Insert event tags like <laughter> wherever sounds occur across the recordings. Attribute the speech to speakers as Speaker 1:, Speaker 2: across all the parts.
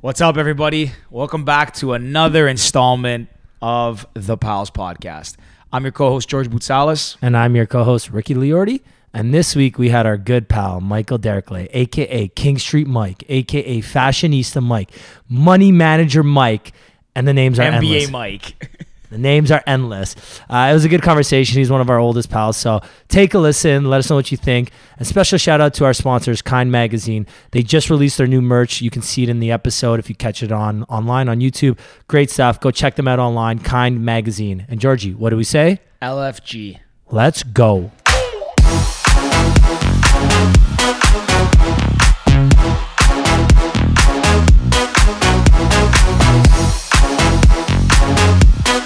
Speaker 1: What's up, everybody? Welcome back to another installment of the Pals Podcast. I'm your co-host George Boutsalis.
Speaker 2: And I'm your co host, Ricky Liorti. And this week we had our good pal, Michael Derkley, AKA King Street Mike, AKA Fashionista Mike, Money Manager Mike. And the names are
Speaker 1: NBA <laughs>
Speaker 2: endless.
Speaker 1: Mike.
Speaker 2: The names are endless. Uh, it was a good conversation. He's one of our oldest pals. So take a listen. Let us know what you think. And special shout out to our sponsors, Kind Magazine. They just released their new merch. You can see it in the episode if you catch it on online on YouTube. Great stuff. Go check them out online, Kind Magazine. And Georgie, what do we say?
Speaker 1: LFG.
Speaker 2: Let's go.
Speaker 3: You're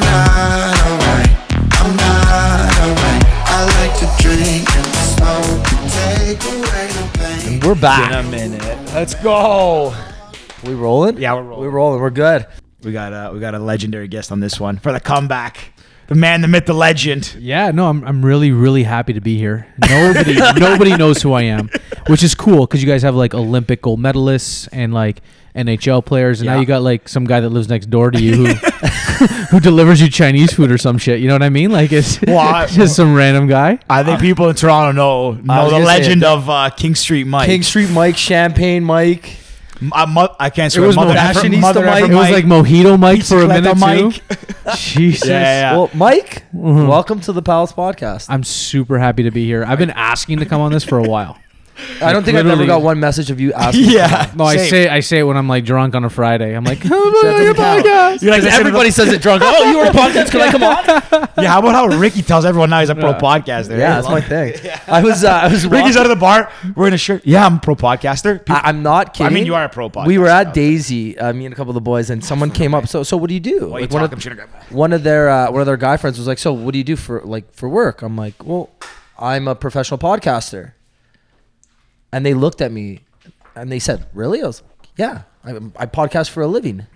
Speaker 3: not alright. I'm not alright. I like to drink and smoke and take away the pain.
Speaker 2: We're back.
Speaker 1: In a minute. Let's go.
Speaker 2: We rolling?
Speaker 1: Yeah, we're rolling.
Speaker 2: We're rolling. We're good.
Speaker 1: We got a we got a legendary guest on this one for the comeback. The man, the myth, the <laughs> legend.
Speaker 4: Yeah, no, I'm, I'm really really happy to be here. Nobody <laughs> nobody knows who I am, which is cool because you guys have like Olympic gold medalists and like NHL players, and
Speaker 1: Yeah.
Speaker 4: now you got like some guy that lives next door to you who who <laughs> delivers you Chinese food or some shit. You know what I mean? Like it's <laughs>
Speaker 1: Well, <laughs> I-
Speaker 4: just some random guy.
Speaker 1: I think people in Toronto know
Speaker 2: I
Speaker 1: know
Speaker 2: was
Speaker 1: the
Speaker 2: gonna say,
Speaker 1: legend of uh, King Street Mike.
Speaker 2: King Street Mike, Champagne Mike.
Speaker 1: M- I, mu- I can't swear.
Speaker 2: was
Speaker 1: mother
Speaker 2: Mo-
Speaker 1: effer-
Speaker 2: Fashionista
Speaker 1: mother
Speaker 2: Mike.
Speaker 1: effer
Speaker 4: It was like Mojito Mike for a
Speaker 1: Bicicleta
Speaker 4: minute
Speaker 1: Mike.
Speaker 4: too. <laughs> Jesus.
Speaker 1: Yeah, yeah, yeah.
Speaker 2: Well, Mike,
Speaker 1: mm-hmm.
Speaker 2: welcome to the Palace Podcast.
Speaker 4: I'm super happy to be here. I've been asking to come on this for a while.
Speaker 2: I don't think I've ever
Speaker 4: literally-
Speaker 2: got one message of you asking.
Speaker 1: <laughs> yeah.
Speaker 4: <laughs> No, I
Speaker 1: Same.
Speaker 4: say I say it when I'm like drunk on a Friday. I'm like, <laughs>
Speaker 2: that doesn't count.
Speaker 1: You like
Speaker 2: Because everybody says
Speaker 1: <laughs>
Speaker 2: it drunk. Oh, you were a podcast. Can I come on?
Speaker 1: Yeah, how about how Ricky tells everyone now he's a pro
Speaker 4: Yeah.
Speaker 1: podcaster?
Speaker 2: Yeah, that's
Speaker 1: <laughs>
Speaker 2: my thing. I was, uh, I was.
Speaker 1: Ricky's
Speaker 2: walking-
Speaker 1: out of the bar wearing a shirt. Yeah, I'm a pro podcaster.
Speaker 4: Ah,
Speaker 1: People-
Speaker 2: I, I'm not kidding.
Speaker 1: I mean, you are a pro podcaster.
Speaker 2: We were at Daisy, uh, me and a couple of the boys, and someone came up. So, so what do you do?
Speaker 1: While you
Speaker 2: Like,
Speaker 1: talk,
Speaker 2: one,
Speaker 1: I'm
Speaker 2: of,
Speaker 1: sure to grab that.
Speaker 2: one of their uh, one of their guy friends was like, "So, what do you do for like for work?" I'm like, "Well, I'm a professional podcaster." And they looked at me, and they said, "Really?" I was like, "Yeah, I, I podcast for a living."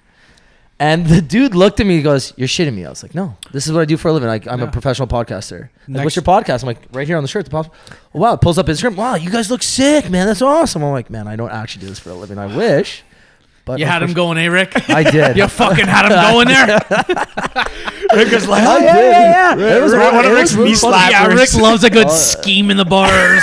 Speaker 2: And the dude looked at me. He goes, "You're shitting me." I was like, "No, this is what I do for a living. Like, I'm a
Speaker 4: Yeah.
Speaker 2: professional podcaster." Like, what's
Speaker 4: Next-
Speaker 2: your podcast? I'm like, "Right here on the shirt." The pop. Oh, wow, it pulls up Instagram. Wow, you guys look sick, man. That's awesome. I'm like, man, I don't actually do this for a living. I wish. But
Speaker 4: You had him going, eh, Rick? <laughs>
Speaker 2: I did.
Speaker 4: You fucking had him going <laughs> there.
Speaker 1: Ricky's
Speaker 4: <laughs>
Speaker 1: like,
Speaker 2: I
Speaker 1: oh,
Speaker 2: did.
Speaker 1: yeah,
Speaker 2: Yeah, yeah. It was
Speaker 1: Rick-
Speaker 2: one-
Speaker 1: one of
Speaker 2: it
Speaker 1: Rick's
Speaker 2: was
Speaker 1: knee
Speaker 2: fun.
Speaker 1: slappers.
Speaker 5: Yeah, Rick loves a
Speaker 4: <laughs>
Speaker 5: good scheme in the bars.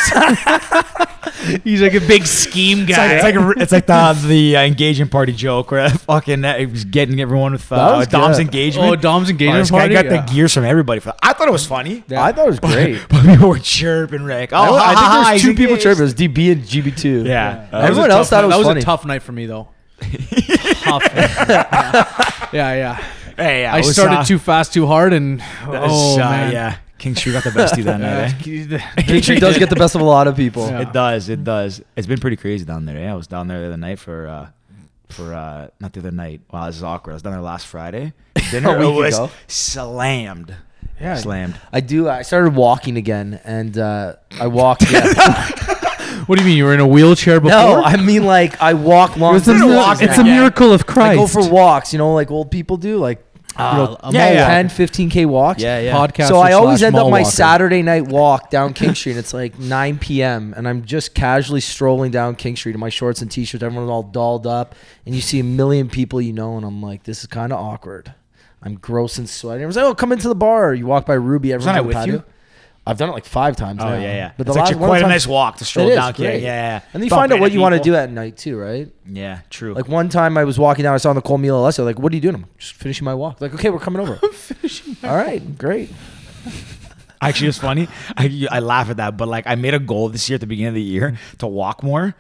Speaker 5: He's like a big scheme
Speaker 1: It's like,
Speaker 5: guy.
Speaker 1: it's like, a- it's like
Speaker 4: <laughs>
Speaker 1: the, the uh, engagement party joke where <laughs> fucking uh, it was getting everyone with
Speaker 2: That
Speaker 1: uh,
Speaker 2: was
Speaker 1: Dom's
Speaker 2: good.
Speaker 1: engagement.
Speaker 4: oh, Dom's
Speaker 1: Oh,
Speaker 4: engagement
Speaker 1: this guy
Speaker 4: party.
Speaker 1: got
Speaker 4: Yeah.
Speaker 1: the gears from everybody for that. I thought it was funny.
Speaker 4: Yeah.
Speaker 2: I thought it was great.
Speaker 1: <laughs> But people were chirping Rick. Oh,
Speaker 2: I,
Speaker 1: ha, ha,
Speaker 2: I
Speaker 1: ha,
Speaker 2: think
Speaker 1: he's
Speaker 2: there's two people
Speaker 1: engaged.
Speaker 2: tripping. It was DB and GB2. <laughs>
Speaker 1: Yeah.
Speaker 4: That was a
Speaker 2: Everyone
Speaker 4: tough
Speaker 2: else thought it
Speaker 4: night.
Speaker 2: was
Speaker 4: That was
Speaker 2: funny.
Speaker 4: a tough night for
Speaker 2: <laughs>
Speaker 4: me though. tough. yeah, yeah.
Speaker 1: Hey, yeah,
Speaker 4: I
Speaker 1: it was,
Speaker 4: started
Speaker 1: uh,
Speaker 4: too fast, too hard, and
Speaker 1: that
Speaker 4: oh
Speaker 1: was, uh,
Speaker 4: man.
Speaker 1: Yeah. King Street got the best of
Speaker 2: <laughs>
Speaker 1: you that night. eh?
Speaker 2: Patriot does get the best of a lot of people.
Speaker 4: Yeah.
Speaker 1: It does. It does. It's been pretty crazy down there. Yeah, I was down there the other night for uh for uh not the other night. Wow, this is awkward. I was down there last <laughs> Friday. Dinner
Speaker 2: week
Speaker 1: was
Speaker 2: ago.
Speaker 1: slammed.
Speaker 4: Yeah.
Speaker 1: Slammed.
Speaker 2: I do. I started walking again, and uh, I walked.
Speaker 1: <laughs>
Speaker 2: Yeah.
Speaker 4: What do you mean you were in a wheelchair before?
Speaker 2: no, I mean like I walk long.
Speaker 4: it's a,
Speaker 2: distances
Speaker 4: miracle, it's a
Speaker 2: now.
Speaker 4: miracle of
Speaker 2: I
Speaker 4: Christ.
Speaker 2: go for walks. You know, like old people do, like
Speaker 1: Uh,
Speaker 2: you know,
Speaker 4: a
Speaker 1: mall walk.
Speaker 2: 10, 15 k walks.
Speaker 4: Podcast.
Speaker 2: So I always
Speaker 4: slash
Speaker 2: end up
Speaker 4: mall
Speaker 2: my
Speaker 4: walker.
Speaker 2: Saturday night walk down King Street. and It's like <laughs> 9 p.m. and I'm just casually strolling down King Street in my shorts and t-shirts. Everyone's all dolled up, and you see a million people you know, and I'm like, this is kind of awkward. I'm gross and sweaty. Everyone's like, oh, come into the bar. You walk by Ruby. Everyone's
Speaker 1: I
Speaker 2: on the
Speaker 1: with
Speaker 2: patio.
Speaker 1: you?
Speaker 2: I've done it like five times.
Speaker 1: Oh
Speaker 2: now.
Speaker 1: yeah, yeah.
Speaker 2: But
Speaker 1: But
Speaker 2: the
Speaker 1: it's
Speaker 2: last
Speaker 1: actually
Speaker 2: one
Speaker 1: quite a
Speaker 2: time-
Speaker 1: nice walk to
Speaker 2: It
Speaker 1: stroll
Speaker 2: is
Speaker 1: down here. Yeah,
Speaker 2: great.
Speaker 1: yeah.
Speaker 2: And then you
Speaker 1: Bump
Speaker 2: find out
Speaker 1: into
Speaker 2: what you want to
Speaker 1: people.
Speaker 2: do at night too, right?
Speaker 1: Yeah, true.
Speaker 2: Like one time I was walking down, I saw Nicole Mila Alessio, like, what are you doing? I'm just finishing my walk. Like, okay, we're
Speaker 1: <laughs>
Speaker 2: coming over. All right, great.
Speaker 1: Actually, it's funny. <laughs> I you- I laugh at that, but like I made a goal this year at the beginning of the year to walk more.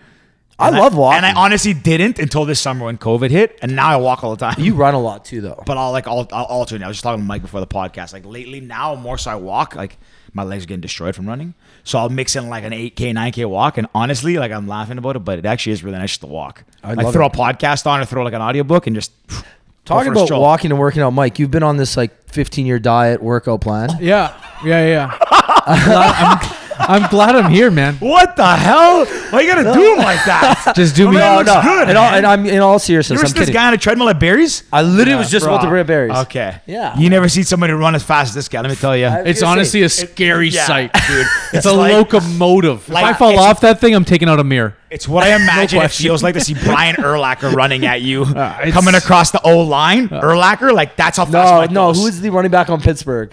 Speaker 2: I
Speaker 1: And
Speaker 2: love walking.
Speaker 1: and I honestly didn't until this summer when COVID hit, and now I walk all the time.
Speaker 2: You run a lot too, though.
Speaker 1: but I'll like I'll, I'll alternate. I was just talking to Mike before the podcast. Like lately now, more so I walk. Like my legs are getting destroyed from running, so I'll mix in like an eight k, nine k walk. And honestly, like I'm laughing about it, but it actually is really nice just to walk. I like
Speaker 2: love
Speaker 1: throw
Speaker 2: it.
Speaker 1: a podcast on or throw like an audiobook and just go for a
Speaker 2: Talking about
Speaker 1: stroll.
Speaker 2: walking and working out, Mike, you've been
Speaker 1: Oh,
Speaker 2: on this like 15 year diet workout plan. <laughs>
Speaker 4: Yeah, yeah, yeah. I'm, I'm, I'm glad I'm here, man.
Speaker 1: What the hell? Why you gotta do him like
Speaker 2: <laughs>
Speaker 1: that?
Speaker 4: Just do
Speaker 1: My
Speaker 4: me
Speaker 1: man
Speaker 4: all
Speaker 1: looks
Speaker 4: up.
Speaker 1: good.
Speaker 2: And, all,
Speaker 1: man.
Speaker 2: and I'm in all seriousness,
Speaker 1: you ever
Speaker 2: I'm
Speaker 1: see this
Speaker 2: kidding.
Speaker 1: guy on a treadmill at Berries?
Speaker 2: I literally was just about to bring up berries.
Speaker 1: Okay.
Speaker 2: Yeah.
Speaker 1: You never see somebody run as fast as this guy. Let me tell you.
Speaker 2: I-
Speaker 5: It's
Speaker 2: You're
Speaker 5: honestly a scary
Speaker 1: yeah.
Speaker 5: sight,
Speaker 2: <laughs>
Speaker 5: dude.
Speaker 4: It's a
Speaker 1: like-
Speaker 4: locomotive.
Speaker 1: like-
Speaker 4: if I fall
Speaker 1: it's-
Speaker 4: off that thing, I'm taking out a mirror.
Speaker 1: It's what I imagine it
Speaker 4: question.
Speaker 1: feels like to see Brian Erlacher running at you,
Speaker 4: it's-
Speaker 1: coming across the O line. Erlacher, like that's how fast.
Speaker 2: No,
Speaker 1: Mike
Speaker 2: no.
Speaker 1: goes.
Speaker 2: Who's the running back on Pittsburgh?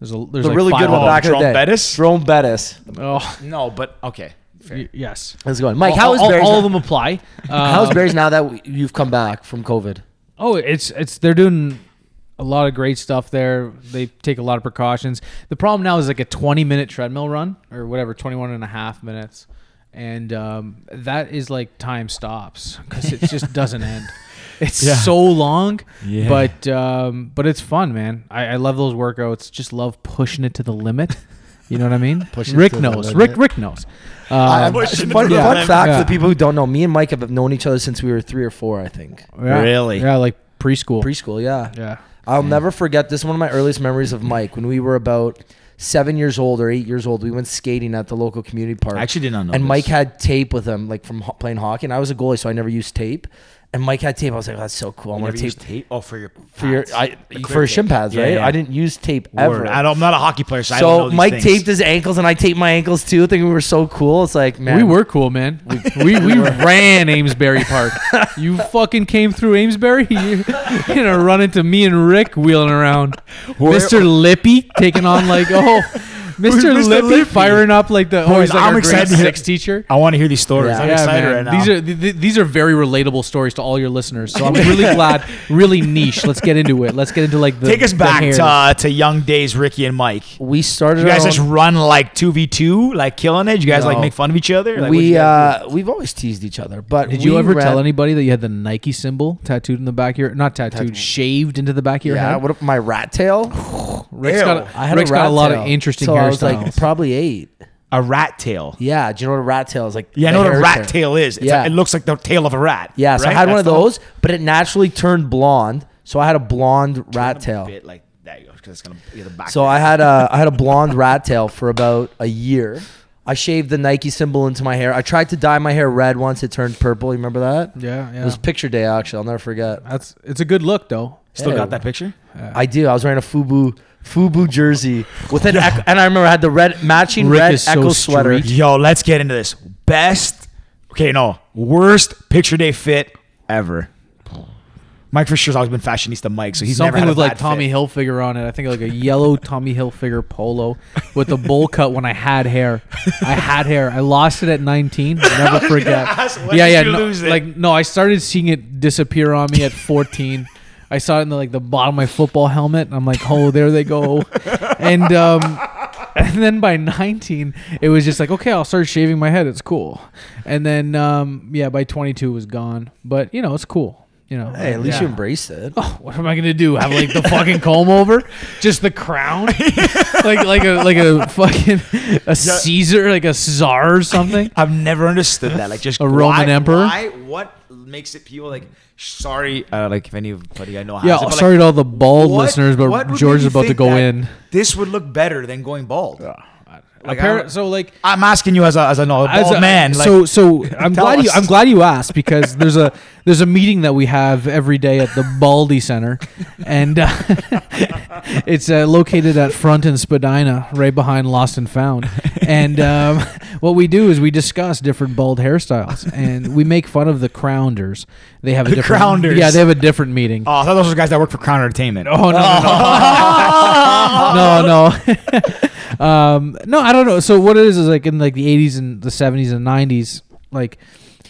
Speaker 4: There's a there's
Speaker 2: The
Speaker 4: like
Speaker 2: really
Speaker 4: five
Speaker 2: good one
Speaker 1: Oh,
Speaker 4: of
Speaker 2: back in the
Speaker 1: Jerome
Speaker 2: day.
Speaker 1: Bettis?
Speaker 2: Jerome Bettis.
Speaker 4: them. Oh,
Speaker 1: no? But okay. Fair.
Speaker 4: y- yes.
Speaker 2: How's it going, Mike?
Speaker 4: All-
Speaker 2: how is
Speaker 4: all,
Speaker 2: berries?
Speaker 4: all
Speaker 2: now- <laughs>
Speaker 4: of them apply? Uh,
Speaker 2: How's berries now that we- you've come back from COVID?
Speaker 4: Oh, it's it's they're doing a lot of great stuff there. They take a lot of precautions. The problem now is like a 20 minute treadmill run or whatever, 21 and a half minutes. And um, that is like time stops because it
Speaker 2: <laughs>
Speaker 4: just doesn't end. It's so long,
Speaker 1: Yeah.
Speaker 4: but um, but it's fun, man. I, I love those workouts. Just love pushing it to the limit. You know what I mean?
Speaker 2: <laughs> Pushing it
Speaker 4: Rick
Speaker 2: to the
Speaker 4: knows.
Speaker 2: limit.
Speaker 4: Rick Rick knows.
Speaker 2: I-
Speaker 4: Um,
Speaker 2: I-
Speaker 1: Pushing it
Speaker 2: fun
Speaker 1: to the
Speaker 2: fun
Speaker 1: limit.
Speaker 2: fact
Speaker 4: Yeah.
Speaker 2: for the people who don't know, me and Mike have known each other since we were three or four, I think.
Speaker 4: yeah.
Speaker 1: Really?
Speaker 4: Yeah, like preschool.
Speaker 2: Preschool, yeah.
Speaker 4: yeah.
Speaker 2: I'll
Speaker 1: Mm.
Speaker 2: never forget this. is One of my earliest memories of Mike when we were about seven years old or eight years old. We went skating at the local community park.
Speaker 1: I actually did not know.
Speaker 2: and
Speaker 1: this.
Speaker 2: Mike had tape with him, like from ho- playing hockey. And I was a goalie, so I never used tape. And Mike had tape. I was like, oh, that's so cool. I
Speaker 1: You
Speaker 2: want
Speaker 1: never
Speaker 2: to tape
Speaker 1: used tape. Oh, for your
Speaker 2: for your
Speaker 1: pads.
Speaker 2: I,
Speaker 1: The
Speaker 2: for
Speaker 1: clear
Speaker 2: shin
Speaker 1: tape.
Speaker 2: pads,
Speaker 1: Yeah,
Speaker 2: right?
Speaker 1: yeah.
Speaker 2: I didn't use tape
Speaker 1: Word.
Speaker 2: ever.
Speaker 1: I don't, I'm not a hockey player, so, I don't know
Speaker 2: so
Speaker 1: these
Speaker 2: Mike
Speaker 1: things.
Speaker 2: taped his ankles, and I taped my ankles too, thinking we were so cool. It's like, man,
Speaker 4: We were cool, man. We,
Speaker 1: <laughs>
Speaker 4: we, we ran Amesbury Park. You fucking came through Amesbury. <laughs> You're gonna run into me and Rick wheeling around. Mr. Lippy taking
Speaker 1: <laughs>
Speaker 4: on like oh, Mr.
Speaker 1: Mr.
Speaker 4: Lippy,
Speaker 1: Lippy?
Speaker 4: firing up like the oh,
Speaker 1: Boys,
Speaker 4: he's like
Speaker 1: I'm
Speaker 4: our
Speaker 1: excited
Speaker 4: grade
Speaker 1: to hear-
Speaker 4: six teacher.
Speaker 1: I want to hear these stories.
Speaker 2: Yeah.
Speaker 1: I'm
Speaker 4: Yeah,
Speaker 1: excited
Speaker 4: man.
Speaker 1: right now.
Speaker 4: These are th- th- these are very relatable stories to all your listeners.
Speaker 1: <laughs>
Speaker 4: So I'm really glad, really niche. Let's get into it. Let's get into like the
Speaker 1: Take us
Speaker 4: the
Speaker 1: back to,
Speaker 4: narrative.
Speaker 1: uh, to young days, Ricky and Mike.
Speaker 2: we started.
Speaker 1: You guys
Speaker 2: our
Speaker 1: just
Speaker 2: own-
Speaker 1: run like two v two, like killing it. You guys like
Speaker 2: No.
Speaker 1: make fun of each other. Like, what'd you
Speaker 2: we
Speaker 1: guys
Speaker 2: uh, we've always teased each other, but
Speaker 4: Did you
Speaker 2: we
Speaker 4: ever
Speaker 2: ran-
Speaker 4: tell anybody that you had the Nike symbol tattooed in the back of your not tattooed,
Speaker 2: Tattooed.
Speaker 4: shaved into the back of your
Speaker 2: Yeah,
Speaker 4: head?
Speaker 2: what up, my rat tail?
Speaker 4: Rick's
Speaker 1: Ew.
Speaker 4: got a,
Speaker 2: I had
Speaker 4: Rick's
Speaker 2: a
Speaker 4: got a
Speaker 2: rat
Speaker 4: lot of
Speaker 2: tail.
Speaker 4: interesting
Speaker 2: so I
Speaker 4: hairstyles.
Speaker 2: was like probably eight.
Speaker 1: a rat tail.
Speaker 2: Yeah, do you know what a rat tail is? Like
Speaker 1: Yeah, I
Speaker 2: the
Speaker 1: know what a
Speaker 2: hair
Speaker 1: rat
Speaker 2: hair.
Speaker 1: tail is. It's
Speaker 2: Yeah.
Speaker 1: like- it looks like the tail of a rat.
Speaker 2: Yeah, so
Speaker 1: right?
Speaker 2: I had one
Speaker 1: That's
Speaker 2: of
Speaker 1: the whole-
Speaker 2: those, but it naturally turned blonde. So I had a blonde rat tail.
Speaker 1: Bit like that goes because it's gonna be the back.
Speaker 2: So I had a I had a blonde rat tail for about a year. I shaved the Nike symbol into my hair. I tried to dye my hair red once; it turned purple. You remember that?
Speaker 4: yeah, yeah.
Speaker 2: It was picture day actually. I'll never forget.
Speaker 4: That's it's a good look though.
Speaker 1: still
Speaker 2: Ew.
Speaker 1: got that picture.
Speaker 2: I do. I was wearing a FUBU FUBU jersey with an echo, and I remember I had the red matching
Speaker 4: Rick
Speaker 2: red
Speaker 4: is so
Speaker 2: Echo sweater.
Speaker 4: street.
Speaker 1: Yo, let's get into this. Best, okay, no, worst picture day fit ever. Mike for sure's always been fashionista. Mike, so he's never
Speaker 4: Something
Speaker 1: had
Speaker 4: with
Speaker 1: a
Speaker 4: like
Speaker 1: bad
Speaker 4: Tommy
Speaker 1: fit.
Speaker 4: Hilfiger on it. I think like
Speaker 1: <laughs>
Speaker 4: a yellow Tommy Hilfiger polo with the bowl cut when I had hair. I had hair. I lost it
Speaker 1: <laughs>
Speaker 4: at 19. I'll Never forget.
Speaker 1: ask, when did you
Speaker 4: no,
Speaker 1: lose it?
Speaker 4: Like no, I started seeing it disappear on
Speaker 1: <laughs>
Speaker 4: me at 14. I saw it in the, like the bottom of my football helmet. And I'm like, oh, there
Speaker 1: <laughs>
Speaker 4: they go. And um, and then by 19, it was just like, okay, I'll start shaving my head. It's cool. And then um, yeah, by 22, it was gone. But you know, it's cool. You know,
Speaker 2: Hey, at least
Speaker 4: Yeah.
Speaker 2: you embraced it.
Speaker 4: Oh, what am I gonna do? Have like the fucking comb over, just the crown, <laughs> like like a like a fucking a Caesar, like a czar or something.
Speaker 1: I've never understood that. Like just
Speaker 4: <laughs> A Roman
Speaker 1: why-
Speaker 4: emperor?
Speaker 1: Why? What makes it people like? Sorry, uh, like if anybody I know has
Speaker 4: Yeah,
Speaker 1: it, but, like,
Speaker 4: sorry to all the bald
Speaker 1: what-
Speaker 4: listeners,
Speaker 1: what
Speaker 4: but
Speaker 1: would make
Speaker 4: George is
Speaker 1: you
Speaker 4: about to
Speaker 1: think
Speaker 4: go
Speaker 1: that
Speaker 4: in.
Speaker 1: This would look better than going bald. Like, I don't-
Speaker 4: Appar- so like
Speaker 1: I'm asking you as a as a, no,
Speaker 4: as
Speaker 1: bald
Speaker 4: a-
Speaker 1: man. Like, <laughs>
Speaker 4: so so I'm
Speaker 1: tell
Speaker 4: glad you
Speaker 1: us.
Speaker 4: I'm glad you asked because there's a <laughs> there's a meeting that we have every day at the Baldy Center, and uh, <laughs> it's uh, located at Front and Spadina, right behind Lost and Found. And um, <laughs> what we do is we discuss different bald hairstyles, and we make fun of the crowners. They have a
Speaker 1: The
Speaker 4: different,
Speaker 1: crowners.
Speaker 4: Yeah, they have a different meeting.
Speaker 1: oh, I thought those were guys that work for Crown Entertainment.
Speaker 4: Oh no,
Speaker 1: <laughs>
Speaker 4: no, no, no. <laughs> no. um, no, I don't know. So what it is is like in like the eighties and the seventies and nineties, like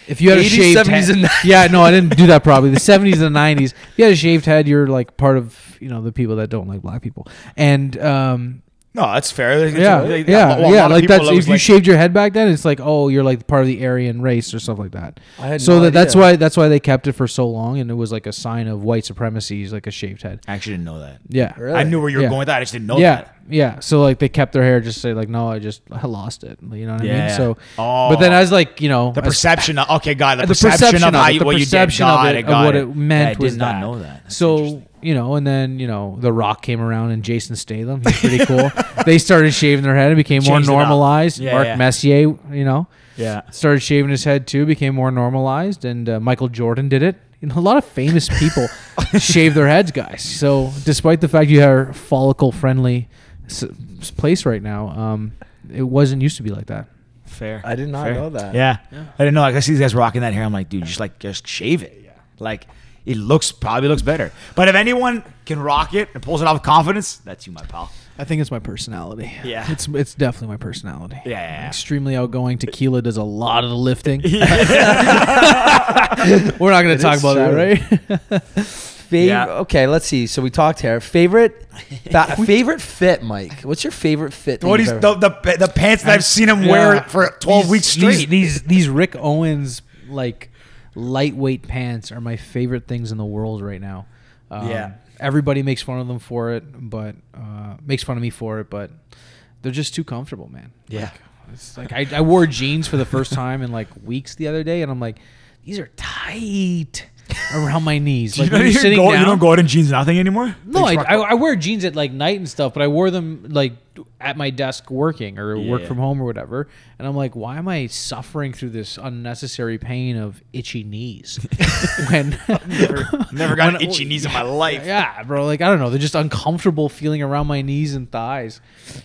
Speaker 4: if you had
Speaker 2: 80s,
Speaker 4: a shaved
Speaker 2: 70s,
Speaker 4: head,
Speaker 2: and 90s.
Speaker 4: yeah, no, I didn't do that. Probably the seventies and nineties. If you had a shaved head, you're like part of you know the people that don't like black people, and um,
Speaker 1: No, that's fair. It's-
Speaker 4: yeah,
Speaker 1: it's- a lot-
Speaker 4: yeah,
Speaker 1: a
Speaker 4: yeah.
Speaker 1: lot of
Speaker 4: Like
Speaker 1: people
Speaker 4: that's
Speaker 1: always
Speaker 4: if you
Speaker 1: like-
Speaker 4: shaved your head back then, it's like oh, you're like part of the Aryan race or stuff like that.
Speaker 2: I had
Speaker 4: So
Speaker 2: no
Speaker 4: that, that's
Speaker 2: idea.
Speaker 4: why that's why they kept it for so long, and it was like a sign of white supremacy, is like a shaved head.
Speaker 1: I actually didn't know that.
Speaker 4: Yeah,
Speaker 2: Really?
Speaker 1: I knew where you were
Speaker 4: Yeah.
Speaker 1: going with that. I just didn't know
Speaker 4: yeah,
Speaker 1: that.
Speaker 4: yeah. So like they kept their hair, just say like, no, I just I lost it. You know what I
Speaker 1: Yeah.
Speaker 4: mean? So,
Speaker 1: Oh.
Speaker 4: but then as like you know,
Speaker 1: The
Speaker 4: as-
Speaker 1: perception of okay, God, the,
Speaker 4: the
Speaker 1: perception, of, how
Speaker 4: it,
Speaker 1: you,
Speaker 4: the
Speaker 1: what you did,
Speaker 4: perception of
Speaker 1: God,
Speaker 4: it,
Speaker 1: I
Speaker 4: of
Speaker 1: got
Speaker 4: what
Speaker 1: it.
Speaker 4: it meant
Speaker 1: Yeah, I
Speaker 4: was
Speaker 1: did not
Speaker 4: that.
Speaker 1: know that. That's
Speaker 4: so
Speaker 1: interesting.
Speaker 4: you know, and then you know, The Rock came around and Jason Statham. He's
Speaker 1: <laughs>
Speaker 4: pretty cool. they started shaving their head. It became
Speaker 1: Changed it
Speaker 4: more
Speaker 1: up.
Speaker 4: normalized.
Speaker 1: Yeah,
Speaker 4: Mark
Speaker 1: yeah.
Speaker 4: Messier, you know,
Speaker 1: Yeah.
Speaker 4: started shaving his head too. Became more normalized, and uh, Michael Jordan did it. You know, a lot of famous
Speaker 1: <laughs>
Speaker 4: people shave their heads, guys. So, despite the fact you are follicle friendly s- s- place right now, um, it wasn't used to be like that.
Speaker 1: Fair.
Speaker 2: I did not
Speaker 1: Fair.
Speaker 2: know that.
Speaker 1: Yeah. I didn't know. Like I see these guys rocking that hair. I'm like, dude, just like just shave it. Like it looks probably looks better. But if anyone can rock it and pulls it off with confidence, that's you, my pal.
Speaker 4: I think it's my personality.
Speaker 1: Yeah.
Speaker 4: it's it's definitely my personality.
Speaker 1: Yeah, yeah, yeah.
Speaker 4: extremely outgoing. Tequila does a lot of the
Speaker 1: <laughs>
Speaker 4: lifting. We're not going to talk
Speaker 2: is
Speaker 4: about
Speaker 2: true.
Speaker 4: that, right?
Speaker 2: Fav-
Speaker 1: Yeah.
Speaker 2: Okay, let's see. So we talked hair.
Speaker 4: <laughs>
Speaker 2: Favorite, fa- favorite fit, Mike. What's your favorite fit? that
Speaker 1: What
Speaker 2: you've <laughs>
Speaker 1: he's the,
Speaker 2: ever-
Speaker 1: the pa- the pants that I've <laughs> seen him wear for 12
Speaker 4: These-
Speaker 1: weeks
Speaker 4: these-
Speaker 1: straight.
Speaker 4: These, these Rick Owens like lightweight pants are my favorite things in the world right now. Um,
Speaker 1: Yeah.
Speaker 4: everybody makes fun of them for it, but uh, makes fun of me for it, but they're just too comfortable, man.
Speaker 1: yeah.
Speaker 4: It's like I, I wore jeans for the first time in like weeks the other day, and I'm like, these are tight around my knees. Like
Speaker 1: you, don't
Speaker 4: when you're
Speaker 1: even
Speaker 4: sitting
Speaker 1: go,
Speaker 4: down,
Speaker 1: you don't go out in jeans nothing anymore?
Speaker 4: No, I,
Speaker 1: Like,
Speaker 4: I, I wear jeans at like night and stuff, but I wore them like at my desk working or work
Speaker 1: yeah.
Speaker 4: from home or whatever. And I'm like, why am I suffering through this unnecessary pain of itchy knees? <laughs>
Speaker 1: <laughs>
Speaker 4: when
Speaker 2: <laughs>
Speaker 1: never got itchy knees in my life.
Speaker 4: <laughs> yeah, bro, like I don't know, they're just uncomfortable feeling around my knees and thighs.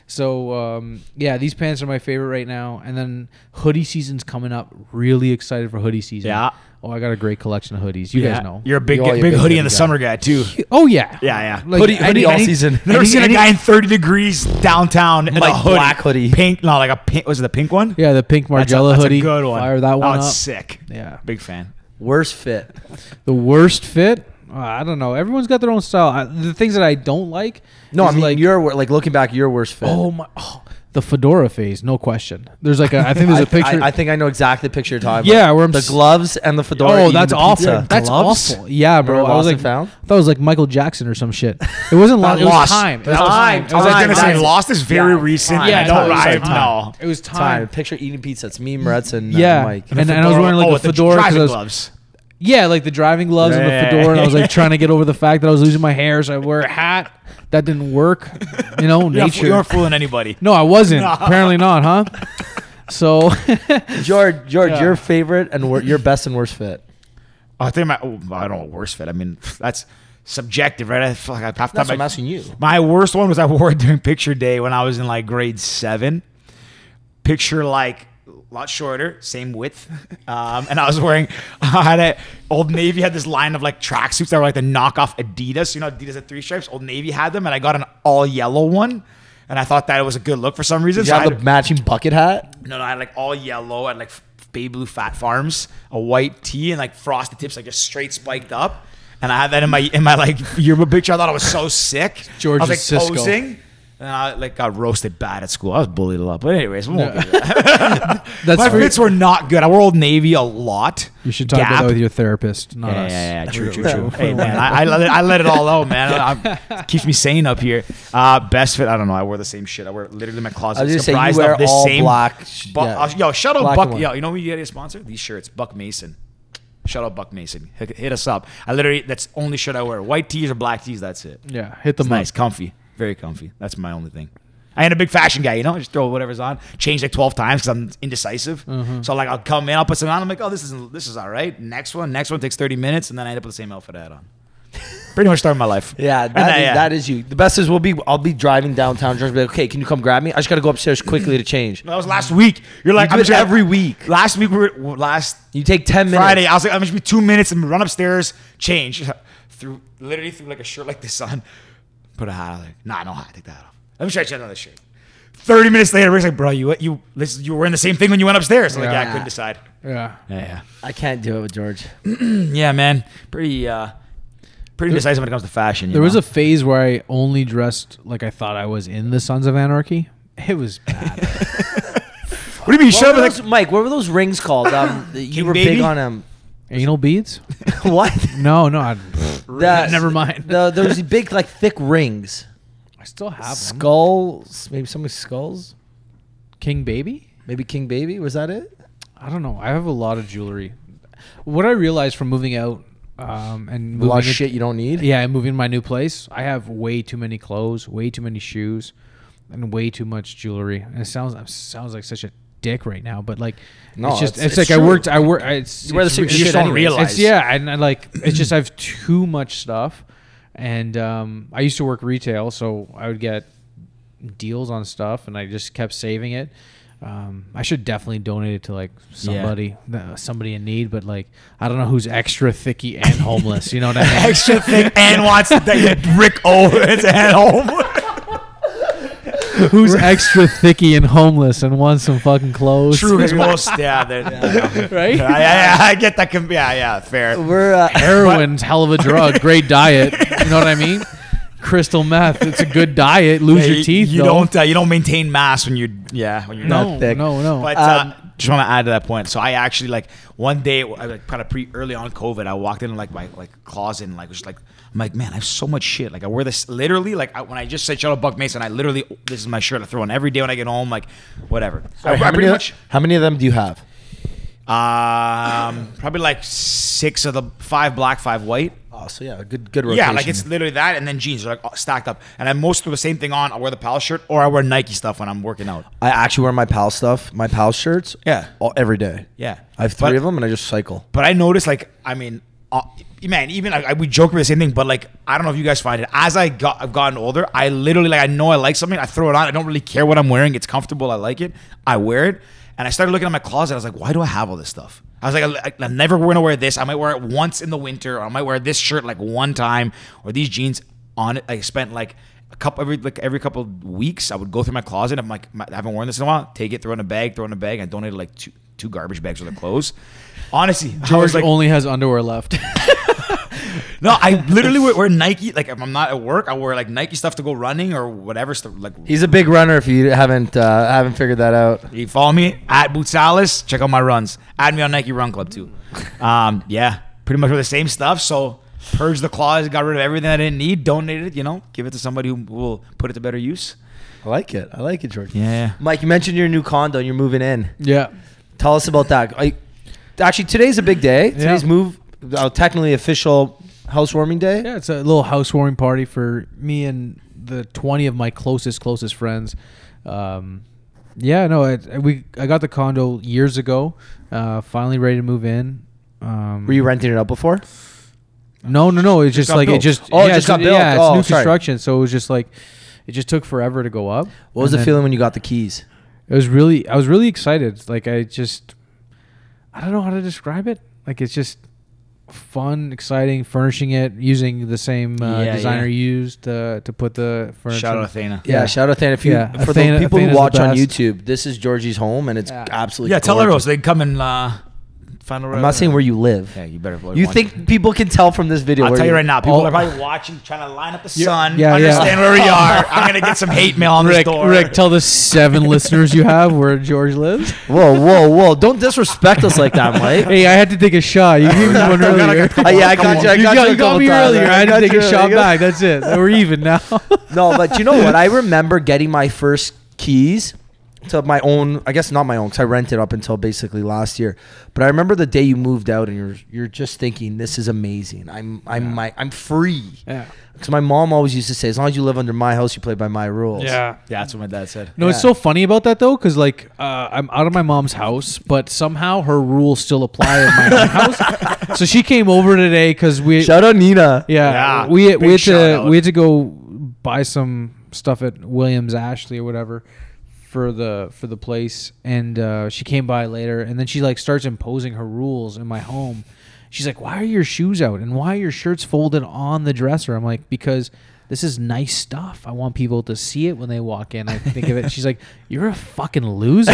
Speaker 4: So um, yeah, these pants are my favorite right now. And then hoodie season's coming up. Really excited for hoodie season.
Speaker 1: Yeah.
Speaker 4: Oh, I got a great collection of hoodies. You guys know.
Speaker 1: You're a big
Speaker 2: You all-
Speaker 1: big,
Speaker 2: you're a big
Speaker 1: hoodie
Speaker 2: hoodie
Speaker 1: in the
Speaker 2: guy.
Speaker 1: summer guy too.
Speaker 4: oh yeah.
Speaker 1: Yeah, yeah.
Speaker 4: Like,
Speaker 2: Hoodie-
Speaker 4: any-
Speaker 2: hoodie all
Speaker 4: any-
Speaker 2: season.
Speaker 1: <laughs> Never
Speaker 4: any-
Speaker 1: seen a
Speaker 4: any-
Speaker 1: guy in 30 degrees downtown in a
Speaker 2: Like
Speaker 1: hoodie.
Speaker 2: black hoodie.
Speaker 1: Pink, no, like a pink. Was it the pink one?
Speaker 4: Yeah, the pink
Speaker 1: That's a-
Speaker 4: Margiela
Speaker 1: that's a
Speaker 4: hoodie.
Speaker 1: good one.
Speaker 4: Fire that one
Speaker 1: oh, it's
Speaker 4: up.
Speaker 1: sick.
Speaker 4: Yeah.
Speaker 1: Big fan.
Speaker 2: worst fit?
Speaker 4: The worst fit. Uh, I don't know. Everyone's got their own style. I, the things that I don't like.
Speaker 2: No, I
Speaker 1: <laughs>
Speaker 4: is
Speaker 2: mean
Speaker 4: like
Speaker 2: your wor- like looking back, your worst fit.
Speaker 4: oh my, oh, the fedora phase. No question. There's like a. I think there's a picture.
Speaker 2: I, I think I know exactly the picture you're talking
Speaker 4: Yeah,
Speaker 2: about.
Speaker 4: where I'm
Speaker 2: the
Speaker 4: s-
Speaker 2: gloves and the fedora.
Speaker 4: oh,
Speaker 2: eating
Speaker 4: that's
Speaker 2: the
Speaker 4: awful.
Speaker 2: pizza.
Speaker 4: That's
Speaker 2: Gloves?
Speaker 4: awful. Yeah, bro.
Speaker 2: Remember
Speaker 4: I
Speaker 2: Lost
Speaker 4: was like,
Speaker 2: and found?
Speaker 4: I thought it was like Michael Jackson or some shit.
Speaker 1: <laughs>
Speaker 4: It wasn't
Speaker 1: Not
Speaker 4: lost. It was
Speaker 1: lost.
Speaker 4: time. It was
Speaker 1: Time. I was
Speaker 4: Time.
Speaker 1: gonna say
Speaker 4: Time.
Speaker 1: lost is very recent.
Speaker 4: Yeah,
Speaker 1: Yeah, I don't
Speaker 4: no,
Speaker 1: I
Speaker 4: it's like
Speaker 1: know.
Speaker 4: It was
Speaker 2: Time.
Speaker 4: time.
Speaker 2: Picture eating pizza. It's me, Moretz, and uh,
Speaker 4: Yeah,
Speaker 2: Mike.
Speaker 4: and, and I was wearing like
Speaker 1: oh,
Speaker 4: a
Speaker 1: with
Speaker 4: fedora
Speaker 1: the
Speaker 4: 'cause
Speaker 1: driving
Speaker 4: I was-
Speaker 1: gloves.
Speaker 4: Yeah, like the driving gloves and the
Speaker 1: Yeah.
Speaker 4: fedora, and I
Speaker 1: <laughs>
Speaker 4: was like trying to get over the fact that I was losing my hair, so I wear a hat. That didn't work. You
Speaker 1: <laughs>
Speaker 4: know,
Speaker 1: You're not-
Speaker 4: nature.
Speaker 1: You aren't fooling anybody.
Speaker 4: No, I wasn't. Apparently
Speaker 1: <laughs>
Speaker 4: not, huh? So
Speaker 2: <laughs>
Speaker 4: <laughs>
Speaker 2: George, George,
Speaker 4: Yeah.
Speaker 2: your favorite and wor- your best and worst fit.
Speaker 1: I think my. Oh, I don't know. Worst fit. I mean, that's subjective, right? I feel like I have to.
Speaker 2: That's what I'm asking you.
Speaker 1: My worst one was I <laughs> wore it during picture day when I was in like grade seven. Picture like a lot shorter, same width, <laughs> um, and I was wearing. <laughs> I had a Old Navy had this line of like tracksuits that were like the knockoff Adidas. You know, Adidas had three stripes. Old Navy had them, and I got an all yellow one. And I thought that it was a good look for some reason.
Speaker 2: Did
Speaker 1: so
Speaker 2: you
Speaker 1: I
Speaker 2: have
Speaker 1: had-
Speaker 2: the matching bucket hat?
Speaker 1: no, no, I had like all yellow. I had like f- baby blue fat farms, a white tee, and like frosted tips, like just straight spiked up. And I had that in my in my like yearbook picture. I thought I was so sick.
Speaker 4: George
Speaker 1: I was like
Speaker 4: is Cisco.
Speaker 1: posing. And I like got roasted bad at school. I was bullied a lot, but anyways, we won't get
Speaker 4: <laughs>
Speaker 1: into that.
Speaker 4: that's
Speaker 1: my fits were not good. I wore Old Navy a lot.
Speaker 4: you should talk
Speaker 1: Gap.
Speaker 4: about that with your therapist, not
Speaker 1: Yeah,
Speaker 4: us.
Speaker 1: yeah, yeah, true, true, true. Hey man, I, I let it, I let it all out, man.
Speaker 4: <laughs>
Speaker 1: I, I'm, keeps me sane up here. Uh, best fit, I don't know. I wear the same shit. I wear literally my closet.
Speaker 2: I was
Speaker 1: is
Speaker 2: just saying, you
Speaker 1: comprised
Speaker 2: wear
Speaker 1: of this
Speaker 2: all
Speaker 1: same
Speaker 2: black,
Speaker 1: Bu-
Speaker 2: yeah.
Speaker 1: uh, yo, shout out
Speaker 2: Black and
Speaker 1: Buck.
Speaker 2: white.
Speaker 1: Yo, you know who you get a sponsor? These shirts, Buck Mason. Shout out Buck Mason. Hit, hit us up. I literally that's the only shirt I wear. White tees or black tees. That's it.
Speaker 4: Yeah, hit the
Speaker 1: It's nice, comfy, very comfy. That's my only thing. I ain't a big fashion guy, you know. I just throw whatever's on, change like twelve times because I'm indecisive.
Speaker 2: Mm-hmm.
Speaker 1: So like I'll come in, I'll put something on. I'm like, oh, this is this is all right. Next one, next one takes thirty minutes, and then I end up with the same outfit I had
Speaker 2: <laughs>
Speaker 1: on. Pretty much starting my life.
Speaker 2: Yeah,
Speaker 1: And
Speaker 2: that
Speaker 1: then,
Speaker 2: is- that is you. The best is we'll be. I'll be driving downtown. George will be like, okay, can you come grab me? I just got to go upstairs quickly to change.
Speaker 1: That was last week. You're like
Speaker 2: You do
Speaker 1: I'm
Speaker 2: it
Speaker 1: just-
Speaker 2: every week.
Speaker 1: Last week we were last
Speaker 2: You take ten minutes.
Speaker 1: Friday. I was like, I'm just gonna be two minutes and run upstairs, change. <laughs> through literally threw like a shirt like this on, put a hat on. Like, nah, no hat. Take that off. Let me try to change another shirt. Thirty minutes later, Rick's like, bro, you you listen, you were in the same thing when you went upstairs. I'm like, yeah, I couldn't decide.
Speaker 4: Yeah.
Speaker 1: Yeah,
Speaker 2: I can't do it with George.
Speaker 1: yeah, yeah, man. Pretty uh, pretty decisive when it comes to fashion. you
Speaker 4: There
Speaker 1: <laughs>
Speaker 4: was
Speaker 1: know?
Speaker 4: a phase where I only dressed like I thought I was in the Sons of Anarchy. It was bad.
Speaker 2: <laughs>
Speaker 1: What do you mean? You
Speaker 2: What
Speaker 1: showed up
Speaker 2: were
Speaker 1: with,
Speaker 2: those-
Speaker 1: like
Speaker 2: Mike, what were those rings called?
Speaker 1: <laughs>
Speaker 2: Um, that you
Speaker 1: King
Speaker 2: were big
Speaker 1: Baby?
Speaker 2: on
Speaker 1: <laughs>
Speaker 2: them.
Speaker 4: Anal beads?
Speaker 2: what?
Speaker 4: No, no. I,
Speaker 1: <laughs>
Speaker 2: That-
Speaker 4: never mind.
Speaker 2: <laughs> The, those big, like thick rings.
Speaker 4: I still have them.
Speaker 2: Skulls, maybe something skulls.
Speaker 4: King Baby?
Speaker 2: Maybe King Baby was that it?
Speaker 4: I don't know. I have a lot of jewelry. What I realized from moving out um, and
Speaker 2: A lot of
Speaker 4: moving it-
Speaker 2: shit you don't need.
Speaker 4: Yeah, and moving to my new place, I have way too many clothes, way too many shoes, and way too much jewelry. And it sounds it sounds like such a dick right now, but like
Speaker 2: No,
Speaker 4: it's just
Speaker 2: it's-
Speaker 4: it's,
Speaker 2: it's
Speaker 4: like I
Speaker 2: true.
Speaker 4: worked I work I- it's
Speaker 2: You wear the
Speaker 4: it's
Speaker 2: same
Speaker 4: re-
Speaker 2: shit
Speaker 4: it's-
Speaker 2: anyways.
Speaker 4: It's, yeah, and I like it's just I have too much stuff, and um, I used to work retail, so I would get deals on stuff, and I just kept saving it. Um, I should definitely donate it to like somebody, uh, somebody in need, but like I don't know who's extra thicky and homeless. You know what I
Speaker 1: <laughs>
Speaker 4: mean?
Speaker 1: Extra thick and wants that Rick Owens at home.
Speaker 4: Who's extra thicky and homeless and wants some fucking
Speaker 1: <laughs> <laughs>
Speaker 4: clothes?
Speaker 1: True, because most <laughs> yeah, they're- yeah, <laughs>
Speaker 4: right?
Speaker 1: yeah, yeah, I get that. Can be yeah, yeah, fair. <laughs>
Speaker 2: We're uh,
Speaker 4: Heroin's hell of a drug. Great diet. You know what I mean? Crystal meth. It's a good diet. Lose
Speaker 1: Yeah,
Speaker 4: your
Speaker 1: you-
Speaker 4: teeth.
Speaker 1: You
Speaker 4: though.
Speaker 1: don't. Uh, you don't maintain mass when you're. Yeah, when you're
Speaker 2: No.
Speaker 4: No,
Speaker 2: thick.
Speaker 4: no, no.
Speaker 1: But uh, just want to add to that point. So I actually like one day, I, like kind of pre early on COVID, I walked in like my like closet and like was like I'm like man, I have so much shit. Like I wear this literally like I, when I just said shout out Buck Mason, I literally this is my shirt I throw on every day when I get home. Like whatever. I, I
Speaker 2: how, many
Speaker 1: pretty
Speaker 2: of,
Speaker 1: much
Speaker 2: how many of them do you have?
Speaker 1: um probably like six of the five black, five white.
Speaker 2: Oh, so yeah, good good rotation.
Speaker 1: Yeah, like it's literally that, and then jeans are like all stacked up, and I most throw the same thing on. I wear the pal shirt, or I wear Nike stuff when I'm working out.
Speaker 2: I actually wear my pal stuff, my pal shirts.
Speaker 1: Yeah.
Speaker 2: all, every day.
Speaker 1: Yeah.
Speaker 2: I have three
Speaker 1: But-
Speaker 2: of them, and I just cycle.
Speaker 1: But I noticed, like, I mean, uh, man, even like, I, we joke about the same thing, but like, I don't know if you guys find it. As I got, I've gotten older, I literally like, I know I like something, I throw it on. I don't really care what I'm wearing. It's comfortable. I like it. I wear it. And I started looking at my closet. I was like, why do I have all this stuff? I was like, I, I'm never going to wear this. I might wear it once in the winter, or I might wear this shirt like one time, or these jeans on it. I spent like a couple every like every couple of weeks. I would go through my closet. I'm like, I haven't worn this in a while. Take it, throw it in a bag, throw it in a bag. I donated like two two garbage bags worth of clothes. Honestly, I
Speaker 4: George
Speaker 1: was like,
Speaker 4: only has underwear left.
Speaker 1: no, I literally wear, wear Nike. Like if I'm not at work, I wear like Nike stuff to go running or whatever stuff. Like
Speaker 2: <laughs> He's a big runner. If you haven't uh, haven't figured that out,
Speaker 1: you follow me at Bootsalis. Check out my runs. Add me on Nike Run Club too. Um, yeah, pretty much wear the same stuff. So purge the closet, got rid of everything I didn't need, donated it. You know, give it to somebody who will put it to better use.
Speaker 2: I like it. I like it, George.
Speaker 1: Yeah.
Speaker 2: Mike, you mentioned your new condo. and You're moving in.
Speaker 4: yeah.
Speaker 2: Tell us about that. I, actually, today's a big day. Today's
Speaker 4: Yeah.
Speaker 2: move, uh, technically official housewarming day.
Speaker 4: Yeah, it's a little housewarming party for me and the 20 of my closest closest friends. Um, yeah, no, I, we I got the condo years ago. Uh, finally ready to move in. Um,
Speaker 2: Were you renting it out before?
Speaker 4: No, no, no. It's just,
Speaker 1: got
Speaker 4: like
Speaker 1: built.
Speaker 4: it just.
Speaker 2: Oh, it
Speaker 4: yeah,
Speaker 2: just got
Speaker 4: it's-
Speaker 2: built.
Speaker 4: Yeah, it's
Speaker 2: Oh,
Speaker 4: new
Speaker 2: sorry.
Speaker 4: construction, so it was just like it just took forever to go up.
Speaker 2: What was
Speaker 4: And
Speaker 2: the
Speaker 4: then
Speaker 2: feeling when you got the keys?
Speaker 4: It was really. I was really excited. Like I just, I don't know how to describe it. Like it's just fun, exciting, furnishing it using the same uh,
Speaker 1: Yeah,
Speaker 4: designer
Speaker 1: yeah.
Speaker 4: used uh, to put the furniture.
Speaker 1: Shout out Athena.
Speaker 2: Yeah,
Speaker 4: Yeah.
Speaker 2: shout out Thana. If you,
Speaker 4: Yeah,
Speaker 2: for
Speaker 4: Athena-
Speaker 2: the people
Speaker 4: Athena's
Speaker 2: who
Speaker 4: the
Speaker 2: watch on
Speaker 4: best.
Speaker 2: YouTube, this is Georgie's home, and it's
Speaker 4: Yeah.
Speaker 2: absolutely
Speaker 1: Yeah, tell everyone
Speaker 2: gorgeous.
Speaker 1: so they can come and uh, find out.
Speaker 2: I'm not saying where you live.
Speaker 1: Yeah, you better.
Speaker 2: You think people can tell from this video?
Speaker 1: I'll
Speaker 2: where
Speaker 1: tell you
Speaker 2: you-
Speaker 1: right now, people
Speaker 4: Oh.
Speaker 1: are probably watching, trying to line up the sun,
Speaker 4: yeah, yeah.
Speaker 1: understand where we are. I'm gonna get some hate mail on this
Speaker 4: Rick,
Speaker 1: door.
Speaker 4: Rick, tell the seven <laughs> listeners you have where George lives.
Speaker 2: Whoa, whoa, whoa! Don't disrespect us like
Speaker 1: <laughs>
Speaker 2: that, Mike.
Speaker 4: <laughs> Hey, I had to take a shot. You gave me one
Speaker 1: we got
Speaker 4: earlier.
Speaker 1: like a
Speaker 2: Uh, <laughs> yeah, I got you. I
Speaker 4: You
Speaker 2: got,
Speaker 4: got,
Speaker 2: you,
Speaker 4: you
Speaker 2: a
Speaker 4: got
Speaker 2: couple
Speaker 4: me
Speaker 2: times.
Speaker 4: earlier. I had to
Speaker 2: got
Speaker 4: take
Speaker 2: you
Speaker 4: a
Speaker 2: <laughs>
Speaker 4: shot
Speaker 2: earlier.
Speaker 4: back. That's it. We're even now.
Speaker 2: <laughs>
Speaker 4: <laughs>
Speaker 2: No, but you know what? I remember getting my first keys to my own. I guess not my own, because I rented up until basically last year. But I remember the day you moved out, and you're you're just thinking, "This is amazing. I'm I'm my I'm free."
Speaker 4: Yeah.
Speaker 2: Because my mom always used to say, "As long as you live under my house, you play by my rules."
Speaker 1: Yeah, that's what my dad said.
Speaker 4: No, it's
Speaker 2: Yeah.
Speaker 4: so funny about that though, because like uh, I'm out of my mom's house, but somehow her rules still apply in my
Speaker 2: <laughs>
Speaker 4: own house. So she came over today because we,
Speaker 2: Shout out Nina.
Speaker 4: yeah,
Speaker 1: Yeah,
Speaker 4: we
Speaker 1: big
Speaker 4: we had
Speaker 1: shout
Speaker 4: to
Speaker 1: out.
Speaker 4: we had to go buy some stuff at Williams Ashley or whatever for the for the place, and uh, she came by later, and then she like starts imposing her rules in my home. She's like, "Why are your shoes out and why are your shirts folded on the dresser?" I'm like, "Because." This is nice stuff. I want people to see it when they walk in. I think of it. She's like, "You're a fucking loser."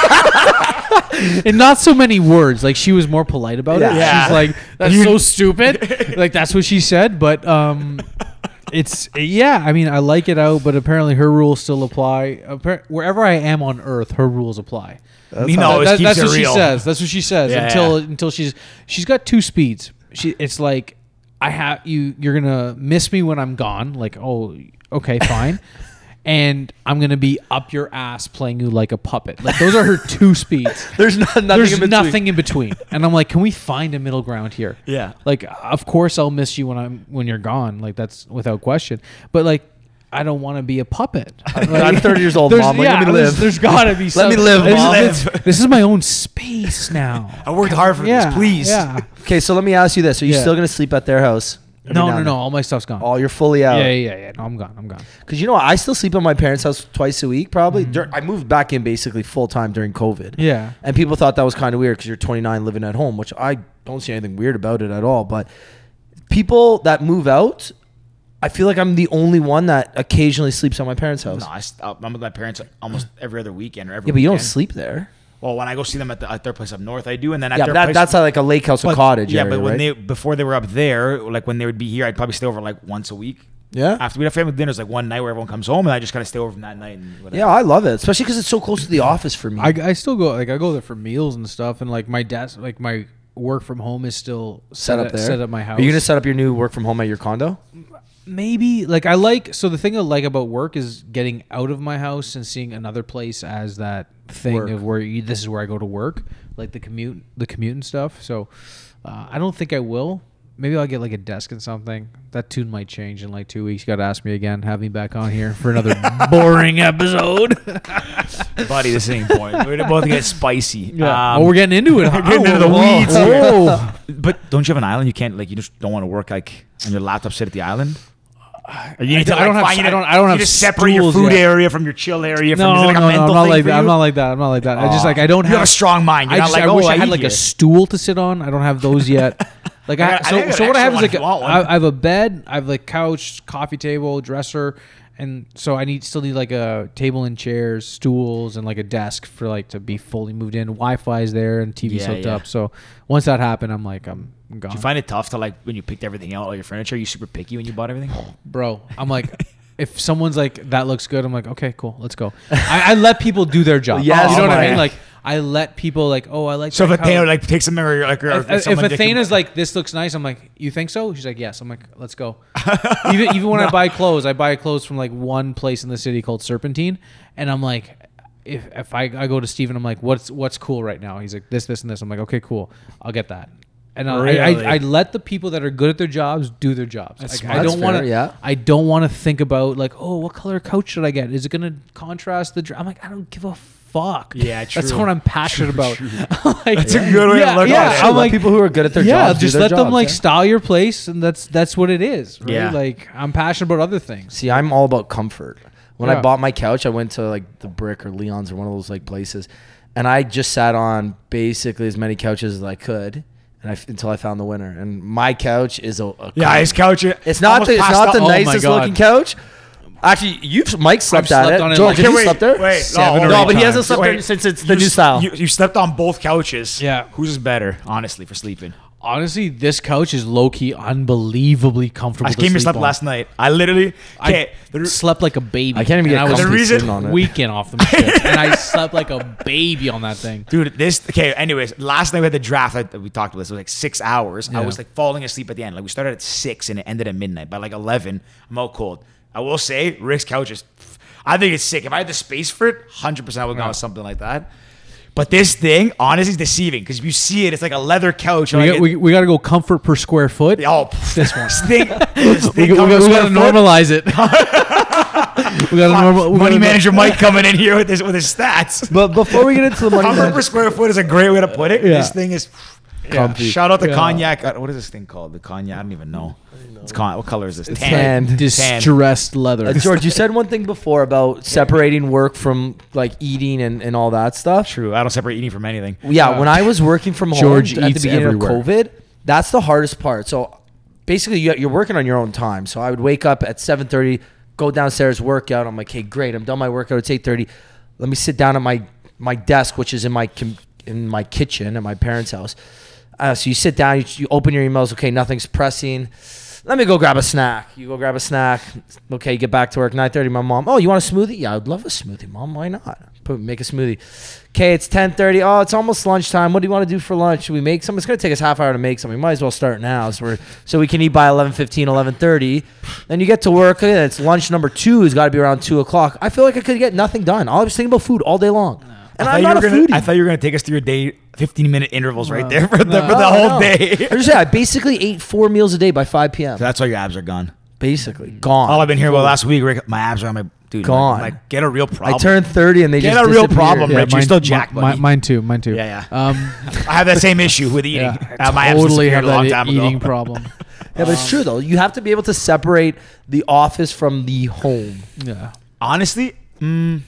Speaker 4: <laughs> In not so many words. Like she was more polite about it.
Speaker 1: Yeah. <laughs>
Speaker 4: She's like, "That's <laughs> so stupid." like that's what she said, but um it's yeah, I mean, I like it out, but apparently her rules still apply. Appar- wherever I am on earth, her rules apply.
Speaker 1: Nina
Speaker 4: That-
Speaker 1: always
Speaker 4: that-
Speaker 1: keeps
Speaker 4: that's
Speaker 1: it
Speaker 4: what
Speaker 1: real.
Speaker 4: she says. That's what she says
Speaker 1: Yeah,
Speaker 4: until
Speaker 1: yeah.
Speaker 4: until she's she's got two speeds. She it's like
Speaker 1: <laughs>
Speaker 4: I have you you're going to miss me when I'm gone, like, "Oh, okay, fine." and I'm gonna be up your ass playing you like a puppet. Like those are her
Speaker 1: <laughs>
Speaker 4: two speeds.
Speaker 2: There's not, nothing.
Speaker 4: There's
Speaker 2: in between.
Speaker 4: nothing in between, and I'm like, can we find a middle ground here?
Speaker 1: Yeah.
Speaker 4: Like, of course I'll miss you when I'm when you're gone. Like that's without question. But like, I don't want to be a puppet.
Speaker 2: <laughs> I'm 30 years old,
Speaker 4: There's-
Speaker 2: Mom. Like, let me
Speaker 4: there's-
Speaker 2: live.
Speaker 4: there's gotta be.
Speaker 2: <laughs> Let me live,
Speaker 4: This,
Speaker 2: Mom.
Speaker 4: Is, it's- this is my own space
Speaker 2: <laughs>
Speaker 4: now.
Speaker 1: I worked hard for
Speaker 4: yeah.
Speaker 1: this. Please.
Speaker 4: Yeah.
Speaker 2: Okay, so let me ask you this: Are you
Speaker 4: Yeah.
Speaker 2: still gonna sleep at their house? every
Speaker 4: No,
Speaker 2: now
Speaker 4: no,
Speaker 2: and
Speaker 4: no.
Speaker 2: then?
Speaker 4: All my stuff's gone.
Speaker 2: Oh, you're fully out.
Speaker 4: yeah, yeah, yeah, yeah. No, I'm gone. I'm gone.
Speaker 2: Because you know, what? I still sleep at my parents' house twice a week, probably. Dur- I moved back in basically full time during COVID.
Speaker 4: Mm-hmm. Yeah.
Speaker 2: And people thought that was kind of weird because you're 29 living at home, which I don't see anything weird about it at all. But people that move out, I feel like I'm the only one that occasionally sleeps at my parents' house.
Speaker 1: No, I, st- I'm with my parents
Speaker 2: <sighs>
Speaker 1: almost every other weekend or every.
Speaker 2: yeah, but you don't
Speaker 1: weekend.
Speaker 2: sleep there.
Speaker 1: Well, when I go see them at, the, at their place up north, I do, and then at
Speaker 2: Yeah,
Speaker 1: their
Speaker 2: but that,
Speaker 1: place,
Speaker 2: that's like a lake house, a
Speaker 1: but-
Speaker 2: cottage.
Speaker 1: Yeah,
Speaker 2: area,
Speaker 1: but when
Speaker 2: right?
Speaker 1: they before they were up there, like when they would be here, I'd probably stay over like once a week.
Speaker 2: Yeah.
Speaker 1: After we'd have family dinners, like one night where everyone comes home, and I just kind of stay over from that night. And whatever.
Speaker 2: Yeah, I love it, especially because it's so close to the office for me.
Speaker 4: I, I still go like I go there for meals and stuff, and like my dad's like my work from home is still
Speaker 2: set up
Speaker 4: at-
Speaker 2: there.
Speaker 4: Set up my house.
Speaker 2: Are you gonna set up your new work from home at your condo?
Speaker 4: maybe like I like so the thing I like about work is getting out of my house and seeing another place as that thing
Speaker 2: Work.
Speaker 4: of where you, this is where I go to work, like the commute, the commute and stuff. So uh, I don't think I will. Maybe I'll get like a desk and something. That tune might change in like two weeks. You got to ask me again. Have me back on here for
Speaker 1: <laughs>
Speaker 4: another boring episode.
Speaker 1: buddy, this ain't point. We're about to get spicy.
Speaker 4: Yeah.
Speaker 1: Um,
Speaker 4: oh, we're getting into it.
Speaker 1: we're getting into the
Speaker 4: Whoa.
Speaker 1: weeds
Speaker 4: Whoa.
Speaker 1: but don't you have an island? You can't like you just don't want to work like on your laptop sit at the island. Or You
Speaker 4: I
Speaker 1: need to,
Speaker 4: don't- I
Speaker 1: like,
Speaker 4: don't have
Speaker 1: find
Speaker 4: s-
Speaker 1: it-
Speaker 4: I don't- I don't
Speaker 1: you
Speaker 4: have
Speaker 1: just separate your
Speaker 4: stools
Speaker 1: food
Speaker 4: yet.
Speaker 1: area from your chill area. From, is it
Speaker 4: No,
Speaker 1: like a
Speaker 4: no, no,
Speaker 1: mental
Speaker 4: I'm not
Speaker 1: thing
Speaker 4: like
Speaker 1: for
Speaker 4: that. I'm
Speaker 1: you? Oh.
Speaker 4: not like that. I'm not like that. I just like I don't
Speaker 1: You have a strong mind.
Speaker 4: I
Speaker 1: You're not
Speaker 4: just
Speaker 1: like,
Speaker 4: I
Speaker 1: "Oh,
Speaker 4: wish I
Speaker 1: I
Speaker 4: had
Speaker 1: eat
Speaker 4: like
Speaker 1: here."
Speaker 4: a stool to sit on. I don't have
Speaker 1: <laughs>
Speaker 4: those yet. Like I,
Speaker 1: I got- I
Speaker 4: so,
Speaker 1: got
Speaker 4: so
Speaker 1: an
Speaker 4: what
Speaker 1: extra
Speaker 4: I have is
Speaker 1: one
Speaker 4: like
Speaker 1: if you want one.
Speaker 4: I, I have a bed, I have like couch, coffee table, dresser, and so I need still need like a table and chairs, stools, and like a desk for like to be fully moved in. Wi-Fi is there and TV's
Speaker 1: Yeah,
Speaker 4: hooked
Speaker 1: yeah.
Speaker 4: up. So once that happened, I'm like I'm gone.
Speaker 1: Do you find it tough to like when you picked everything out, all your furniture? You super picky when you bought everything.
Speaker 4: bro
Speaker 1: <laughs>
Speaker 4: i'm like if someone's like that looks good i'm like okay cool let's go i, I let people do their job
Speaker 2: Yes,
Speaker 4: you know what i
Speaker 2: my-
Speaker 4: mean like i let people like oh i like
Speaker 1: So if
Speaker 4: that
Speaker 1: Athena
Speaker 4: color.
Speaker 1: like takes a mirror, like or
Speaker 4: if, if,
Speaker 1: someone did-
Speaker 4: athena's like this looks nice i'm like you think so she's like yes i'm like let's go <laughs> even, even
Speaker 1: <laughs>
Speaker 4: when i buy clothes i buy clothes from like one place in the city called serpentine and i'm like if, if I, I go to Steven, I'm like, what's what's cool right now? He's like, this, this, and this. I'm like, okay, cool. I'll get that. And I,
Speaker 1: Really?
Speaker 4: I, I let the people that are good at their jobs do their jobs. Like, I
Speaker 2: smart.
Speaker 4: don't
Speaker 2: That's
Speaker 4: want
Speaker 2: fair,
Speaker 4: to.
Speaker 2: yeah.
Speaker 4: I don't want to think about like, oh, what color couch should I get? Is it gonna contrast the? Dr-? I'm like, I don't give a fuck.
Speaker 1: Yeah,
Speaker 4: That's
Speaker 1: true.
Speaker 4: what I'm passionate about. <laughs> like,
Speaker 1: That's a good way to
Speaker 4: yeah,
Speaker 1: look
Speaker 4: yeah.
Speaker 1: at it.
Speaker 4: I'm
Speaker 2: Let
Speaker 4: like,
Speaker 2: people who are good at their
Speaker 4: yeah,
Speaker 2: jobs do
Speaker 4: just
Speaker 2: their
Speaker 4: let them
Speaker 2: jobs, eh?
Speaker 4: like
Speaker 2: yeah.
Speaker 4: style your place, and that's that's what it is. Right?
Speaker 1: Yeah.
Speaker 4: Like I'm passionate about other things.
Speaker 2: See, I'm all about comfort. When I
Speaker 4: Yeah.
Speaker 2: bought my couch, I went to like the Brick or Leon's or one of those like places, and I just sat on basically as many couches as I could, and I, until I found the winner. And my couch is a, a
Speaker 1: yeah, his couch. uh,
Speaker 2: It's not the, it's not the
Speaker 4: Oh my
Speaker 2: nicest
Speaker 4: God.
Speaker 2: looking couch. Actually, you've Mike slept
Speaker 4: I've
Speaker 2: at
Speaker 4: slept
Speaker 2: it.
Speaker 4: on it
Speaker 2: George,
Speaker 4: like-
Speaker 2: have you
Speaker 1: wait,
Speaker 2: slept there?
Speaker 1: Wait,
Speaker 4: Seven
Speaker 1: no,
Speaker 4: or
Speaker 2: no,
Speaker 4: eight
Speaker 2: but he hasn't
Speaker 4: times.
Speaker 2: slept there
Speaker 1: Wait,
Speaker 2: since it's the
Speaker 1: you
Speaker 2: new
Speaker 1: s-
Speaker 2: style.
Speaker 1: You, you slept on both couches.
Speaker 4: Yeah.
Speaker 1: Whose is better, honestly, for sleeping?
Speaker 4: Honestly, this couch is low key unbelievably comfortable.
Speaker 1: I
Speaker 4: to
Speaker 1: came here
Speaker 4: sleep
Speaker 1: slept
Speaker 4: on.
Speaker 1: last night. I literally okay.
Speaker 4: I
Speaker 1: the-
Speaker 4: slept like a baby.
Speaker 2: I can't even
Speaker 4: and
Speaker 2: get
Speaker 4: I was
Speaker 2: comfy
Speaker 1: reason-
Speaker 2: sitting on it.
Speaker 4: weekend off them shit, and I slept like a baby on
Speaker 2: <laughs>
Speaker 4: that thing.
Speaker 1: Dude, this okay. Anyways, last night we had the draft. Like, we talked about this. It was like six hours. I
Speaker 4: Yeah.
Speaker 1: was like falling asleep at the end. Like we started at six and it ended at midnight. By like eleven, I'm out cold. I will say, Rick's couch is. I think it's sick. If I had the space for it, hundred percent, I would go with something like that. But this thing, honestly, is deceiving because if you see it, it's like a leather couch.
Speaker 4: We,
Speaker 1: like
Speaker 4: got,
Speaker 1: it-
Speaker 4: we, we got to go comfort per square foot.
Speaker 1: oh, <laughs>
Speaker 4: This one.
Speaker 1: this thing. This
Speaker 4: <laughs> We,
Speaker 1: thing
Speaker 4: got-
Speaker 1: comes
Speaker 4: we, got-
Speaker 1: with
Speaker 4: we got to
Speaker 1: a foot.
Speaker 4: normalize it. we got to normal. <laughs> we
Speaker 1: Money
Speaker 4: gotta-
Speaker 1: manager
Speaker 4: <laughs>
Speaker 1: Mike coming in here with his with his stats.
Speaker 2: But before we get
Speaker 1: <laughs>
Speaker 2: into the money, uh,
Speaker 1: Cover per
Speaker 2: man,
Speaker 1: square foot is a great way to put it.
Speaker 4: Yeah.
Speaker 1: This thing is.
Speaker 2: Comfy.
Speaker 1: Shout out to
Speaker 4: Yeah.
Speaker 1: cognac. Uh, What is this thing called? The cognac. I don't even know. It's con. What color is this?
Speaker 2: tan.
Speaker 4: Distressed
Speaker 2: uh,
Speaker 4: leather.
Speaker 2: George, you said one thing before about separating work from like eating and, and all that stuff.
Speaker 1: True. I don't separate eating from anything.
Speaker 2: Yeah, when I was working from home
Speaker 4: Uh, George
Speaker 2: at the
Speaker 4: eats
Speaker 2: beginning
Speaker 4: everywhere.
Speaker 2: of COVID, that's the hardest part. So basically, you- you're working on your own time. So I would wake up at 7:30, go downstairs, workout. I'm like, okay, great, I'm done my workout. It's 8:30. Let me sit down at my my desk, which is in my com- in my kitchen at my parents' house. Uh, so you sit down, you, you open your emails. Okay, nothing's pressing. Let me go grab a snack. You go grab a snack. Okay, get back to work. 9:30. My mom. Oh, you want a smoothie? Yeah, I'd love a smoothie, mom. Why not? Put, make a smoothie. Okay, it's 10:30. Oh, it's almost lunchtime. What do you want to do for lunch? Should we make some? It's gonna take us half hour to make something. We might as well start now, so we're so we can eat by 11:15, 11:30. Then you get to work. And it's lunch number two. Has got to be around two o'clock. I feel like I could get nothing done. All I was thinking about food all day long. And
Speaker 1: I
Speaker 2: I'm
Speaker 1: thought
Speaker 2: not
Speaker 1: you
Speaker 2: a
Speaker 1: were gonna-
Speaker 2: foodie.
Speaker 1: I thought you were gonna take us through your day, fifteen minute intervals right there for the for
Speaker 2: No,
Speaker 1: the whole
Speaker 2: no.
Speaker 1: day. <laughs>
Speaker 2: I just said I basically ate four meals a day by 5 p.m.
Speaker 1: So that's why your abs are gone.
Speaker 2: basically gone.
Speaker 1: All I've been hearing about last week, Rick, my abs are on my dude.
Speaker 2: Gone.
Speaker 1: Like, like, get a real problem.
Speaker 2: I turned 30 and they
Speaker 1: Get
Speaker 2: just
Speaker 1: a real
Speaker 2: disappeared.
Speaker 1: problem,
Speaker 2: Yeah.
Speaker 1: Rich. You're still jacked,
Speaker 4: mi-
Speaker 1: buddy.
Speaker 4: mine too. Mine too.
Speaker 1: Yeah, yeah. <laughs>
Speaker 4: Um,
Speaker 1: I have that same issue
Speaker 2: <laughs>
Speaker 1: with eating.
Speaker 4: yeah,
Speaker 1: <laughs> Uh, my abs
Speaker 4: totally
Speaker 1: disappeared
Speaker 4: have
Speaker 1: a long
Speaker 4: that
Speaker 1: time <laughs>
Speaker 4: e- eating
Speaker 1: ago.
Speaker 4: problem.
Speaker 2: Yeah, but it's true though. You have to be able to separate the office from the home.
Speaker 4: Yeah.
Speaker 1: Honestly, mm,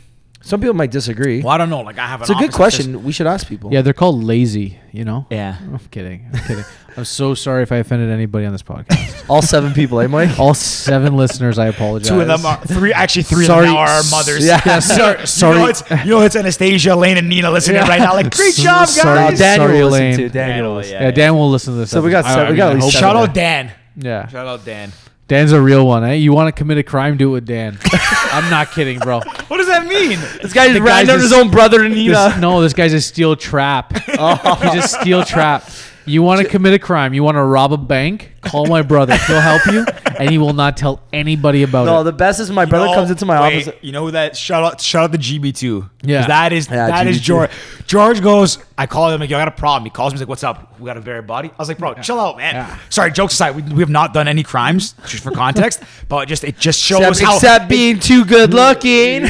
Speaker 2: Some people might disagree.
Speaker 1: well, I don't know. Like, I have.
Speaker 2: It's a good question. We should ask people.
Speaker 4: Yeah, they're called lazy. You know.
Speaker 1: Yeah.
Speaker 4: <laughs> I'm kidding. I'm kidding. I'm so sorry if I offended anybody on this podcast. <laughs>
Speaker 2: All seven people, eh, Mike?
Speaker 4: All seven listeners, I apologize.
Speaker 1: Two of them are three. Actually, three
Speaker 4: Sorry.
Speaker 1: of them now are our mothers.
Speaker 2: Yeah.
Speaker 1: sorry.
Speaker 4: Sorry.
Speaker 1: <laughs> You know, it's, you know it's Anastasia, Lane, and Nina listening right now. Like, <laughs> great
Speaker 4: So
Speaker 1: job, guys.
Speaker 4: sorry.
Speaker 2: Oh,
Speaker 4: Sorry,
Speaker 2: Daniel will listen
Speaker 4: Elaine.
Speaker 2: to. Daniel will
Speaker 1: Yeah,
Speaker 2: listen.
Speaker 4: Yeah, Dan will listen to this.
Speaker 2: So we got
Speaker 4: episode.
Speaker 2: seven- we got at
Speaker 4: I
Speaker 2: least
Speaker 4: hope-
Speaker 1: Shout out Dan.
Speaker 4: Yeah.
Speaker 1: Shout out Dan.
Speaker 4: Dan's a real one, eh? You want to commit a crime, do it with Dan. <laughs> I'm not kidding, bro.
Speaker 1: What does that <laughs> mean?
Speaker 2: This guy just
Speaker 4: The guy
Speaker 2: ran down his
Speaker 4: just-
Speaker 2: own brother and
Speaker 4: This-
Speaker 2: Nina.
Speaker 4: no, this guy's a steel trap.
Speaker 2: <laughs> Oh.
Speaker 4: He's a steel trap. You want to commit a crime, you want to rob a bank, call my brother. He'll help you, and he will not tell anybody about
Speaker 2: No,
Speaker 4: it.
Speaker 2: the best is my brother
Speaker 1: No,
Speaker 2: comes into my
Speaker 1: wait,
Speaker 2: office.
Speaker 1: You know that shout out shout out to GB two. 'Cause
Speaker 4: Yeah.
Speaker 1: That is
Speaker 2: Yeah,
Speaker 1: that is
Speaker 2: GB2.
Speaker 1: George. George goes, I call him like, yo, I got a problem. He calls me he's like, What's up? We got a buried body. I was like, bro, chill out, man.
Speaker 4: Yeah.
Speaker 1: Sorry, jokes aside, we, we have not done any crimes, just for <laughs> context. but just it just shows
Speaker 2: Except,
Speaker 1: how
Speaker 2: except being too good looking.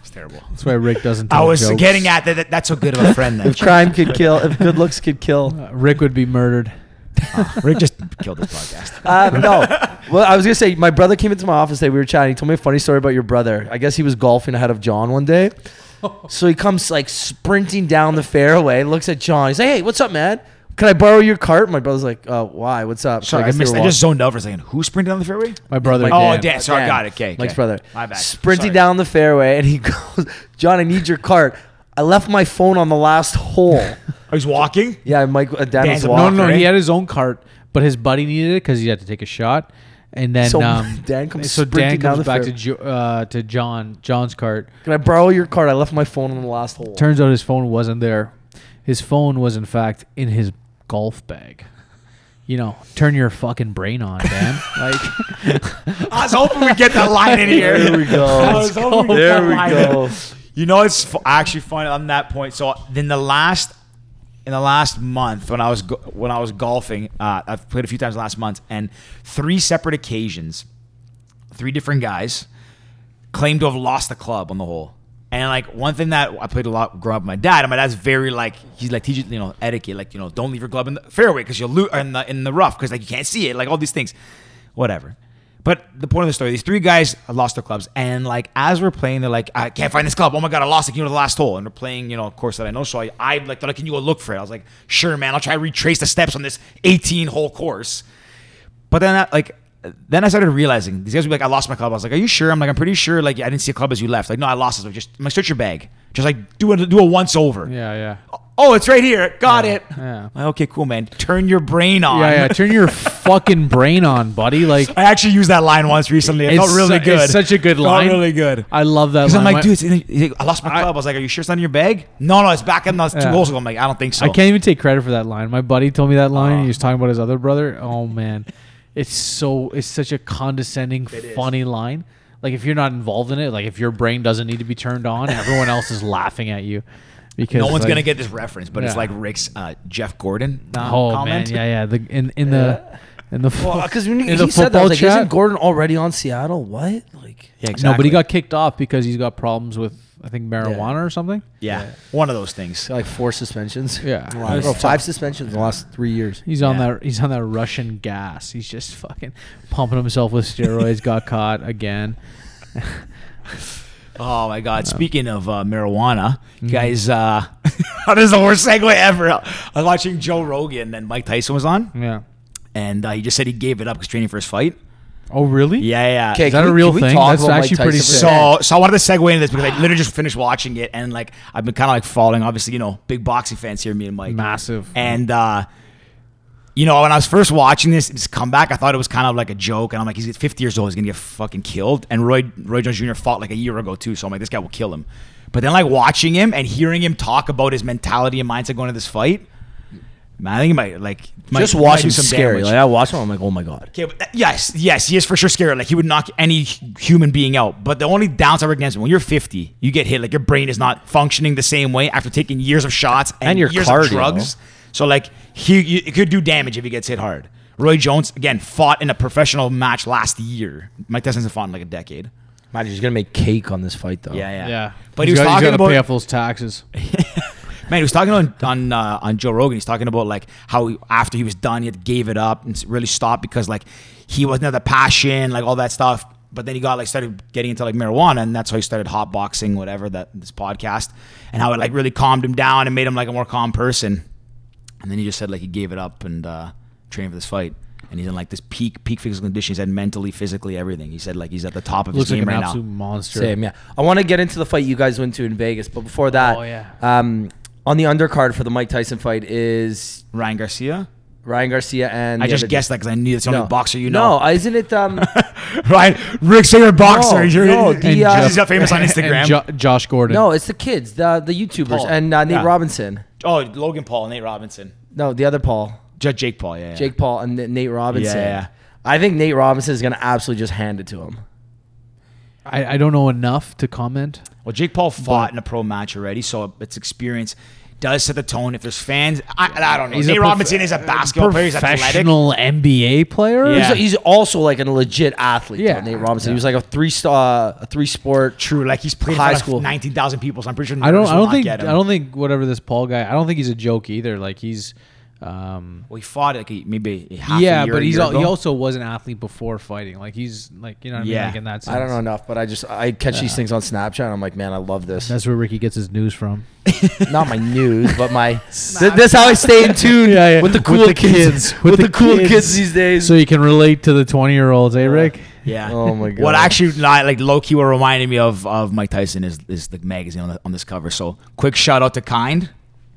Speaker 1: it's terrible.
Speaker 4: That's why Rick doesn't. Tell
Speaker 1: I was
Speaker 4: jokes.
Speaker 1: getting at that, that that's so good of a <laughs> friend that
Speaker 2: <laughs> Crime could kill. If good looks could kill.
Speaker 4: Rick would be murdered.
Speaker 1: Rick just killed this podcast.
Speaker 2: Uh, no. Well, I was gonna say my brother came into my office today. We were chatting. He told me a funny story about your brother. I guess he was golfing ahead of John
Speaker 1: <laughs>
Speaker 2: one day. So he comes like sprinting down the fairway, looks at John. He's like, "Hey, what's up, man? Can I borrow your cart?" My brother's like, "Oh, why? What's up?"
Speaker 1: Sorry, I,
Speaker 2: guess they
Speaker 1: missed,
Speaker 2: were
Speaker 1: I just
Speaker 2: walking-
Speaker 1: zoned out for a second. Who sprinted down the fairway?
Speaker 4: My brother.
Speaker 1: Oh,
Speaker 4: Dan.
Speaker 1: Dan. Sorry,
Speaker 2: Dan.
Speaker 1: got it. Okay,
Speaker 2: Mike's
Speaker 1: okay.
Speaker 2: brother.
Speaker 1: My bad.
Speaker 2: Sprinting
Speaker 1: Sorry.
Speaker 2: down the fairway, and he <laughs> goes, "John, I need your cart. I left my phone on the last
Speaker 1: <laughs>
Speaker 2: hole."
Speaker 1: I was Oh, walking.
Speaker 2: yeah, Mike. Uh, Dan
Speaker 1: Dan's
Speaker 2: was
Speaker 1: a-
Speaker 4: No,
Speaker 2: walking.
Speaker 4: no,
Speaker 1: Walker,
Speaker 4: he
Speaker 1: eh?
Speaker 4: had his own cart, but his buddy needed it because he had to take a shot. And then
Speaker 2: So
Speaker 4: um,
Speaker 2: <laughs> Dan comes
Speaker 4: so Dan
Speaker 2: sprinting down the
Speaker 4: comes back to
Speaker 2: fair-
Speaker 4: jo- uh, to John John's cart.
Speaker 2: Can I borrow your cart? I left my phone on the last hole.
Speaker 4: Turns out his phone wasn't there. His phone was in fact in his golf bag. You know, turn your fucking brain on,
Speaker 1: <laughs>
Speaker 4: Dan. like
Speaker 1: I was hoping we get that line in here.
Speaker 2: There we go.
Speaker 1: <laughs> I was hoping we'd get
Speaker 2: There
Speaker 1: that
Speaker 2: we
Speaker 1: line in.
Speaker 2: go.
Speaker 1: You know, it's fu- actually funny on that point. So then the last, in the last month when I was go- when I was golfing, uh, I've played a few times last month, and three separate occasions, three different guys claimed to have lost the club on the hole. And like one thing that I played a lot growing up with my dad, and my dad's very like he's like teaching you know etiquette, like you know don't leave your club in the fairway because you'll lose in the in the rough because like you can't see it, like all these things, whatever. But the point of the story, these three guys lost their clubs, and like as we're playing, they're like, I can't find this club. Oh my god, I lost it. You know the last hole, and we're playing, you know, a course that I know. So I, I like, they're like, can you go look for it? I was like, sure, man. I'll try to retrace the steps on this 18 hole course. But then, I, like, then I started realizing these guys would be like, I lost my club. I was like, Are you sure? I'm like, I'm pretty sure. Like, I didn't see a club as you left. Like, no, I lost it. Like, just, I'm like, search your bag. Just like do a do a once over.
Speaker 4: Yeah, yeah.
Speaker 1: Oh, it's right here. Got it.
Speaker 4: yeah.
Speaker 1: Like, okay, cool, man. Turn your brain on.
Speaker 4: Yeah, yeah. Turn your fucking brain on, buddy. Like
Speaker 1: <laughs> I actually used that line once recently. It
Speaker 4: It's
Speaker 1: felt really
Speaker 4: su-
Speaker 1: good.
Speaker 4: it's such a good
Speaker 1: Felt
Speaker 4: line.
Speaker 1: Really good.
Speaker 4: I love that.
Speaker 1: Because I'm like,
Speaker 4: line. My-
Speaker 1: dude, it's in, he's like, I lost my club. I was like, are you sure it's not in your bag? No, no, it's back in the two
Speaker 4: Yeah.
Speaker 1: holes ago. I'm like, I don't think so.
Speaker 4: I can't even take credit for that line. My buddy told me that line. he was talking about his other brother. Oh man, it's so it's such a condescending, funny line. Like if you're not involved in it, like if your brain doesn't need to be turned on, everyone else is laughing at you because
Speaker 1: No one's
Speaker 4: like-
Speaker 1: gonna get this reference, but it's
Speaker 4: Yeah.
Speaker 1: like Rick's uh, Jeff Gordon. Uh,
Speaker 4: Oh
Speaker 1: comment.
Speaker 4: man, yeah, yeah. The in in the in the fo-
Speaker 2: Because when he,
Speaker 4: in the
Speaker 2: he said that, I
Speaker 4: football
Speaker 2: was like,
Speaker 4: chat-
Speaker 2: isn't Gordon already on Seattle? What? Like,
Speaker 1: Yeah,
Speaker 4: No, but
Speaker 1: exactly.
Speaker 4: he got kicked off because he's got problems with I think marijuana or something.
Speaker 1: yeah, one of those things.
Speaker 2: like four suspensions.
Speaker 4: Yeah.
Speaker 2: Wow.
Speaker 4: That's
Speaker 2: five suspensions in the last three years.
Speaker 4: He's on
Speaker 1: Yeah.
Speaker 4: that. He's on that Russian gas. He's just fucking pumping himself with
Speaker 1: <laughs>
Speaker 4: steroids. got caught again.
Speaker 1: Oh my God! Speaking of uh, marijuana, guys, uh, <laughs> that is the worst segue ever. I was watching Joe Rogan and Mike Tyson was on,
Speaker 4: Yeah.
Speaker 1: and uh, he just said he gave it up because training for his fight.
Speaker 4: Oh really?
Speaker 1: Yeah, yeah.
Speaker 2: Okay,
Speaker 4: Is that
Speaker 2: Can
Speaker 4: a
Speaker 2: we-
Speaker 4: real
Speaker 2: can we
Speaker 4: thing?
Speaker 2: talk
Speaker 4: That's
Speaker 2: about Mike
Speaker 4: actually pretty
Speaker 2: Tyson
Speaker 4: sick.
Speaker 2: for a second?
Speaker 1: So, so I wanted to segue into this because I literally just finished watching it, and like I've been kind of like following. Obviously, you know, big boxing fans here, me and Mike,
Speaker 4: Massive.
Speaker 1: and uh you know, when I was first watching this, this comeback, I thought it was kind of like a joke, and I'm like, he's 50 years old, he's gonna get fucking killed. And Roy Roy Jones Jr. fought like a year ago too, so I'm like, this guy will kill him. But then like watching him and hearing him talk about his mentality and mindset going to this fight, man, I think he might like might-
Speaker 2: Just
Speaker 1: might
Speaker 2: watch
Speaker 1: do
Speaker 2: him
Speaker 1: some
Speaker 2: scary.
Speaker 1: damage.
Speaker 2: Like I watch him, I'm like, oh my god.
Speaker 1: Okay, but, uh, yes, yes, he is for sure scary. Like he would knock any hu- human being out. But the only downside against him, when you're 50, you get hit. Like your brain is not functioning the same way after taking years of shots and,
Speaker 2: And your
Speaker 1: years
Speaker 2: cardio.
Speaker 1: of drugs. So like he, you, it could do damage if he gets hit hard. Roy Jones again fought in a professional match last year. Mike Tyson's fought in like a decade.
Speaker 2: Imagine he's gonna make cake on this fight though.
Speaker 1: yeah.
Speaker 4: Yeah,
Speaker 1: But
Speaker 4: He's
Speaker 1: he was
Speaker 4: got- he's
Speaker 1: talking
Speaker 4: gotta
Speaker 1: about
Speaker 4: pay off those taxes.
Speaker 1: <laughs> Man, he was talking on on, uh, on Joe Rogan. He's talking about like how he, after he was done, he had gave it up and s- really stopped because like he wasn't the passion, like all that stuff. But then he got like started getting into like marijuana, and that's how he started hot boxing, whatever that this podcast, and how it like really calmed him down and made him like a more calm person. And then he just said like he gave it up and uh, trained for this fight. And he's in like this peak peak physical condition. He's had mentally, physically, everything. He said like he's at the top of his
Speaker 4: Looks like
Speaker 1: game
Speaker 4: an
Speaker 1: right
Speaker 4: absolute
Speaker 1: now.
Speaker 4: monster.
Speaker 2: Same, yeah. I want to get into the fight you guys went to in Vegas, but before that,
Speaker 4: Oh, yeah.
Speaker 2: um, on the undercard for the Mike Tyson fight is
Speaker 1: Ryan Garcia.
Speaker 2: Ryan Garcia and
Speaker 1: I
Speaker 2: the
Speaker 1: just
Speaker 2: other-
Speaker 1: guessed that because I knew it's the only boxer you know.
Speaker 2: No, uh, isn't it? Um,
Speaker 4: <laughs>
Speaker 1: Ryan, Rick's favorite boxer.
Speaker 2: No,
Speaker 1: You're,
Speaker 2: no, the,
Speaker 1: and
Speaker 2: uh,
Speaker 1: he's not famous on Instagram.
Speaker 4: <laughs> And Jo- Josh Gordon.
Speaker 2: no, it's the kids, the the YouTubers,
Speaker 1: Paul.
Speaker 2: and uh, Nate
Speaker 1: Yeah.
Speaker 2: Robinson.
Speaker 1: oh, Logan Paul, Nate Robinson,
Speaker 2: No, the other Paul,
Speaker 1: J- Jake Paul. Yeah, yeah.
Speaker 2: Jake Paul, and N- Nate Robinson.
Speaker 1: Yeah, yeah.
Speaker 2: I think Nate Robinson is gonna absolutely just hand it to him.
Speaker 4: I, I don't know enough to comment.
Speaker 1: Well, Jake Paul fought in a pro match already, so its experience does set the tone. If there's fans, I, I don't know.
Speaker 4: He's a
Speaker 1: Nate
Speaker 4: prof-
Speaker 1: Robinson is a basketball player. He's athletic.
Speaker 4: professional NBA player.
Speaker 1: Yeah.
Speaker 2: He's, he's also like a legit athlete. Yeah,
Speaker 4: Yeah.
Speaker 2: Nate Robinson. He was like a three star, uh, a three sport.
Speaker 1: True, like he's played
Speaker 2: High
Speaker 1: high
Speaker 2: school.
Speaker 1: school, nineteen thousand people. So I'm pretty sure
Speaker 4: I don't.
Speaker 1: nerves
Speaker 4: I
Speaker 1: will
Speaker 4: don't
Speaker 1: not
Speaker 4: think. I
Speaker 1: get him.
Speaker 4: don't think whatever this Paul guy. I don't think he's a joke either. Like he's. Um,
Speaker 1: Well, he fought like he- maybe half
Speaker 4: yeah,
Speaker 1: a year,
Speaker 4: but
Speaker 1: a
Speaker 4: he's
Speaker 1: year
Speaker 4: al- he
Speaker 1: ago.
Speaker 4: also was an athlete before fighting. Like he's like you know what I mean.
Speaker 1: Yeah.
Speaker 4: Like in that sense.
Speaker 2: I don't know enough, but I just I catch these things on Snapchat. and I'm like, man, I love
Speaker 4: <laughs>
Speaker 2: this.
Speaker 4: That's where Ricky gets his news
Speaker 2: <laughs>
Speaker 4: from.
Speaker 2: Not my news, but my. Th- that's how I stay in tune
Speaker 4: yeah, yeah.
Speaker 2: with the
Speaker 4: With
Speaker 2: cool
Speaker 4: the
Speaker 2: kids,
Speaker 4: kids.
Speaker 2: <laughs> with,
Speaker 4: With
Speaker 2: the,
Speaker 4: the
Speaker 2: cool kids.
Speaker 4: kids.
Speaker 2: these days.
Speaker 4: So you can relate to the twenty year olds, eh, Rick?
Speaker 1: Yeah.
Speaker 2: Oh my God.
Speaker 1: What actually, not, like low key, what reminded me of of Mike Tyson is is the magazine on, the, on this cover. So quick shout out to Kind,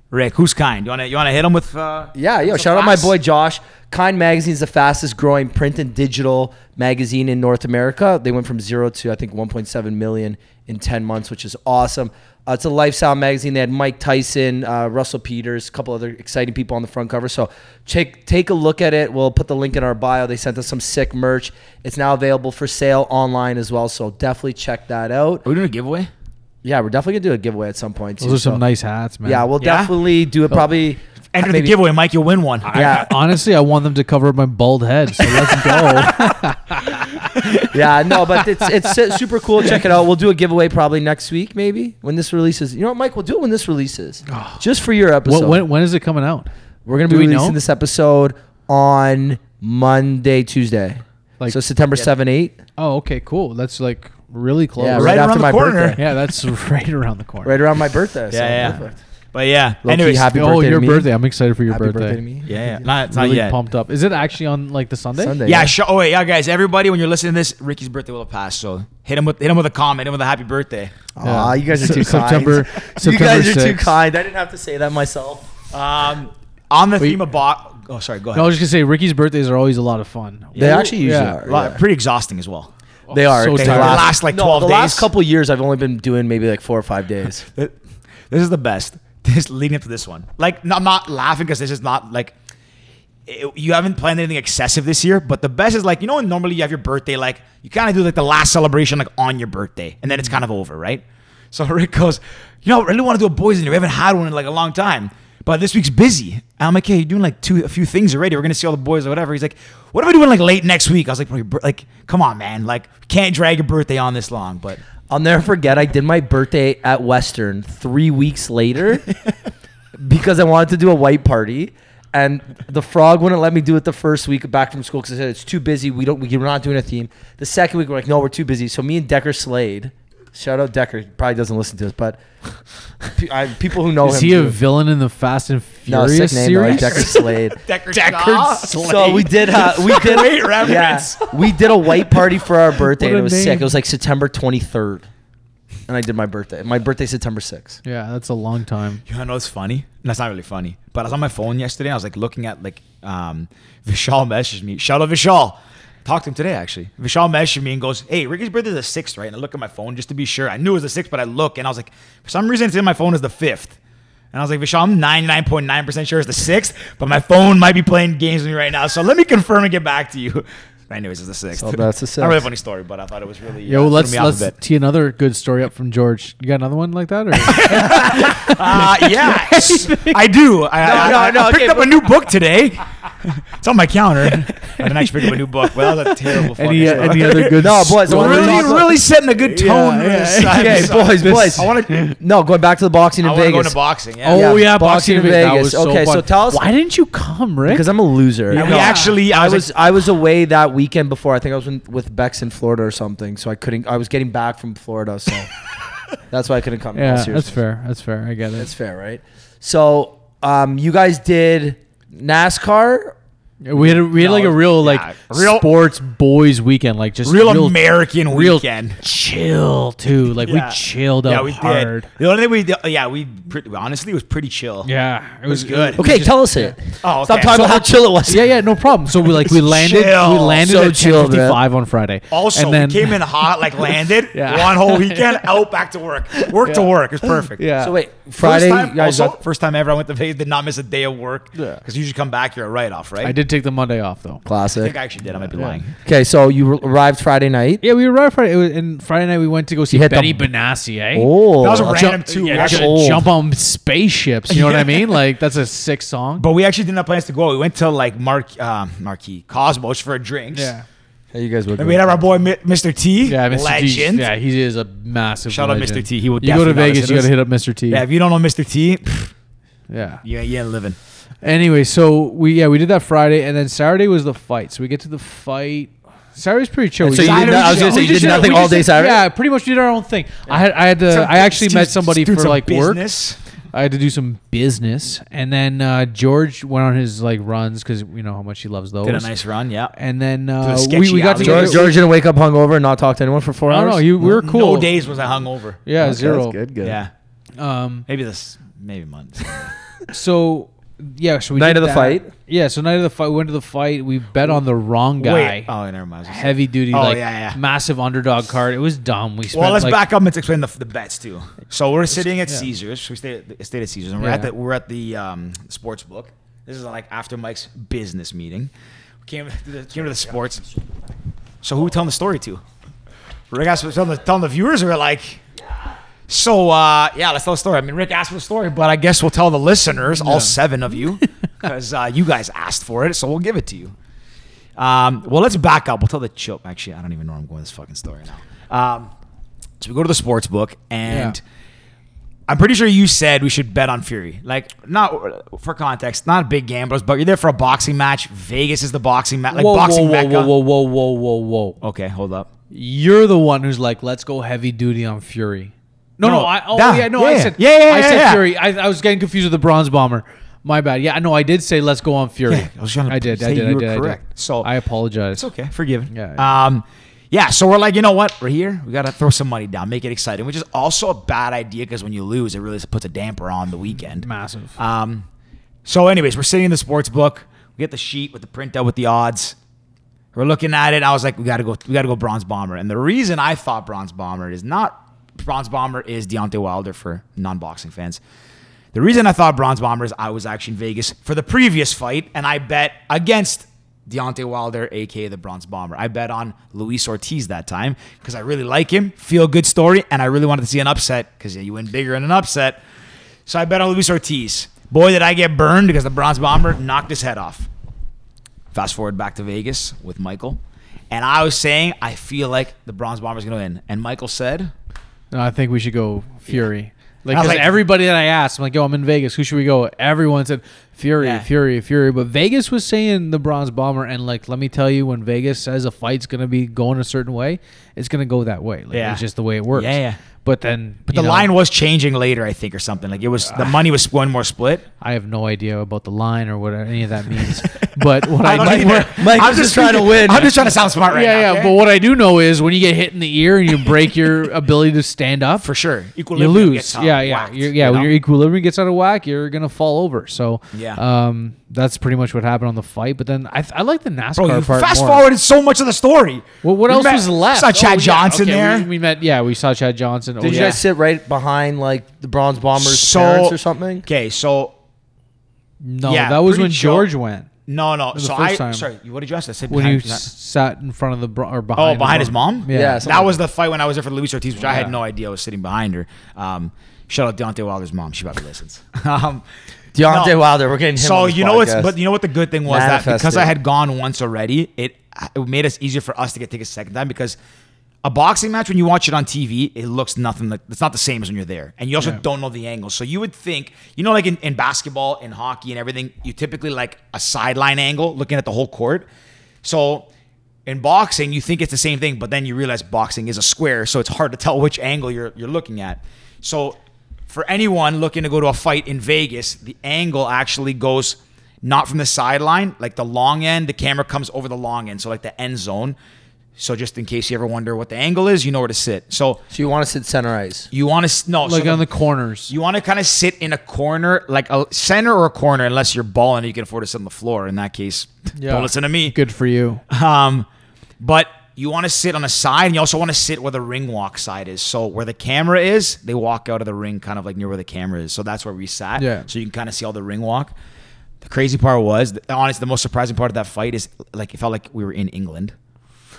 Speaker 1: Rick. Who's Kind? You wanna you wanna hit him with? Uh,
Speaker 2: yeah, yo,
Speaker 1: some
Speaker 2: shout out my
Speaker 1: facts?
Speaker 2: boy Josh. Kind Magazine is the fastest growing print and digital magazine in North America. They went from zero to I think 1.7 million in 10 months, which is awesome. Uh, it's a lifestyle magazine. They had Mike Tyson, uh, Russell Peters, a couple other exciting people on the front cover. So check take a look at it. We'll put the link in our bio. They sent us some sick merch. It's now available for sale online as well. So definitely check that out.
Speaker 1: Are we doing a giveaway?
Speaker 2: Uh, Yeah, we're definitely gonna do a giveaway at some point.
Speaker 4: Those
Speaker 2: too,
Speaker 4: are some
Speaker 2: so-
Speaker 4: nice hats, man. Oh.
Speaker 2: Yeah, we'll
Speaker 1: Yeah?
Speaker 2: definitely do it. Probably
Speaker 1: Enter
Speaker 2: maybe-
Speaker 1: the giveaway, Mike. You'll win one.
Speaker 2: Yeah,
Speaker 4: Honestly, I want them to cover up my bald head. So let's
Speaker 2: <laughs>
Speaker 4: go.
Speaker 2: yeah, no, but it's it's su- super cool. Check it out. We'll do a giveaway probably next week, maybe when this releases. You know what, Mike? We'll do it when this releases, just for your episode.
Speaker 4: Oh. what, when, when is it coming out?
Speaker 2: We're gonna
Speaker 4: do
Speaker 2: be
Speaker 4: we
Speaker 2: releasing
Speaker 4: know?
Speaker 2: this episode on Monday, Tuesday,
Speaker 4: Like-
Speaker 2: so September seven, eight.
Speaker 4: Oh, okay, cool. That's like really close.
Speaker 2: Yeah,
Speaker 4: Yeah,
Speaker 2: right,
Speaker 4: right.
Speaker 1: around
Speaker 2: after
Speaker 1: the
Speaker 2: my
Speaker 1: corner.
Speaker 2: birthday.
Speaker 4: yeah that's <laughs> right around the corner.
Speaker 2: Right around my birthday. so
Speaker 1: yeah, yeah.
Speaker 2: perfect.
Speaker 1: But yeah,
Speaker 2: Low-key
Speaker 1: anyways,
Speaker 2: happy
Speaker 4: oh,
Speaker 2: birthday to
Speaker 4: your
Speaker 2: me.
Speaker 4: birthday! I'm excited for your
Speaker 2: Happy
Speaker 4: birthday.
Speaker 2: birthday to me.
Speaker 1: Yeah, yeah. Not, it's not
Speaker 4: Really
Speaker 1: yet.
Speaker 4: pumped up. Is it actually on like the Sunday?
Speaker 2: Sunday.
Speaker 1: Yeah, sure. Oh wait, yeah, guys, everybody, when you're listening to this, Ricky's birthday will have passed. So hit him with hit him with a comment, hit him with a happy birthday.
Speaker 2: Aw, you guys are
Speaker 4: Se-
Speaker 2: too
Speaker 4: September-
Speaker 2: kind. <laughs> you
Speaker 4: September
Speaker 2: guys are too
Speaker 4: 6th.
Speaker 2: kind. I didn't have to say that myself.
Speaker 1: Um, on the
Speaker 4: Wait.
Speaker 1: theme of box. Oh, sorry. Go ahead.
Speaker 4: No, I was just gonna say Ricky's birthdays are always a lot of fun.
Speaker 2: They actually usually
Speaker 4: Yeah.
Speaker 2: are.
Speaker 1: Lot-
Speaker 2: yeah.
Speaker 1: Pretty exhausting as well.
Speaker 2: They are.
Speaker 4: Oh, so
Speaker 2: they
Speaker 4: tired.
Speaker 1: Last, like, 12
Speaker 2: the last
Speaker 1: days.
Speaker 2: couple years, I've only been doing maybe like four or five days.
Speaker 1: Th- this is the best. <laughs> This leading up to this one. Like, no, I'm not laughing because this is not like it- you haven't planned anything excessive this year. But the best is like you know when normally you have your birthday, like you kind of do like the last celebration like on your birthday, and then it's kind of over, right? So <laughs> Rick goes, you know, I really want to do a boys' dinner. We haven't had one in like a long time. But this week's busy. And I'm like, hey, you're doing like two, a few things already. We're gonna see all the boys or whatever. He's like, what am I doing like late next week? I was like, bro, your bir- like, come on, man. Like, can't drag your birthday on this long. But
Speaker 2: I'll never forget. I did my birthday at Western three weeks later because I wanted to do a white party, and the frog wouldn't let me do it the first week back from school because I said it's too busy. We don't. We're not doing a theme. The second week, we're like, no, we're too busy. So me and Decker Slade, shout out Decker. He probably doesn't listen to us, but pe- I, people who know
Speaker 4: Is
Speaker 2: him.
Speaker 4: he a
Speaker 2: do.
Speaker 4: villain in the Fast and
Speaker 2: no,
Speaker 4: Furious
Speaker 2: sick name, though, like
Speaker 4: series?
Speaker 1: <laughs>
Speaker 2: Decker
Speaker 4: <laughs>
Speaker 2: Slade.
Speaker 1: Deckard,
Speaker 2: So we did. Uh,
Speaker 1: <laughs>
Speaker 2: we did.
Speaker 1: Great reference. <laughs>
Speaker 2: Yeah, we did a white party for our birthday.
Speaker 4: What
Speaker 2: and
Speaker 4: a
Speaker 2: it was sick.
Speaker 4: name.
Speaker 2: It was like September 23rd. and I did my birthday. My birthday September 6th.
Speaker 4: Yeah, that's a long time.
Speaker 1: You know it's funny? That's not really funny. But I was on my phone yesterday. And I was like looking at like um, <laughs> Vishal messaged me. Shout out Vishal. Talked to him today actually. Vishal messaged me and goes, "Hey, Ricky's birthday is the sixth, right?" And I look at my phone just to be sure. I knew it was the sixth, but I look and I was like, for some reason, it's in my phone as the fifth. And I was like, Vishal, I'm 99.9% sure it's the sixth, but my phone might be playing games with me right now. So let me confirm and get back to you. <laughs> Anyways, it's the sixth.
Speaker 2: So that's
Speaker 1: <laughs>
Speaker 2: the
Speaker 1: Not really a
Speaker 2: sixth.
Speaker 1: funny story, but I thought it was really.
Speaker 4: Yo,
Speaker 1: uh, threw
Speaker 4: let's
Speaker 1: me off a
Speaker 4: let's
Speaker 1: bit.
Speaker 4: tee another good story up from George. You got another one like that, or
Speaker 1: <laughs> Uh, yeah, I do. I,
Speaker 2: No,
Speaker 1: I,
Speaker 2: no,
Speaker 1: I,
Speaker 2: no,
Speaker 1: I picked
Speaker 2: okay,
Speaker 1: up a new book today. it's on my counter. <laughs> I didn't actually pick up a new book. Well, that was a terrible. fucking
Speaker 4: any uh,
Speaker 1: story.
Speaker 4: any other good? Oh,
Speaker 2: No, boys, I
Speaker 1: We're
Speaker 2: wanna
Speaker 1: really,
Speaker 2: talk-
Speaker 1: really setting a good tone.
Speaker 4: yeah, <laughs>
Speaker 1: with
Speaker 4: yeah.
Speaker 1: this.
Speaker 2: Okay, boys, boys.
Speaker 1: I want to.
Speaker 2: <laughs> No, going back to the boxing
Speaker 1: I
Speaker 2: in
Speaker 1: want to go
Speaker 2: Vegas.
Speaker 1: into boxing. Yeah.
Speaker 4: Oh yeah,
Speaker 2: yeah, boxing
Speaker 4: boxing, in
Speaker 2: in
Speaker 4: Vegas.
Speaker 2: Vegas. Okay, so tell us-
Speaker 4: why didn't you come, Rick?
Speaker 2: because I'm a loser.
Speaker 1: And we actually, I
Speaker 2: I
Speaker 1: was,
Speaker 2: was I was away that weekend before. I think I was in, with Bex in Florida or something, so I couldn't. I was getting back from Florida, so that's why I couldn't come. in all
Speaker 4: yeah, that's
Speaker 2: seriousness.
Speaker 4: fair. That's fair. I get it.
Speaker 2: That's fair, right? So, um, you guys did NASCAR.
Speaker 4: we had a, we had like a
Speaker 1: No,
Speaker 4: real like
Speaker 1: yeah, real-
Speaker 4: sports boys weekend, like just
Speaker 1: real, American
Speaker 4: real
Speaker 1: weekend.
Speaker 4: chill too. Like
Speaker 1: Yeah.
Speaker 4: we chilled out
Speaker 1: Yeah, we
Speaker 4: hard.
Speaker 1: did. The only thing we, did, yeah, we pretty, honestly it was pretty chill.
Speaker 4: Yeah, it was
Speaker 1: good.
Speaker 2: Okay, tell us it.
Speaker 1: Oh,
Speaker 2: Stop
Speaker 1: okay.
Speaker 2: talking
Speaker 1: So
Speaker 2: about how chill it was.
Speaker 4: Yeah, yeah, no problem. So we like we landed, we
Speaker 1: <laughs> Chill.
Speaker 4: landed
Speaker 2: So
Speaker 4: at
Speaker 2: chill, man.
Speaker 4: ten fifty five on Friday.
Speaker 1: Also,
Speaker 4: and then,
Speaker 1: we came in hot, like landed
Speaker 4: <laughs> Yeah.
Speaker 1: one whole weekend, out back to work, work to work. It's perfect.
Speaker 4: Yeah.
Speaker 2: So wait, Uh, Friday.
Speaker 1: first time,
Speaker 2: you guys
Speaker 1: also,
Speaker 2: got-
Speaker 1: first time ever I went to Vegas, did not miss a day of work.
Speaker 4: Yeah.
Speaker 1: Because you usually come back, you're a write off, right?
Speaker 4: I did take the Monday off though.
Speaker 1: I
Speaker 2: classic.
Speaker 1: think I actually did. I might be lying.
Speaker 2: Okay, so you r- arrived Friday night.
Speaker 4: Yeah, we arrived Friday, it was, and Friday night we went to go see
Speaker 2: had the-
Speaker 4: Betty Benassi. Eh?
Speaker 2: Oh,
Speaker 1: That was a
Speaker 2: I'll
Speaker 1: random
Speaker 4: jump,
Speaker 1: two.
Speaker 4: yeah,
Speaker 1: We actually-
Speaker 4: ju-
Speaker 2: old.
Speaker 4: jump on spaceships. You
Speaker 1: <laughs>
Speaker 4: know what I mean? Like that's a sick song.
Speaker 1: But we actually didn't have plans to go. We went to like Mark, um, Marquee Cosmos for drinks.
Speaker 4: yeah,
Speaker 2: ju- Hey, you guys were.
Speaker 1: And we had our boy Mi- Mr. T.
Speaker 4: yeah, Mr.
Speaker 1: Legend.
Speaker 4: T. Yeah, he is a massive.
Speaker 1: Shout out
Speaker 4: legend.
Speaker 1: Mr. T, he will
Speaker 4: You go
Speaker 1: definitely
Speaker 4: to
Speaker 1: not
Speaker 4: Vegas,
Speaker 1: listen to
Speaker 4: you got to
Speaker 1: this.
Speaker 4: hit up Mr. T.
Speaker 1: Yeah, if you don't know Mr. T, pff,
Speaker 4: yeah.
Speaker 1: you, you ain't living.
Speaker 4: Anyway, so we yeah we did that Friday, and then Saturday was the fight. So we get to the fight. Saturday's pretty chill.
Speaker 2: And
Speaker 4: We
Speaker 2: so you
Speaker 4: just-
Speaker 2: did no- I was gonna say
Speaker 4: we
Speaker 2: you did
Speaker 4: just
Speaker 2: nothing
Speaker 4: we
Speaker 2: all
Speaker 4: just
Speaker 2: day
Speaker 4: did-
Speaker 2: Saturday?
Speaker 4: Yeah, pretty much did our own thing. I had I had to Uh, I actually met somebody for like work.
Speaker 1: business.
Speaker 4: I had to do some business, and then uh, George went on his like runs because you know how much he loves those.
Speaker 1: Did a nice run, yeah.
Speaker 4: and then
Speaker 1: To a
Speaker 4: uh, we,
Speaker 1: sketchy
Speaker 4: we got
Speaker 1: alley.
Speaker 4: together.
Speaker 2: George, George didn't wake up hungover and not talk to anyone for four
Speaker 4: no,
Speaker 2: hours.
Speaker 4: no, you, we were cool.
Speaker 1: No days was I hungover.
Speaker 4: Yeah,
Speaker 2: Okay, that's
Speaker 4: zero.
Speaker 2: Good, good.
Speaker 1: Yeah.
Speaker 4: Um,
Speaker 1: Maybe this, maybe months.
Speaker 4: so yeah, so we
Speaker 2: Night
Speaker 4: did
Speaker 2: of the
Speaker 4: that.
Speaker 2: fight?
Speaker 4: Yeah, so night of the fight, we went to the fight. We bet on the wrong guy.
Speaker 1: Wait. Oh, never mind. I was gonna say-
Speaker 4: heavy duty,
Speaker 1: Oh,
Speaker 4: like
Speaker 1: yeah, yeah.
Speaker 4: massive underdog card. It was dumb. We spent
Speaker 1: Well, let's
Speaker 4: like,
Speaker 1: back up and explain the, the bets too. So we're sitting at
Speaker 4: yeah.
Speaker 1: Caesars. We stayed at, stayed at Caesars, and we're at
Speaker 4: Yeah.
Speaker 1: the we're at the um, sports book. This is like after Mike's business meeting. We came to the, came to the sports. So who we telling the story to? Rick Asper telling the telling the viewers or like. So uh, yeah, let's tell the story. I mean, Rick asked for the story, but I guess we'll tell the listeners, all seven of
Speaker 4: <laughs>
Speaker 1: you, because uh, you guys asked for it, so we'll give it to you. Um, well, let's back up. We'll tell the chill. Actually, I don't even know where I'm going with this fucking story now. Um, so we go to the sports book, and
Speaker 4: Yeah.
Speaker 1: I'm pretty sure you said we should bet on Fury. Like, not for context, not big gamblers, but you're there for a boxing match. Vegas is the boxing match, like
Speaker 4: whoa,
Speaker 1: boxing
Speaker 4: whoa,
Speaker 1: mecca.
Speaker 4: whoa, whoa, whoa, whoa, whoa, whoa.
Speaker 1: Okay, hold up.
Speaker 4: You're the one who's like, let's go heavy duty on Fury. No, no,
Speaker 1: No,
Speaker 4: I, oh
Speaker 1: that-
Speaker 4: yeah, no, I
Speaker 1: yeah.
Speaker 4: said,
Speaker 1: Yeah, yeah,
Speaker 4: I
Speaker 1: yeah,
Speaker 4: said
Speaker 1: yeah.
Speaker 4: Fury. I, I was getting confused with the Bronze Bomber. My bad. Yeah, no, I did say let's go on Fury.
Speaker 1: Yeah, I was trying to
Speaker 4: did. I
Speaker 1: say
Speaker 4: did.
Speaker 1: you
Speaker 4: I
Speaker 1: were
Speaker 4: did. I did.
Speaker 1: correct. So-
Speaker 4: I
Speaker 1: It's
Speaker 4: apologize.
Speaker 1: okay, forgiven.
Speaker 4: Yeah,
Speaker 1: Um, yeah. So we're like, you know what? We're here. We gotta throw some money down, make it exciting, which is also a bad idea because when you lose, it really puts a damper on the weekend.
Speaker 4: Massive.
Speaker 1: Um, so, anyways, we're sitting in the sports book. We get the sheet with the printout with the odds. We're looking at it. I was like, we gotta go. We gotta go bronze bomber. And the reason I thought bronze bomber is not bronze bomber is Deontay Wilder for non-boxing fans. The reason I thought bronze bomber is I was actually in Vegas for the previous fight, and I bet against Deontay Wilder, aka the bronze bomber. I bet on Luis Ortiz that time because I really like him, feel good story, and I really wanted to see an upset because yeah, you win bigger in an upset. So I bet on Luis Ortiz. Boy, did I get burned because the Bronze Bomber knocked his head off. Fast forward back to Vegas with Michael. And I was saying, I feel like the Bronze Bomber's going to win. And Michael said,
Speaker 4: No, I think we should go Fury. Like,
Speaker 1: I was
Speaker 4: 'cause
Speaker 1: like-
Speaker 4: everybody that I asked, I'm like, yo, I'm in Vegas. Who should we go? Everyone said Fury,
Speaker 1: Yeah.
Speaker 4: Fury, Fury. But Vegas was saying the Bronze Bomber, and like, let me tell you, when Vegas says a fight's gonna be going a certain way, it's gonna go that way. Like,
Speaker 1: Yeah.
Speaker 4: it's just the way it works.
Speaker 1: Yeah, yeah.
Speaker 4: But then,
Speaker 1: But
Speaker 4: you
Speaker 1: the
Speaker 4: know,
Speaker 1: line was changing later, I think, or something. Like it was the money was one more split.
Speaker 4: I have no idea about the line or what
Speaker 1: <laughs>
Speaker 4: any of that means. but what I,
Speaker 1: don't
Speaker 4: do- <laughs>
Speaker 1: either.
Speaker 2: Mike was just trying to win.
Speaker 1: I'm just trying to sound smart right now.
Speaker 4: yeah, yeah.
Speaker 1: okay?
Speaker 4: But what I do know is when you get hit in the ear and you
Speaker 1: <laughs>
Speaker 4: break your ability to stand up,
Speaker 1: for sure,
Speaker 4: you
Speaker 1: equilibrium
Speaker 4: lose.
Speaker 1: gets out-
Speaker 4: Yeah, yeah,
Speaker 1: whacked,
Speaker 4: you're, yeah.
Speaker 1: you
Speaker 4: When
Speaker 1: know?
Speaker 4: your equilibrium gets out of whack, you're gonna fall over. So
Speaker 1: Yeah.
Speaker 4: um, that's pretty much what happened on the fight. But then I, I like the NASCAR
Speaker 1: Bro, you
Speaker 4: part
Speaker 1: fast
Speaker 4: more.
Speaker 1: forwarded so much of the story.
Speaker 4: Well, what
Speaker 1: You
Speaker 4: else
Speaker 1: met-
Speaker 4: was left?
Speaker 1: Saw Chad
Speaker 4: Oh, yeah,
Speaker 1: Johnson
Speaker 4: okay,
Speaker 1: there.
Speaker 4: We, we met. Yeah, we saw Chad Johnson. Oh,
Speaker 2: Did you
Speaker 4: yeah.
Speaker 2: guys sit right behind like the Bronze Bombers'
Speaker 1: So-
Speaker 2: parents or something?
Speaker 1: okay, so
Speaker 4: No,
Speaker 1: Yeah,
Speaker 4: that was
Speaker 1: pretty
Speaker 4: when
Speaker 1: chill.
Speaker 4: George went.
Speaker 1: no, no.
Speaker 4: was the
Speaker 1: So
Speaker 4: first
Speaker 1: I
Speaker 4: time.
Speaker 1: sorry, you what did you ask? I said
Speaker 4: When you
Speaker 1: behind-
Speaker 4: s- sat in front of the bro- or behind.
Speaker 1: Oh, behind his mom?
Speaker 4: Yeah.
Speaker 2: Yeah,
Speaker 1: that
Speaker 2: something
Speaker 1: was the fight when I was there for Luis Ortiz, which I had
Speaker 4: Yeah.
Speaker 1: no idea was sitting behind her. Um, shout out Deontay Wilder's mom. She probably
Speaker 4: <laughs>
Speaker 1: listens. um,
Speaker 2: Deontay
Speaker 1: no.
Speaker 2: Wilder, we're getting him.
Speaker 1: So
Speaker 2: on this
Speaker 1: you know what's
Speaker 2: podcast.
Speaker 1: but you know what the good thing was that
Speaker 2: Manifest
Speaker 1: because
Speaker 2: it.
Speaker 1: I had gone once already, it it made us easier for us to get tickets second time because a boxing match when you watch it on TV, it looks nothing like it's not the same as when you're there. And you also don't know the angles. So you would think, you know, like in, in basketball and hockey and everything, you typically like a sideline angle looking at the whole court. So in boxing, you think it's the same thing, but then you realize boxing is a square, so it's hard to tell which angle you're you're looking at. So for anyone looking to go to a fight in Vegas, the angle actually goes not from the sideline, like the long end, the camera comes over the long end, so like the end zone. So just in case you ever wonder what the angle is, you know where to sit. So
Speaker 2: So you want to sit center ice?
Speaker 1: you want to no
Speaker 4: like
Speaker 1: so
Speaker 4: on the corners.
Speaker 1: you want to kind of sit in a corner, like a center or a corner, unless you're balling and you can afford to sit on the floor. In that case, <laughs> don't listen to me.
Speaker 4: Good
Speaker 1: <laughs>
Speaker 4: for you.
Speaker 1: Um, but you want to sit on a side, and you also want to sit where the ring walk side is. So where the camera is, they walk out of the ring, kind of like near where the camera is. So that's where we sat.
Speaker 4: Yeah.
Speaker 1: So you can kind of see all the ring walk. The crazy part was, the, honestly, the most surprising part of that fight is like it felt like we were in England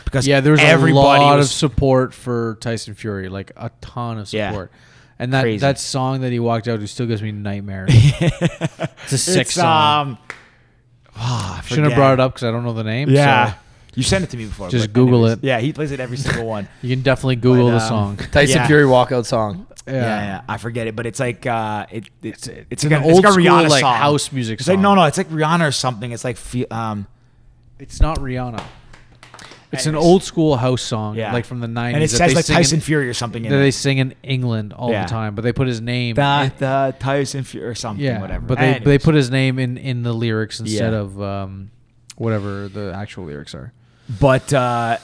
Speaker 1: because
Speaker 4: Yeah, there was a
Speaker 1: everybody
Speaker 4: lot of
Speaker 1: was,
Speaker 4: support for Tyson Fury, like a ton of
Speaker 1: Yeah.
Speaker 4: support. And that,
Speaker 1: Crazy.
Speaker 4: that song that he walked out to still gives me
Speaker 1: <laughs>
Speaker 4: nightmares. it's a sick
Speaker 1: it's,
Speaker 4: song.
Speaker 1: um, ah, I
Speaker 4: Shouldn't have
Speaker 1: forget.
Speaker 4: brought it up because I don't know the name.
Speaker 1: Yeah.
Speaker 4: so
Speaker 1: You sent it to me before.
Speaker 4: Just
Speaker 1: but
Speaker 4: Google
Speaker 1: anyways.
Speaker 4: it.
Speaker 1: Yeah, he plays it every single
Speaker 4: <laughs>
Speaker 1: one.
Speaker 4: you can definitely Google
Speaker 1: But,
Speaker 4: the
Speaker 1: um, <laughs>
Speaker 4: song.
Speaker 2: Tyson
Speaker 1: Yeah.
Speaker 2: Fury walkout song.
Speaker 1: Yeah. yeah, I forget it, but it's like uh, it, it's it's, it's,
Speaker 4: an
Speaker 1: like, an old it's
Speaker 4: old
Speaker 1: like a
Speaker 4: school,
Speaker 1: Rihanna
Speaker 4: like,
Speaker 1: song.
Speaker 4: house music
Speaker 1: It's like no,
Speaker 4: song.
Speaker 1: no, it's like Rihanna or something. It's like fe- um,
Speaker 4: It's not Rihanna. It's an
Speaker 1: Anyways.
Speaker 4: old school house song,
Speaker 1: yeah,
Speaker 4: like from the nineties.
Speaker 1: and it says like Tyson Fury or something. In
Speaker 4: that they
Speaker 1: it.
Speaker 4: sing in England all
Speaker 1: Yeah.
Speaker 4: the time, but they put his name. in-
Speaker 1: the Tyson Fury or something,
Speaker 4: yeah,
Speaker 1: whatever.
Speaker 4: But they, they
Speaker 1: Anyways.
Speaker 4: put his name in in the lyrics instead
Speaker 1: Yeah.
Speaker 4: of um, whatever the actual lyrics are.
Speaker 1: But uh,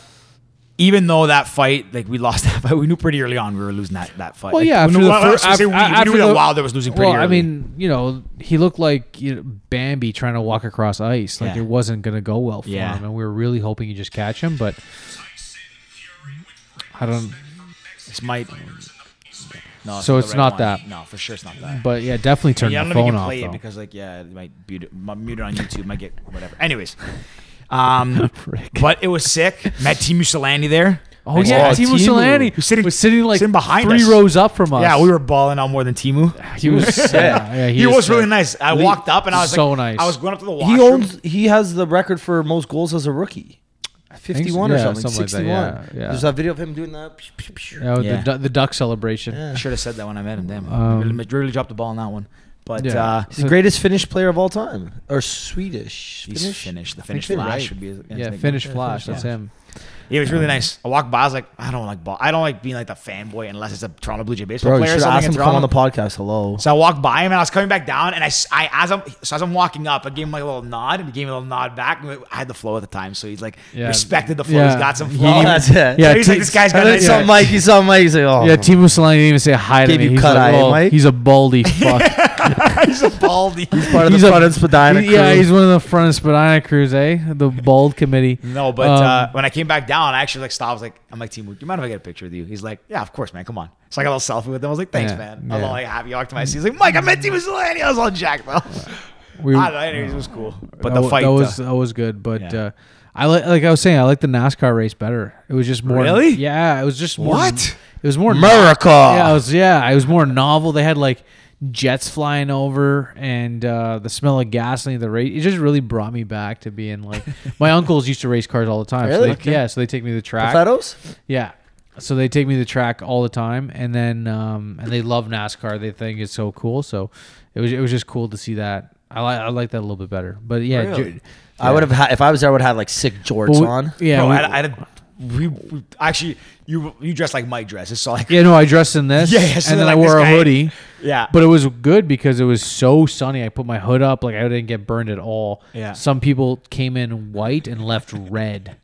Speaker 1: even though that fight, like we lost <laughs> that fight, we knew pretty early on we were losing that that fight.
Speaker 4: Well,
Speaker 1: Like,
Speaker 4: yeah,
Speaker 1: we
Speaker 4: after
Speaker 1: knew-
Speaker 4: the
Speaker 1: well, I was
Speaker 4: first,
Speaker 1: gonna say
Speaker 4: after,
Speaker 1: we,
Speaker 4: after
Speaker 1: we knew
Speaker 4: the,
Speaker 1: that Wilder was losing pretty
Speaker 4: well,
Speaker 1: early.
Speaker 4: I mean, you know, he looked like you know, Bambi trying to walk across ice. Like
Speaker 1: Yeah.
Speaker 4: it wasn't gonna go well for
Speaker 1: Yeah.
Speaker 4: him, and we were really hoping you just catch him, but I don't.
Speaker 1: this might. No,
Speaker 4: So
Speaker 1: not
Speaker 4: it's
Speaker 1: the
Speaker 4: not
Speaker 1: one.
Speaker 4: that.
Speaker 1: No, for sure it's not that.
Speaker 4: But yeah, definitely turn
Speaker 1: yeah, I
Speaker 4: the
Speaker 1: don't know if you
Speaker 4: phone
Speaker 1: can
Speaker 4: off.
Speaker 1: play it
Speaker 4: though.
Speaker 1: because like yeah, it might mute it, might mute it on YouTube, might get whatever. Anyways, <laughs> um, but it was sick. Met Timu Solani there.
Speaker 4: Oh yeah,
Speaker 1: saw
Speaker 4: Timo Solani was sitting, like
Speaker 1: sitting behind
Speaker 4: three
Speaker 1: us.
Speaker 4: rows up from us.
Speaker 1: Yeah, we were balling out more than Timu.
Speaker 4: <laughs>
Speaker 1: <laughs>
Speaker 4: He was sick. <laughs> Yeah, yeah,
Speaker 1: He, was really
Speaker 4: sick.
Speaker 1: nice. I
Speaker 4: Lee-
Speaker 1: walked up and I was
Speaker 4: so
Speaker 1: like,
Speaker 4: nice.
Speaker 1: I was going up to the washroom.
Speaker 2: He owns. He has the record for most goals as a rookie. Fifty-one or
Speaker 4: yeah,
Speaker 2: something.
Speaker 4: something like that,
Speaker 2: Sixty-one.
Speaker 4: yeah, yeah.
Speaker 2: There's that video of him doing that. Psh, psh, psh.
Speaker 4: Yeah, with
Speaker 1: Yeah.
Speaker 4: The, du- the duck celebration.
Speaker 1: I
Speaker 2: Yeah.
Speaker 1: should have said that when I met him. Damn,
Speaker 4: Um,
Speaker 1: really, really dropped the ball on that one. But
Speaker 4: Yeah.
Speaker 1: uh,
Speaker 2: He's the greatest Finnish player of all time, or Swedish.
Speaker 1: he's
Speaker 2: Finnish?
Speaker 1: Finnish. The Finnish
Speaker 2: you're
Speaker 1: Flash
Speaker 2: right.
Speaker 1: should be. his- his
Speaker 4: Yeah,
Speaker 1: nickname.
Speaker 4: Finnish Flash. That's
Speaker 1: Flash.
Speaker 4: him.
Speaker 1: Yeah, it was really nice. I walked by. I was like, I don't like ball. I don't like being like the fanboy unless it's a Toronto Blue Jay baseball
Speaker 2: Bro, you
Speaker 1: player. or
Speaker 2: should
Speaker 1: something
Speaker 2: ask
Speaker 1: in
Speaker 2: him to come on
Speaker 1: Toronto.
Speaker 2: the podcast. Hello.
Speaker 1: So I walked by him and I was coming back down and I, s- I- as I'm so as I'm walking up, I gave him like a little nod and he gave me a little nod back. I had the flow at the time, so he's like
Speaker 4: Yeah.
Speaker 1: respected the flow. He's
Speaker 4: Yeah.
Speaker 1: got
Speaker 4: <laughs>
Speaker 1: some
Speaker 4: He
Speaker 1: flow.
Speaker 4: didn't-
Speaker 2: Oh, that's it.
Speaker 4: Yeah,
Speaker 1: he's like, this guy's got
Speaker 2: And then
Speaker 1: it.
Speaker 2: you saw
Speaker 1: <laughs> Yeah.
Speaker 2: Mike. You saw Mike. He's like, oh,
Speaker 4: Yeah, Timo Solani didn't even say hi to
Speaker 2: Gave
Speaker 4: me.
Speaker 2: you
Speaker 4: He's
Speaker 2: cut
Speaker 4: like,
Speaker 2: eye,
Speaker 4: "Well,
Speaker 2: Mike."
Speaker 4: He's
Speaker 2: <laughs>
Speaker 4: a baldy fuck.
Speaker 1: he's a baldy.
Speaker 2: part of
Speaker 4: he's
Speaker 2: the
Speaker 4: a-
Speaker 2: front and Spadina
Speaker 4: He- yeah,
Speaker 2: crew.
Speaker 4: he's one of the front of Spadina crews, eh? The bald committee.
Speaker 1: <laughs> <laughs> No, but
Speaker 4: Um,
Speaker 1: uh, when I came back down, I actually like stopped. I was like, I'm like, Team, do you mind if I get a picture with you? He's like, Yeah, of course, man. Come on. So I got a little selfie with him. I was like, Thanks,
Speaker 4: Yeah,
Speaker 1: man. I was
Speaker 4: yeah.
Speaker 1: all like happy. I walked to my seat. He's like, Mike, I met Team Mussolini. I was all jacked up.
Speaker 4: we,
Speaker 1: I don't know. Anyways, it was cool. But
Speaker 4: that,
Speaker 1: the
Speaker 4: wa-
Speaker 1: fight
Speaker 4: that
Speaker 1: uh,
Speaker 4: was that was good, but
Speaker 1: Yeah.
Speaker 4: uh, I like like I was saying, I like the NASCAR race better. It was just more
Speaker 1: Really?
Speaker 4: yeah, it was just more,
Speaker 1: What?
Speaker 4: it was more
Speaker 2: America.
Speaker 4: Yeah, it was yeah, it was more novel. They had like jets flying over and uh, the smell of gasoline. at The race it just really brought me back to
Speaker 1: <laughs>
Speaker 4: being like my uncles used to race cars all the time. So
Speaker 2: Really?
Speaker 4: they, Yeah, so they take me to the track.
Speaker 2: Fettos?
Speaker 4: Yeah. So they take me to the track all the time, and then um, and they love NASCAR. They think it's so cool. So it was it was just cool to see that I like I like that a little bit better. But yeah,
Speaker 2: Really?
Speaker 4: Ju-
Speaker 2: I would have had if I was there. I would have had like sick jorts
Speaker 4: but we-
Speaker 2: on.
Speaker 4: Yeah,
Speaker 1: Bro,
Speaker 4: we-
Speaker 1: I, I, had a- we, we actually you you dress like Mike dresses, so
Speaker 2: <laughs>
Speaker 1: like
Speaker 4: yeah. No, I dressed in this.
Speaker 1: Yeah, yeah, so
Speaker 4: and then
Speaker 1: like
Speaker 4: I wore
Speaker 1: this
Speaker 4: a
Speaker 1: guy-
Speaker 4: hoodie.
Speaker 1: yeah,
Speaker 4: But it was good because it was so sunny. I put my hood up, like I didn't get burned at all.
Speaker 1: Yeah.
Speaker 4: Some people came in white and left red.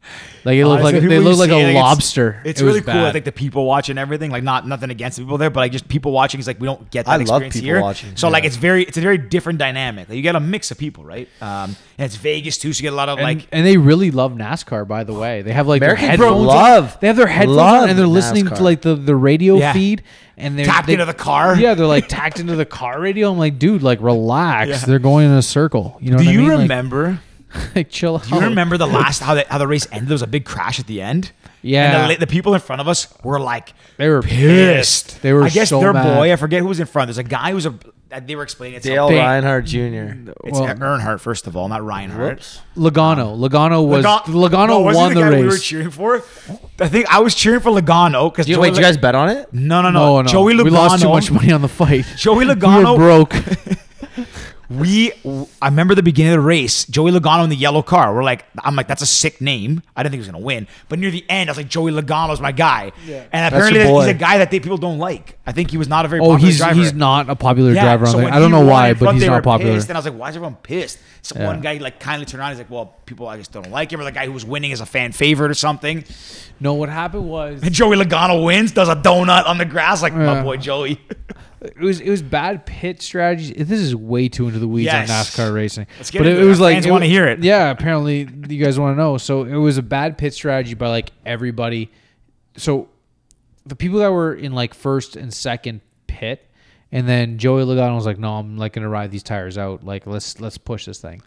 Speaker 4: Like it looked
Speaker 1: Honestly,
Speaker 4: like
Speaker 1: Oh, people
Speaker 4: they
Speaker 1: you
Speaker 4: looked like
Speaker 1: see,
Speaker 4: a
Speaker 1: it's-
Speaker 4: lobster.
Speaker 1: It's,
Speaker 4: It was
Speaker 1: really cool. I
Speaker 4: bad.
Speaker 1: think the people watching everything, like not nothing against the people there, but like just people watching is like we don't get that
Speaker 2: I love
Speaker 1: experience
Speaker 2: people
Speaker 1: here.
Speaker 2: watching,
Speaker 1: So like
Speaker 2: yeah.
Speaker 1: it's very it's a very different dynamic. Like, you get a mix of people, right? Um, and it's Vegas too, so you get a lot of
Speaker 4: and,
Speaker 1: like
Speaker 4: and they really love NASCAR. By the way, they have like their
Speaker 2: American people
Speaker 4: headphones.
Speaker 2: love-
Speaker 4: on. They have their headphones
Speaker 2: love
Speaker 4: on and they're listening to
Speaker 2: NASCAR.
Speaker 4: like the, the radio
Speaker 1: Yeah.
Speaker 4: feed and they're
Speaker 1: Tapped
Speaker 4: they-
Speaker 1: into the car.
Speaker 4: Yeah,
Speaker 1: <laughs>
Speaker 4: they're like tacked into the car radio. I'm like, dude, like relax.
Speaker 1: Yeah.
Speaker 4: They're going in a circle. You know?
Speaker 1: Do
Speaker 4: what I
Speaker 1: you
Speaker 4: mean? Like-
Speaker 1: remember?
Speaker 4: <laughs> Like, chill out.
Speaker 1: do you remember
Speaker 4: <laughs>
Speaker 1: the last how the, how the race ended? There was a big crash at the end.
Speaker 4: Yeah.
Speaker 1: and the, la- the people in front of us were like
Speaker 4: They were
Speaker 1: pissed.
Speaker 4: pissed. They were
Speaker 1: I guess
Speaker 4: so
Speaker 1: their
Speaker 4: mad.
Speaker 1: boy. I forget who was in front. There's a guy who was a. They were explaining it. to
Speaker 2: Dale
Speaker 1: him.
Speaker 2: Reinhardt Jr.
Speaker 1: It's
Speaker 4: well-
Speaker 1: Earnhardt first of all, not Reinhardt.
Speaker 4: Logano? Logano was
Speaker 1: Laga-
Speaker 4: Logano
Speaker 1: um, No, wasn't
Speaker 4: won
Speaker 1: he
Speaker 4: the,
Speaker 1: guy
Speaker 4: race.
Speaker 1: We were cheering for. I think I was cheering for Logano because
Speaker 2: Did you, wait, did you guys bet on it?
Speaker 1: No, no, no.
Speaker 4: no, no.
Speaker 1: Joey Logano.
Speaker 4: We lost too much money on the fight.
Speaker 1: Joey
Speaker 4: <laughs> we were
Speaker 1: Logano. <laughs>
Speaker 4: broke.
Speaker 1: we I remember the beginning of the race, Joey Logano in the yellow car. We're like, I'm like, that's a sick name. I didn't think he was gonna win, but near the end, I was like, Joey Logano's my guy. And
Speaker 2: your
Speaker 1: apparently, that- he's
Speaker 2: boy.
Speaker 1: a guy that they, people don't like. I think he was not a very.
Speaker 4: Oh,
Speaker 1: popular
Speaker 4: he's
Speaker 1: driver.
Speaker 4: he's not a popular
Speaker 1: Yeah,
Speaker 4: driver. On
Speaker 1: so
Speaker 4: the,
Speaker 1: when
Speaker 4: I don't
Speaker 1: he
Speaker 4: know
Speaker 1: won
Speaker 4: why,
Speaker 1: in
Speaker 4: but
Speaker 1: front,
Speaker 4: he's
Speaker 1: they
Speaker 4: not
Speaker 1: were
Speaker 4: popular.
Speaker 1: Pissed, and I was like, why is everyone pissed? So
Speaker 4: Yeah.
Speaker 1: one guy like kindly turned around. He's like, well, people I guess don't like him. Or the guy who was winning is a fan favorite or something.
Speaker 4: No, what
Speaker 1: <laughs>
Speaker 4: happened was
Speaker 1: And Joey Logano wins, does a donut on the grass like my
Speaker 4: Yeah.
Speaker 1: boy Joey.
Speaker 4: it was it was bad pit strategies. This is way too into the weeds
Speaker 1: Yes.
Speaker 4: on NASCAR racing.
Speaker 1: Let's get
Speaker 4: but
Speaker 1: into
Speaker 4: it,
Speaker 1: it.
Speaker 4: was
Speaker 1: Our
Speaker 4: like
Speaker 1: fans
Speaker 4: it
Speaker 1: wanna
Speaker 4: wa-
Speaker 1: hear it.
Speaker 4: Yeah, apparently you guys want to know. So it was a bad pit strategy by like everybody. So the people that were in like first and second pit, and then Joey Logano was like, "No, I'm like gonna ride these tires out. Like let's let's push this thing."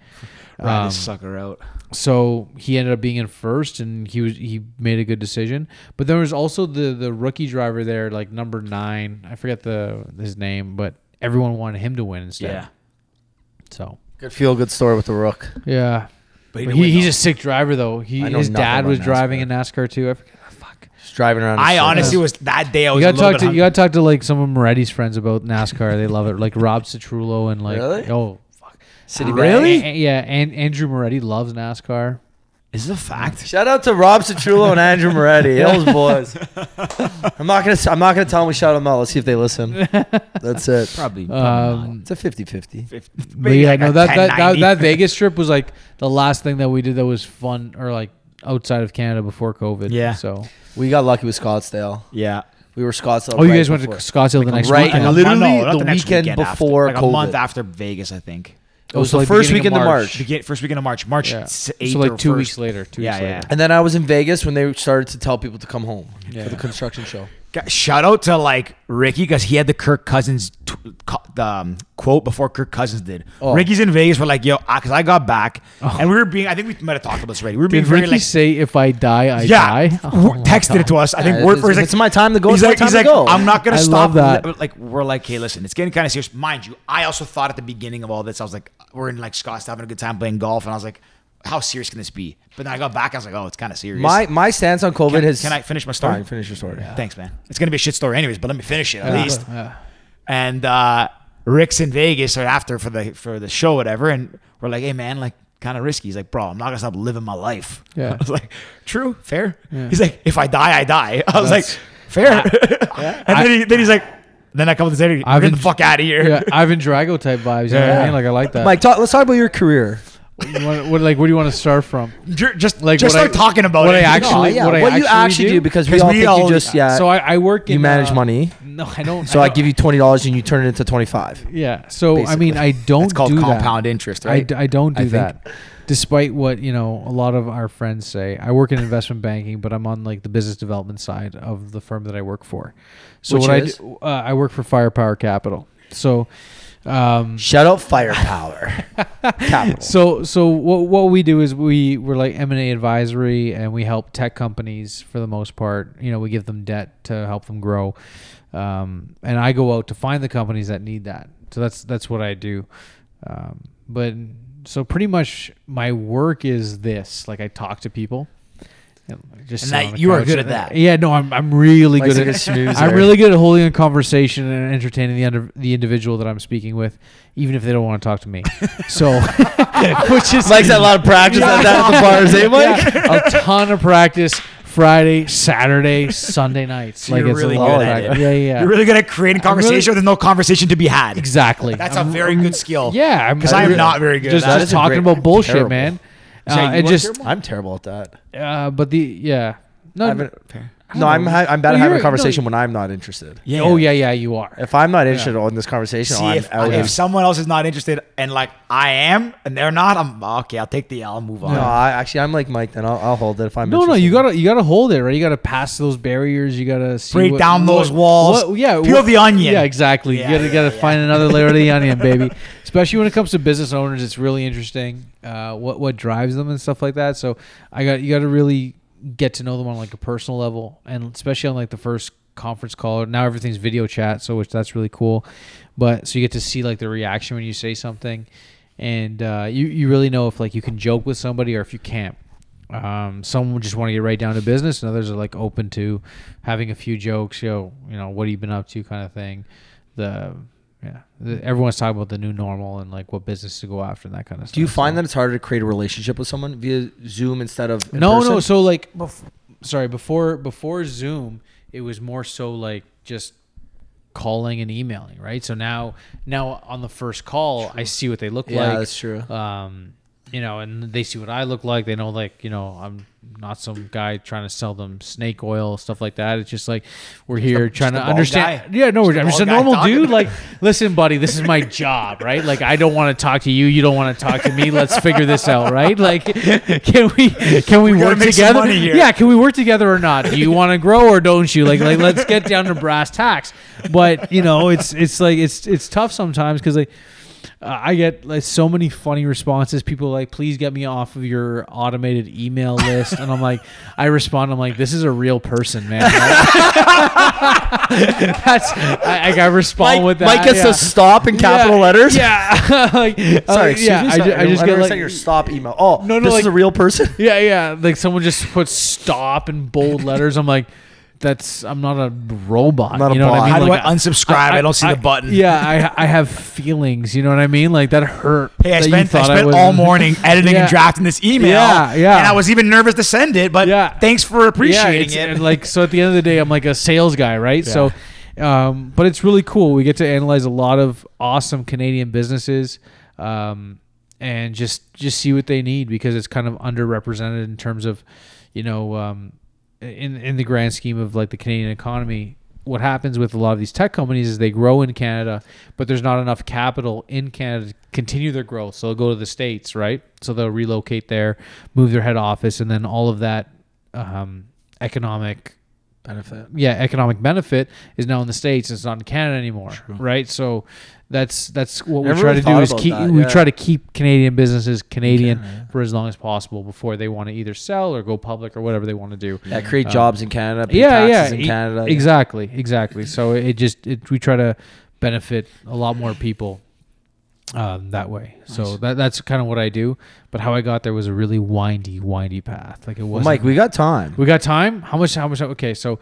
Speaker 1: Ride
Speaker 4: Um,
Speaker 1: this sucker out.
Speaker 4: so he ended up being in first and he was he made a good decision but there was also the the rookie driver there like number nine i forget the his name but everyone wanted him to win instead
Speaker 1: Yeah.
Speaker 4: so
Speaker 2: Good feel good story with the Rook.
Speaker 4: yeah
Speaker 1: But
Speaker 4: but
Speaker 1: he
Speaker 4: he,
Speaker 1: didn't win,
Speaker 4: he's
Speaker 1: though.
Speaker 4: a sick driver though he
Speaker 2: I know
Speaker 4: his
Speaker 2: nothing
Speaker 4: dad
Speaker 2: about
Speaker 4: was
Speaker 2: NASCAR.
Speaker 4: driving in nascar too i forget fuck
Speaker 2: Just driving around. in
Speaker 1: I
Speaker 2: circles.
Speaker 1: honestly was that day. I
Speaker 4: you
Speaker 1: was a
Speaker 4: gotta
Speaker 1: little
Speaker 4: talk
Speaker 1: bit
Speaker 4: to
Speaker 1: hung-
Speaker 4: you gotta talk to like some of Moretti's friends about NASCAR. they love it. Like Rob Citrullo and like
Speaker 2: Really?
Speaker 4: oh fuck,
Speaker 2: City
Speaker 4: really?
Speaker 2: Bag.
Speaker 4: yeah, and Andrew Moretti loves NASCAR.
Speaker 1: Is it a fact?
Speaker 2: Shout out to Rob Citrullo and Andrew
Speaker 4: <laughs>
Speaker 2: Moretti, those boys. I'm not gonna. I'm not gonna tell them we shout them out. Let's see if they listen. That's it.
Speaker 1: Probably.
Speaker 4: Um,
Speaker 2: It's a 50-50.
Speaker 4: But yeah, no, that, that, that that Vegas trip was like the last thing that we did that was fun or like outside of Canada before COVID.
Speaker 1: Yeah.
Speaker 4: So
Speaker 2: We got lucky with Scottsdale.
Speaker 1: yeah.
Speaker 2: We were Scottsdale.
Speaker 4: oh, you
Speaker 2: right
Speaker 4: guys went to
Speaker 2: before.
Speaker 4: Scottsdale the next
Speaker 2: right
Speaker 4: weekend.
Speaker 2: in
Speaker 1: Like a
Speaker 2: literally
Speaker 1: month- no, not
Speaker 2: the
Speaker 1: next
Speaker 2: weekend
Speaker 1: after,
Speaker 2: before
Speaker 1: like a
Speaker 2: COVID.
Speaker 1: month after Vegas, I think.
Speaker 2: It was
Speaker 4: so,
Speaker 2: the
Speaker 4: like,
Speaker 2: first
Speaker 4: beginning
Speaker 2: weekend
Speaker 4: of
Speaker 2: of March.
Speaker 4: March.
Speaker 1: Begin, first weekend of March, March
Speaker 4: Yeah.
Speaker 1: s-
Speaker 4: So,
Speaker 1: 8th
Speaker 4: like,
Speaker 1: or
Speaker 4: two
Speaker 1: 1st.
Speaker 4: weeks later, two
Speaker 1: yeah,
Speaker 4: weeks later.
Speaker 1: Yeah.
Speaker 2: And then I was in Vegas when they started to tell people to come home
Speaker 4: Yeah.
Speaker 2: for the construction show.
Speaker 1: Got- Shout out to like Ricky because he had the Kirk Cousins t- co- the, um, quote before Kirk Cousins did.
Speaker 4: Oh.
Speaker 1: Ricky's in Vegas. We're like, yo, because I got back and we were being. I think we might have talked about this already. We were being
Speaker 4: Did
Speaker 1: very
Speaker 4: Ricky
Speaker 1: like,
Speaker 4: say if I die, I
Speaker 2: <laughs>
Speaker 1: yeah,
Speaker 4: die? Oh,
Speaker 1: w- texted it to us. I think
Speaker 2: Oh Yeah,
Speaker 1: word
Speaker 2: it's-
Speaker 1: for he's like,
Speaker 2: it's my time to go,
Speaker 1: He's
Speaker 2: it's my
Speaker 1: like,
Speaker 2: time
Speaker 1: he's
Speaker 2: to
Speaker 1: like,
Speaker 2: go.
Speaker 1: I'm not gonna
Speaker 4: I
Speaker 1: stop.
Speaker 4: love that.
Speaker 1: Li- Like we're like, hey, listen, it's getting kind of serious, mind you. I also thought at the beginning of all this, I was like, we're in like Scottsdale having a good time playing golf, and I was like, how serious can this be? But then I got back, I was like, oh, it's kind of serious.
Speaker 2: My my stance on COVID
Speaker 1: can,
Speaker 2: has.
Speaker 1: can I finish my story?
Speaker 2: Fine, finish your story.
Speaker 1: Thanks, man. It's gonna be a shit story anyways, but let me finish it at
Speaker 4: Yeah.
Speaker 1: least.
Speaker 4: <laughs> Yeah.
Speaker 1: And uh, Rick's in Vegas or after for the for the show, whatever. And we're like, hey, man, like kind of risky. He's like, bro, I'm not gonna stop living my life. <laughs>
Speaker 4: Yeah.
Speaker 1: I was like, true, fair.
Speaker 4: Yeah.
Speaker 1: He's like, if I die, I die. <laughs> I was
Speaker 4: That's-
Speaker 1: like, fair. <laughs> and then, he, then he's like, then I come with this energy.
Speaker 4: I've
Speaker 1: Get the
Speaker 4: been-
Speaker 1: fuck out of here.
Speaker 4: Yeah, Ivan Drago type vibes. You know what
Speaker 1: Yeah.
Speaker 4: I mean? Like I like that.
Speaker 2: Mike, talk, let's talk about your career.
Speaker 4: You wanna- what, like, where do you want to start from?
Speaker 1: <laughs> Ju- Just like
Speaker 4: Like,
Speaker 1: just
Speaker 4: what
Speaker 1: start
Speaker 4: I-
Speaker 1: talking about <laughs>
Speaker 4: what
Speaker 1: it.
Speaker 4: I actually-
Speaker 2: yeah,
Speaker 4: what I
Speaker 2: you
Speaker 4: actually
Speaker 2: actually do,
Speaker 4: do?
Speaker 2: because we
Speaker 1: 'Cause
Speaker 2: all
Speaker 1: we
Speaker 2: think
Speaker 1: all-
Speaker 2: you just yeah.
Speaker 4: So I, I work. In,
Speaker 2: you manage
Speaker 4: uh,
Speaker 2: money,
Speaker 4: No, I don't.
Speaker 2: so I,
Speaker 4: don't-
Speaker 2: give you twenty dollars and you turn it into twenty five.
Speaker 4: Yeah. So I
Speaker 2: basically.
Speaker 4: mean, I don't.
Speaker 1: It's called
Speaker 4: do that.
Speaker 1: compound interest,
Speaker 4: I
Speaker 1: right?
Speaker 4: d- I, don't do
Speaker 2: I think.
Speaker 4: that. Despite what you know, a lot of our friends say. I work in investment banking, but I'm on like the business development side of the firm that I work for. So
Speaker 2: Which
Speaker 4: what
Speaker 2: is?
Speaker 4: I do, uh, I work for Firepower Capital. So, um,
Speaker 2: Shout out Firepower
Speaker 4: <laughs>
Speaker 2: Capital.
Speaker 4: so so what what we do is we we're like M and A advisory, and we help tech companies for the most part. You know, we give them debt to help them grow, um, and I go out to find the companies that need that. So that's that's what I do. Um, but so pretty much my work is this: like I talk to people, Just
Speaker 5: And
Speaker 4: sit
Speaker 5: that-
Speaker 4: on the
Speaker 5: you are
Speaker 4: couch.
Speaker 5: good at that.
Speaker 4: Yeah, no, I'm I'm really
Speaker 2: Mike's
Speaker 4: good
Speaker 2: a
Speaker 4: at
Speaker 2: good snoozer.
Speaker 4: <laughs> I'm really good at holding a conversation and entertaining the under, the individual that I'm speaking with, even if they don't want to talk
Speaker 2: <laughs>
Speaker 4: to me. So, which is
Speaker 2: Mike's had a lot of practice at that at the bars, eh, Mike?
Speaker 4: Yeah, a ton of practice. Friday, Saturday, Sunday nights.
Speaker 1: you're really
Speaker 4: a lot
Speaker 1: good
Speaker 4: of
Speaker 1: at
Speaker 4: practice.
Speaker 1: it.
Speaker 4: Yeah, yeah, yeah.
Speaker 1: You're really good at creating
Speaker 4: I'm really-
Speaker 1: conversation with no conversation to be had.
Speaker 4: exactly.
Speaker 1: That's a very good skill.
Speaker 4: yeah, I'm-
Speaker 1: Because I am not very good
Speaker 4: just,
Speaker 1: at that.
Speaker 4: just
Speaker 2: is a
Speaker 4: talking
Speaker 2: great-
Speaker 4: about bullshit,
Speaker 2: terrible.
Speaker 4: man. Uh,
Speaker 1: Shane, you
Speaker 4: it
Speaker 1: are
Speaker 4: just,
Speaker 1: terrible?
Speaker 2: I'm terrible at that.
Speaker 4: uh, but the yeah,
Speaker 2: I
Speaker 4: no,
Speaker 2: haven't- no, I'm ha- I'm
Speaker 4: No,
Speaker 2: bad at having
Speaker 4: Um, you're-
Speaker 2: a conversation
Speaker 4: no.
Speaker 2: when I'm not interested.
Speaker 1: yeah.
Speaker 4: oh yeah, yeah, you are.
Speaker 2: If I'm not interested in this conversation,
Speaker 1: See,
Speaker 2: I'm
Speaker 1: if,
Speaker 2: out.
Speaker 1: if someone else is not interested and like I am and they're not, I'm okay, I'll take the L, move on.
Speaker 2: no, I, actually, I'm like Mike. Then I'll, I'll hold it if I'm.
Speaker 4: No, no,
Speaker 2: interested.
Speaker 4: you gotta you gotta hold it right. You gotta pass those barriers. You gotta see
Speaker 1: Break
Speaker 4: what-
Speaker 1: down those
Speaker 4: what-
Speaker 1: walls.
Speaker 4: what- yeah,
Speaker 1: Peel
Speaker 4: what-
Speaker 1: the onion.
Speaker 4: Yeah, exactly.
Speaker 1: Yeah,
Speaker 4: you gotta
Speaker 1: yeah,
Speaker 4: gotta
Speaker 1: yeah.
Speaker 4: find another layer of
Speaker 1: <laughs>
Speaker 4: the onion, baby. Especially when it comes to business owners, it's really interesting. Uh, what what drives them and stuff like that. So I got you gotta really get to know them on like a personal level, and especially on like the first conference call. Now everything's video chat, so which that's really cool. But so you get to see like the reaction when you say something, and uh, you you really know if like you can joke with somebody or if you can't. Um, some just want to get right down to business, and others are like open to having a few jokes. Yo, you know, what have you been up to, kind of thing. The yeah, the, everyone's talking about the new normal and like what business to go after and that kind of stuff.
Speaker 2: Do you find
Speaker 4: so.
Speaker 2: that it's harder to create a relationship with someone via Zoom instead of in
Speaker 4: no,
Speaker 2: person?
Speaker 4: no. So like, bef- sorry, before before Zoom, it was more so like just calling and emailing, right? So now now on the first call, I see what they look
Speaker 2: Yeah,
Speaker 4: like.
Speaker 2: that's true.
Speaker 4: Um, you know, and they see what I look like. They know, like, you know, I'm not some guy trying to sell them snake oil stuff like that. It's just like we're here trying
Speaker 1: a
Speaker 4: to
Speaker 1: bald
Speaker 4: understand.
Speaker 1: guy.
Speaker 4: Yeah, no, we're, I'm
Speaker 1: Just
Speaker 4: just
Speaker 1: a
Speaker 4: a
Speaker 1: bald guy
Speaker 4: normal
Speaker 1: talking.
Speaker 4: dude. Like, listen, buddy, this is my job, right? Like, I don't want to talk to you. You don't want to talk to me. Let's figure this out, right? Like, can we can we,
Speaker 1: We gotta
Speaker 4: work
Speaker 1: make some
Speaker 4: together?
Speaker 1: money here.
Speaker 4: Yeah, can we work together or not?
Speaker 1: <laughs>
Speaker 4: Do you want to grow or don't you? Like, like let's get down to brass tacks. But you know, it's it's like it's it's tough sometimes because like uh, I get like so many funny responses. People like, please get me off of your automated email list, and I'm like, <laughs> I respond, I'm like, this is a real person, man. <laughs> That's I, I, I respond
Speaker 2: Mike,
Speaker 4: with that.
Speaker 2: Mike gets
Speaker 4: yeah.
Speaker 2: to stop in capital
Speaker 4: Yeah,
Speaker 2: letters.
Speaker 4: Yeah, <laughs> like,
Speaker 2: Sorry,
Speaker 4: uh,
Speaker 2: excuse
Speaker 4: yeah,
Speaker 2: me. Sorry,
Speaker 4: I, ju- I just
Speaker 2: don't
Speaker 4: get
Speaker 2: understand
Speaker 4: like
Speaker 2: your stop email. Oh,
Speaker 4: No, no,
Speaker 2: this
Speaker 4: like-
Speaker 2: is a real person.
Speaker 4: yeah, yeah. Like someone just put stop in bold letters. I'm like, that's I'm not a robot.
Speaker 2: Not a
Speaker 4: you know what
Speaker 2: bot.
Speaker 4: I mean?
Speaker 1: How do
Speaker 4: Like,
Speaker 1: I unsubscribe? I, don't see the button.
Speaker 4: Yeah, I I have feelings. You know what I mean? Like that hurt.
Speaker 1: Hey, I
Speaker 4: that you
Speaker 1: spent, I
Speaker 4: thought
Speaker 1: spent
Speaker 4: was- <laughs>
Speaker 1: all morning editing
Speaker 4: Yeah.
Speaker 1: and drafting this email.
Speaker 4: Yeah, yeah.
Speaker 1: And I was even nervous to send it, but
Speaker 4: Yeah.
Speaker 1: thanks for appreciating
Speaker 4: it's-
Speaker 1: it.
Speaker 4: And like so at the end of the day, I'm like a sales guy, right? So um, but it's really cool. We get to analyze a lot of awesome Canadian businesses. Um, and just just see what they need because it's kind of underrepresented in terms of, you know, um, in in the grand scheme of like the Canadian economy. What happens with a lot of these tech companies is they grow in Canada, but there's not enough capital in Canada to continue their growth. So they'll go to the states, right? So they'll relocate there, move their head office, and then all of that um, economic benefit. Yeah, economic benefit is now in the states. It's not in Canada anymore, right? So that's that's what we
Speaker 2: Never
Speaker 4: try
Speaker 2: really
Speaker 4: to do
Speaker 2: thought
Speaker 4: is
Speaker 2: about
Speaker 4: keep
Speaker 2: that,
Speaker 4: we
Speaker 2: yeah.
Speaker 4: try to keep Canadian businesses Canadian for as long as possible before they want to either sell or go public or whatever they want to do.
Speaker 2: Yeah, create
Speaker 4: Um,
Speaker 2: jobs in Canada. Pay
Speaker 4: yeah, yeah,
Speaker 2: taxes in
Speaker 4: e-
Speaker 2: Canada.
Speaker 4: exactly, exactly. So it just it, we try to benefit a lot more people um, that way. So that that's kind of what I do. But how I got there was a really windy, windy path. Like it
Speaker 2: Well,
Speaker 4: was
Speaker 2: Mike, we got time.
Speaker 4: we got time. How much? How much? Okay, so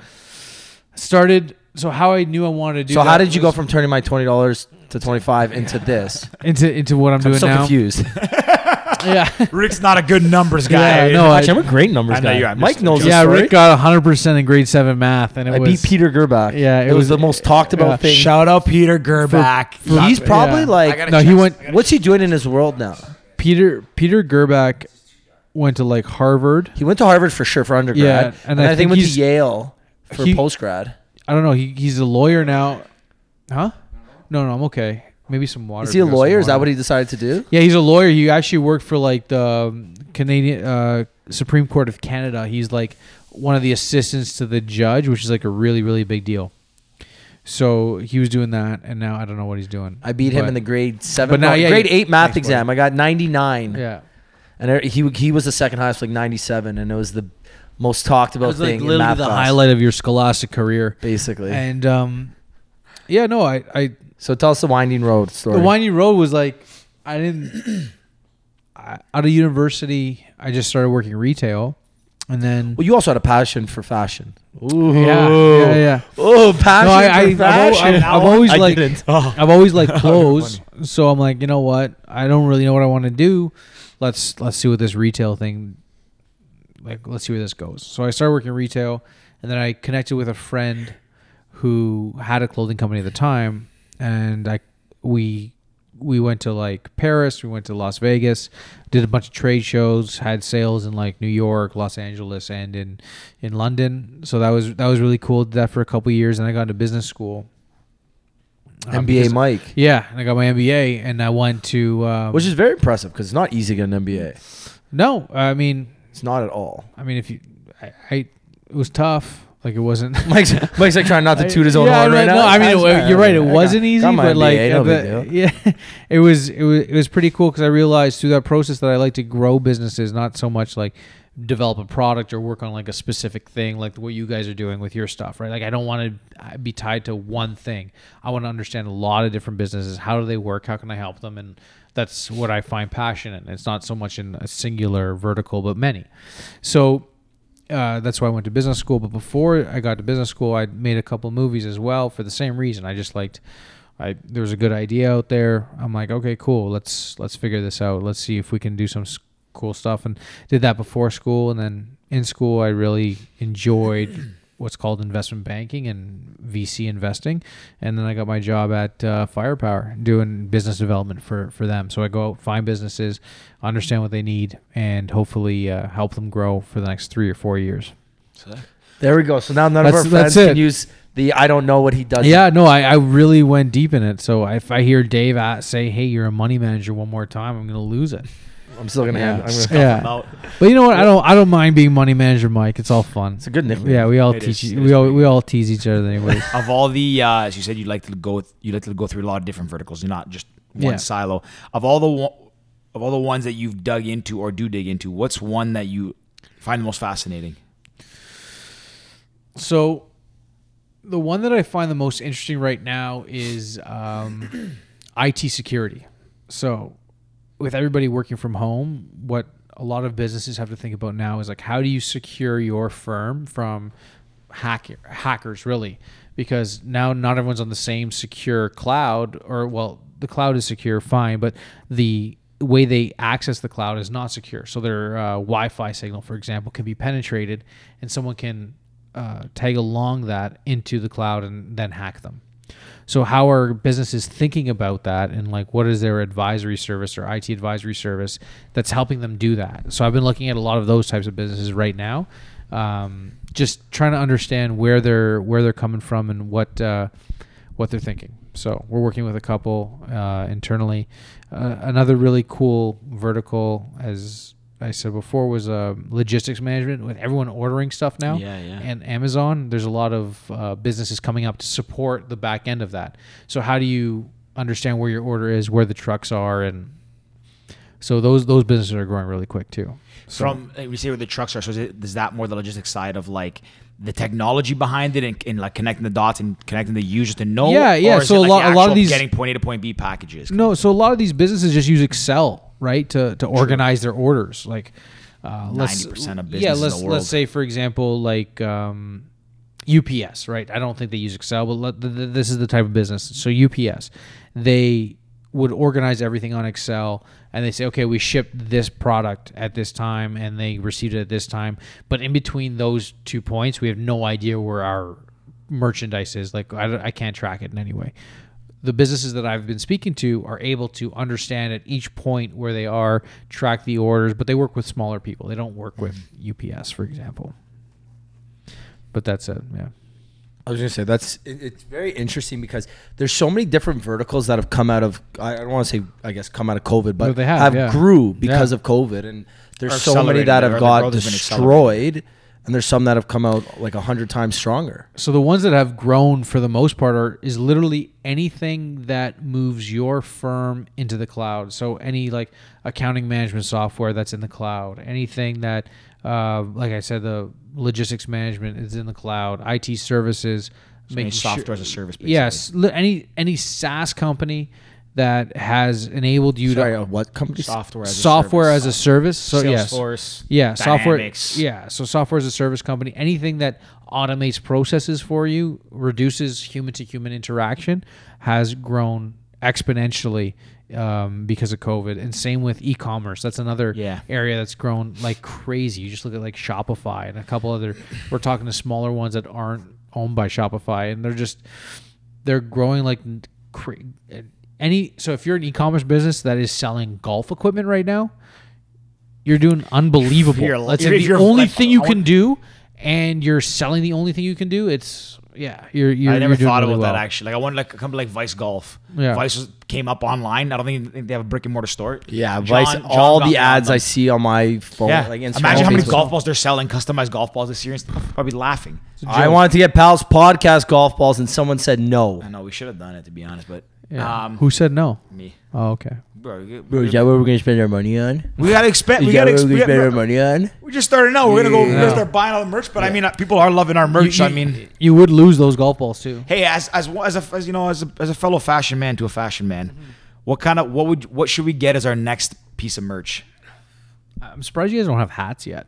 Speaker 4: started. So how I knew I wanted to do.
Speaker 2: so
Speaker 4: that
Speaker 2: how did you go
Speaker 4: was
Speaker 2: from turning my twenty dollars to twenty five into
Speaker 4: <laughs>
Speaker 2: this?
Speaker 4: into into what I'm
Speaker 2: I'm
Speaker 4: doing
Speaker 2: so
Speaker 4: now?
Speaker 2: confused.
Speaker 4: <laughs> Yeah,
Speaker 1: Rick's not a good numbers guy.
Speaker 4: yeah. No, I,
Speaker 2: Actually, I'm a great numbers
Speaker 1: I know
Speaker 2: guy.
Speaker 1: you are. I'm
Speaker 2: Mike
Speaker 1: just
Speaker 2: knows.
Speaker 4: yeah.
Speaker 2: the story.
Speaker 4: Rick got 100 percent in grade seven math, and it
Speaker 2: I
Speaker 4: was
Speaker 2: beat Peter Gerbach.
Speaker 4: Yeah, it
Speaker 2: it, was,
Speaker 4: was-
Speaker 2: the most talked
Speaker 4: yeah.
Speaker 2: about thing.
Speaker 1: Shout out Peter Gerback.
Speaker 2: He's probably
Speaker 4: yeah.
Speaker 1: I
Speaker 2: like,
Speaker 1: gotta
Speaker 4: No, he
Speaker 1: check.
Speaker 4: went.
Speaker 2: what's he doing in his world now?
Speaker 4: Peter Peter Gerback went to like Harvard.
Speaker 2: He went to Harvard for sure for undergrad,
Speaker 4: Yeah,
Speaker 2: and, I, think, went to
Speaker 4: he's-
Speaker 2: Yale for
Speaker 4: he-
Speaker 2: post grad.
Speaker 4: I don't know. He, he's a lawyer now, huh? No, no, I'm okay. Maybe some water.
Speaker 2: Is he a
Speaker 4: because some
Speaker 2: lawyer? Is that
Speaker 4: water.
Speaker 2: what he decided to do?
Speaker 4: Yeah, he's a lawyer. He actually worked for like the um, Canadian uh, Supreme Court of Canada. He's like one of the assistants to the judge, which is like a really really big deal. So he was doing that, and now I don't know what he's doing.
Speaker 2: I beat him
Speaker 4: But-
Speaker 2: in the grade seven,
Speaker 4: but now,
Speaker 2: no,
Speaker 4: yeah,
Speaker 2: grade
Speaker 4: you-
Speaker 2: eight math
Speaker 4: thanks, buddy.
Speaker 2: exam. I got ninety nine,
Speaker 4: yeah.
Speaker 2: and er, he he was the second highest, like ninety seven, and it was the most talked
Speaker 4: It
Speaker 2: about
Speaker 4: was like
Speaker 2: thing.
Speaker 4: literally
Speaker 2: in
Speaker 4: the
Speaker 2: math class,
Speaker 4: highlight of your scholastic career,
Speaker 2: basically.
Speaker 4: and um, yeah, no, I I
Speaker 2: so tell us the winding road story.
Speaker 4: The Windy Road was like I didn't I, out of university. I just started working retail, and then
Speaker 2: Well, you also had a passion for fashion.
Speaker 4: Ooh. yeah, yeah, yeah.
Speaker 2: Oh, passion
Speaker 4: No, I, I,
Speaker 2: for
Speaker 4: I've, al-
Speaker 2: fashion.
Speaker 4: I've, I've always
Speaker 6: I
Speaker 4: like
Speaker 6: didn't.
Speaker 1: Oh,
Speaker 4: I've always liked clothes, so I'm like, you know what? I don't really know what I want to do. Let's let's see what this retail thing like let's see where this goes. So I started working retail and then I connected with a friend who had a clothing company at the time and I we we went to like Paris, we went to Las Vegas, did a bunch of trade shows, had sales in like New York, Los Angeles and in in London. So that was that was really cool. Did that for a couple years and I got into business school.
Speaker 2: MBA
Speaker 4: Um, because-
Speaker 2: Mike,
Speaker 4: yeah, and I got my MBA, and I went to um,
Speaker 2: which is very impressive because it's not easy to get an MBA.
Speaker 4: no. I mean,
Speaker 2: It's not at
Speaker 4: <laughs>
Speaker 2: all.
Speaker 4: I mean, if you, I, I it was tough. Like it wasn't. <laughs>
Speaker 2: Mike's Mike's like trying not to toot his own
Speaker 4: Yeah,
Speaker 2: horn
Speaker 4: I
Speaker 2: right
Speaker 4: mean,
Speaker 2: now.
Speaker 4: No, I mean,
Speaker 2: That's
Speaker 4: it-
Speaker 2: fine.
Speaker 4: you're right. It
Speaker 2: I got-
Speaker 4: wasn't easy,
Speaker 2: got my
Speaker 4: but like,
Speaker 2: MBA,
Speaker 4: at
Speaker 2: no big
Speaker 4: the-
Speaker 2: deal.
Speaker 4: <laughs> yeah, it was it was it was pretty cool because I realized through that process that I like to grow businesses, not so much like develop a product or work on like a specific thing, like what you guys are doing with your stuff, right? Like I don't want to be tied to one thing. I want to understand a lot of different businesses. How do they work? How can I help them? And that's what I find passionate. It's not so much in a singular vertical, but many. So uh, that's why I went to business school. But before I got to business school, I made a couple movies as well for the same reason. I just liked, I there was a good idea out there. I'm like, okay, cool. Let's let's figure this out. Let's see if we can do some s- cool stuff. And did that before school, and then in school, I really enjoyed what's called investment banking and VC investing. And then I got my job at uh, Firepower doing business development for, for them. So I go out, find businesses, understand what they need, and hopefully uh, help them grow for the next three or four years.
Speaker 2: There we go. So now none of our
Speaker 4: That's- that's
Speaker 2: friends can
Speaker 4: it.
Speaker 2: use the I don't know what he does.
Speaker 4: Yeah, no, I, I really went deep in it. So if I hear Dave uh, say, hey, you're a money manager one more time, I'm going to lose it.
Speaker 2: I'm still gonna
Speaker 4: Yeah.
Speaker 2: have. I'm gonna,
Speaker 4: Yeah.
Speaker 1: About-
Speaker 4: But you know what? I don't I don't mind being money manager, Mike. It's all fun.
Speaker 2: it's a good nickname.
Speaker 4: Yeah, we all
Speaker 1: It
Speaker 4: teach
Speaker 1: is-
Speaker 4: e-
Speaker 1: it
Speaker 4: we
Speaker 1: is
Speaker 4: all
Speaker 1: pretty
Speaker 4: we all tease each other <laughs> anyways.
Speaker 1: of all the uh, as you said you like to go with, you like to go through a lot of different verticals you're not just one
Speaker 4: Yeah.
Speaker 1: silo of all the wo- of all the ones that you've dug into or do dig into what's one that you find the most fascinating
Speaker 4: So, the one that I find the most interesting right now is um, <clears throat> IT security. So, with everybody working from home, what a lot of businesses have to think about now is like, how do you secure your firm from hacker hackers really? Because now not everyone's on the same secure cloud, or well, the cloud is secure, fine, but the way they access the cloud is not secure. So their uh, Wi-Fi signal, for example, can be penetrated, and someone can uh, tag along that into the cloud and then hack them. So how are businesses thinking about that and like what is their advisory service or IT advisory service that's helping them do that? So I've been looking at a lot of those types of businesses right now, um, just trying to understand where they're where they're coming from and what uh, what they're thinking. So we're working with a couple uh, internally. Uh, another really cool vertical, as I said before, was uh, logistics management. With everyone ordering stuff now,
Speaker 1: Yeah, yeah.
Speaker 4: and Amazon, there's a lot of uh, businesses coming up to support the back end of that. So how do you understand where your order is, where the trucks are, and so those those businesses are growing really quick too.
Speaker 1: from like, we say where the trucks are so is, it, is that more the logistics side of like the technology behind it and, and like connecting the dots and connecting the user to know
Speaker 4: Yeah, yeah,
Speaker 1: or is
Speaker 4: so
Speaker 1: it,
Speaker 4: a
Speaker 1: like,
Speaker 4: lot-
Speaker 1: the
Speaker 4: a lot of
Speaker 1: actual
Speaker 4: these-
Speaker 1: getting point a to point b packages
Speaker 4: No, so a lot of these businesses just use Excel, right, to to organize their orders. Like, uh, let's
Speaker 1: 90% of
Speaker 4: yeah,
Speaker 1: businesses in
Speaker 4: let's
Speaker 1: the world.
Speaker 4: let's say for example, like um, UPS, right? I don't think they use Excel, but let, th- th- this is the type of business. So UPS, they would organize everything on Excel and they say, okay, we shipped this product at this time and they received it at this time. But in between those two points, we have no idea where our merchandise is. Like, I, don't- I can't track it in any way the businesses that I've been speaking to are able to understand at each point where they are, track the orders, but they work with smaller people. They don't work with UPS, for example. But that's it. Yeah.
Speaker 2: I was gonna say that's it, it's very interesting because there's so many different verticals that have come out of I I don't want to say I guess come out of COVID, but
Speaker 4: But they have, yeah.
Speaker 2: grew because
Speaker 4: Yeah.
Speaker 2: of COVID,
Speaker 1: Or
Speaker 2: and there's so many
Speaker 1: accelerated,
Speaker 2: that
Speaker 1: or
Speaker 2: have
Speaker 1: the
Speaker 2: got
Speaker 1: growth has been
Speaker 2: destroyed, and there's some that have come out like a hundred times stronger.
Speaker 4: So the ones that have grown for the most part are is literally anything that moves your firm into the cloud. So any like accounting management software that's in the cloud, anything that, uh, like I said, the logistics management is in the cloud, IT services,
Speaker 1: I mean,
Speaker 4: making sure-
Speaker 1: software as a service basically.
Speaker 4: Yes, li- any any SaaS company that has enabled you
Speaker 2: Sorry,
Speaker 4: to
Speaker 2: uh, what company?
Speaker 4: software
Speaker 1: Software
Speaker 4: as
Speaker 1: as a
Speaker 4: a service. So yes,
Speaker 1: Salesforce,
Speaker 4: yeah,
Speaker 1: Dynamics.
Speaker 4: software. Yeah, so software as a service company. Anything that automates processes for you, reduces human to human interaction, has grown exponentially um, because of COVID. And same with e-commerce. That's another
Speaker 1: Yeah.
Speaker 4: area that's grown like crazy. You just look at like Shopify and a couple other. We're talking to smaller ones that aren't owned by Shopify, and they're just they're growing like n- cra- uh, any. So if you're an e-commerce business that is selling golf equipment right now, you're doing unbelievable.
Speaker 1: You're-
Speaker 4: That's
Speaker 1: you're-
Speaker 4: like the
Speaker 1: you're
Speaker 4: only
Speaker 1: like-
Speaker 4: thing you
Speaker 1: I
Speaker 4: can
Speaker 1: want-
Speaker 4: do, and you're selling the only thing you can do. It's yeah, you're. you're
Speaker 1: I never
Speaker 4: you're doing
Speaker 1: thought
Speaker 4: really
Speaker 1: about that
Speaker 4: well.
Speaker 1: actually. Like I wanted like a company like Vice Golf.
Speaker 4: Yeah.
Speaker 1: Vice was, came up online. I don't think think they have a brick and mortar store.
Speaker 2: Yeah,
Speaker 1: John-
Speaker 2: Vice.
Speaker 1: John
Speaker 2: all
Speaker 1: got me
Speaker 2: the
Speaker 1: on
Speaker 2: ads
Speaker 1: them.
Speaker 2: I see on my phone,
Speaker 1: Yeah.
Speaker 2: like Instagram,
Speaker 1: Imagine how many
Speaker 2: Facebook.
Speaker 1: golf balls they're selling, customized golf balls this year. And stuff. Probably laughing.
Speaker 2: I wanted to get Pal's podcast golf balls, and someone said no.
Speaker 1: I know we should have done it to be honest, but
Speaker 4: Yeah.
Speaker 1: um,
Speaker 4: Who said no?
Speaker 1: me,
Speaker 4: Oh, okay.
Speaker 1: bro, you-
Speaker 2: what we're gonna spend our money on?
Speaker 1: we gotta expand. We gotta expand.
Speaker 2: money on?
Speaker 1: We just started out. We're gonna go.
Speaker 4: Yeah.
Speaker 1: We're start buying all the merch, but I mean, uh, people are loving our merch.
Speaker 4: You-
Speaker 1: I mean,
Speaker 4: you would lose those golf balls too.
Speaker 1: hey, as as one- as a as, you know, as a, as a fellow fashion man to a fashion man,
Speaker 2: Mm-hmm.
Speaker 1: what kind of what would what should we get as our next piece of merch?
Speaker 4: I'm surprised you guys don't have hats yet.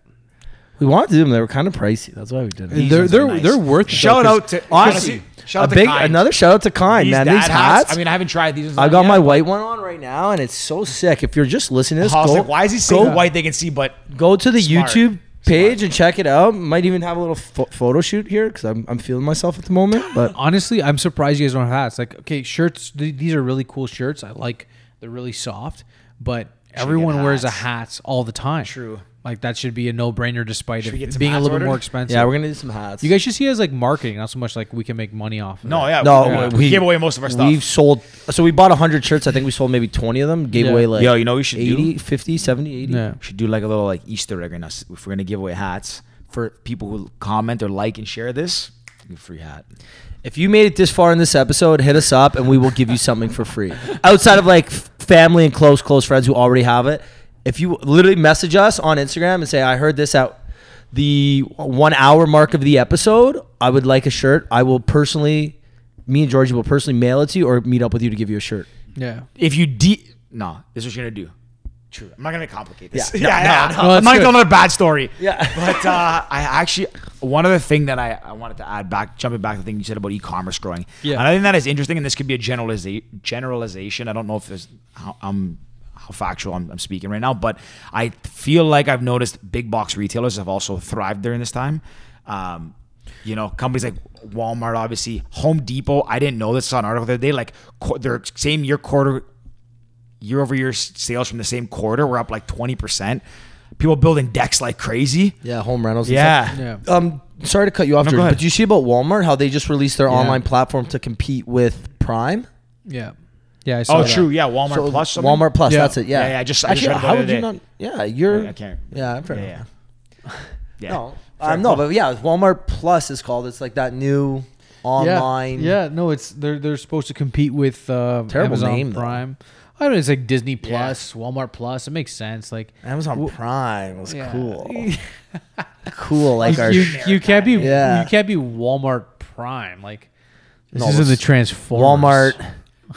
Speaker 2: We wanted to do them. They were kind of pricey. That's why we did it.
Speaker 1: These
Speaker 4: They're-
Speaker 1: ones are
Speaker 4: they're- they're worth it, though,
Speaker 1: Shout
Speaker 4: 'cause
Speaker 1: out to
Speaker 2: Honestly,
Speaker 1: Shout out to
Speaker 2: a big
Speaker 1: Kind.
Speaker 2: another shout out to Kind man.
Speaker 1: dad
Speaker 2: These hats.
Speaker 1: I mean, I haven't tried these. Ones
Speaker 2: I got
Speaker 1: yet.
Speaker 2: my white one on right now, and it's so sick. If you're just listening to this,
Speaker 1: I was
Speaker 2: go,
Speaker 1: like, why is he so
Speaker 2: go,
Speaker 1: white? They can see, but
Speaker 2: Go to the
Speaker 1: Smart.
Speaker 2: YouTube page and check it out. Might even have a little pho- photo shoot here because I'm, I'm feeling myself at the moment.
Speaker 1: <gasps>
Speaker 2: But
Speaker 4: Honestly, I'm surprised you guys don't have hats. Like, okay, shirts. Th- these are really cool shirts. I like. They're really soft, but everyone wears a hats all the time.
Speaker 1: True.
Speaker 4: Like that should be a no brainer, despite
Speaker 1: Should we get
Speaker 4: it
Speaker 1: some
Speaker 4: being a
Speaker 1: hats
Speaker 4: little bit
Speaker 1: ordered?
Speaker 4: more expensive.
Speaker 2: yeah, we're gonna do some hats.
Speaker 4: You guys should see it as like marketing, not so much like we can make money off. Of
Speaker 1: no,
Speaker 4: it.
Speaker 1: yeah,
Speaker 2: No,
Speaker 1: we,
Speaker 2: we-
Speaker 1: we gave away most of our stuff.
Speaker 2: We've sold, so we bought 100 shirts. I think we sold maybe 20 of them. Gave
Speaker 4: Yeah.
Speaker 2: away like
Speaker 1: Yo, you know what we should do?
Speaker 2: 80, 50, 70, 80.
Speaker 4: Yeah.
Speaker 1: should do like a little like Easter egg in us. If we're gonna give away hats for people who comment or like and share this, give a free hat.
Speaker 2: If you made it this far in this episode, hit us up and we will give you something for free. Outside of like f- family and close, close friends who already have it, if you literally message us on Instagram and say, I heard this at the one hour mark of the episode, I would like a shirt. I will personally, me and Georgie will personally mail it to you or meet up with you to give you a shirt.
Speaker 4: yeah.
Speaker 1: If you de no, this is what you're gonna do. True. I'm not gonna complicate this. <laughs>
Speaker 2: Yeah. No, no,
Speaker 4: no,
Speaker 1: I'm
Speaker 4: it's
Speaker 1: not gonna
Speaker 4: good.
Speaker 1: tell another bad story.
Speaker 2: Yeah.
Speaker 1: <laughs> But uh, I actually one other thing that I, I wanted to add back, jumping back to the thing you said about e-commerce growing.
Speaker 4: Yeah.
Speaker 1: And I think that is interesting, and this could be a generaliza- generalization. I don't know if there's how I'm how factual I'm, I'm speaking right now, but I feel like I've noticed big box retailers have also thrived during this time. Um, you know, companies like Walmart, obviously, Home Depot. I didn't know this saw an article the other day. Like qu- their same year quarter year over year s- sales from the same quarter were up like 20%. People building decks like crazy.
Speaker 2: Yeah, home rentals. and
Speaker 1: Yeah.
Speaker 2: stuff.
Speaker 4: Yeah.
Speaker 2: Um, sorry to cut you off,
Speaker 1: No, go
Speaker 2: Jordan,
Speaker 1: ahead.
Speaker 2: but do you see about Walmart how they just released their online platform to compete with Prime?
Speaker 4: Yeah. Yeah. I saw
Speaker 1: Oh,
Speaker 4: that.
Speaker 1: true. Yeah. Walmart
Speaker 2: So
Speaker 1: Plus. Something.
Speaker 2: Walmart Plus.
Speaker 4: Yeah.
Speaker 2: That's it. Yeah.
Speaker 1: Yeah, yeah, I just- I just
Speaker 2: actually,
Speaker 1: read about
Speaker 2: how
Speaker 1: it
Speaker 2: would you
Speaker 1: today.
Speaker 2: not? Yeah, you're.
Speaker 1: I can't.
Speaker 2: Yeah, I'm fair.
Speaker 1: Yeah.
Speaker 2: enough.
Speaker 1: Yeah. yeah.
Speaker 2: No, um, no, but yeah, Walmart Plus is called. It's like that new
Speaker 4: Yeah.
Speaker 2: online.
Speaker 4: Yeah. No, it's they're they're supposed to compete with uh,
Speaker 2: Terrible
Speaker 4: Amazon
Speaker 2: name, though.
Speaker 4: Prime. I don't know. It's like Disney Plus, Walmart Plus. It makes sense. Like
Speaker 2: Amazon Prime was
Speaker 4: Yeah.
Speaker 2: cool. cool, like our.
Speaker 4: you, you can't be
Speaker 2: Yeah.
Speaker 4: you can't be Walmart Prime. Like this
Speaker 2: No,
Speaker 4: isn't the
Speaker 2: this-
Speaker 4: Transformers.
Speaker 2: Walmart.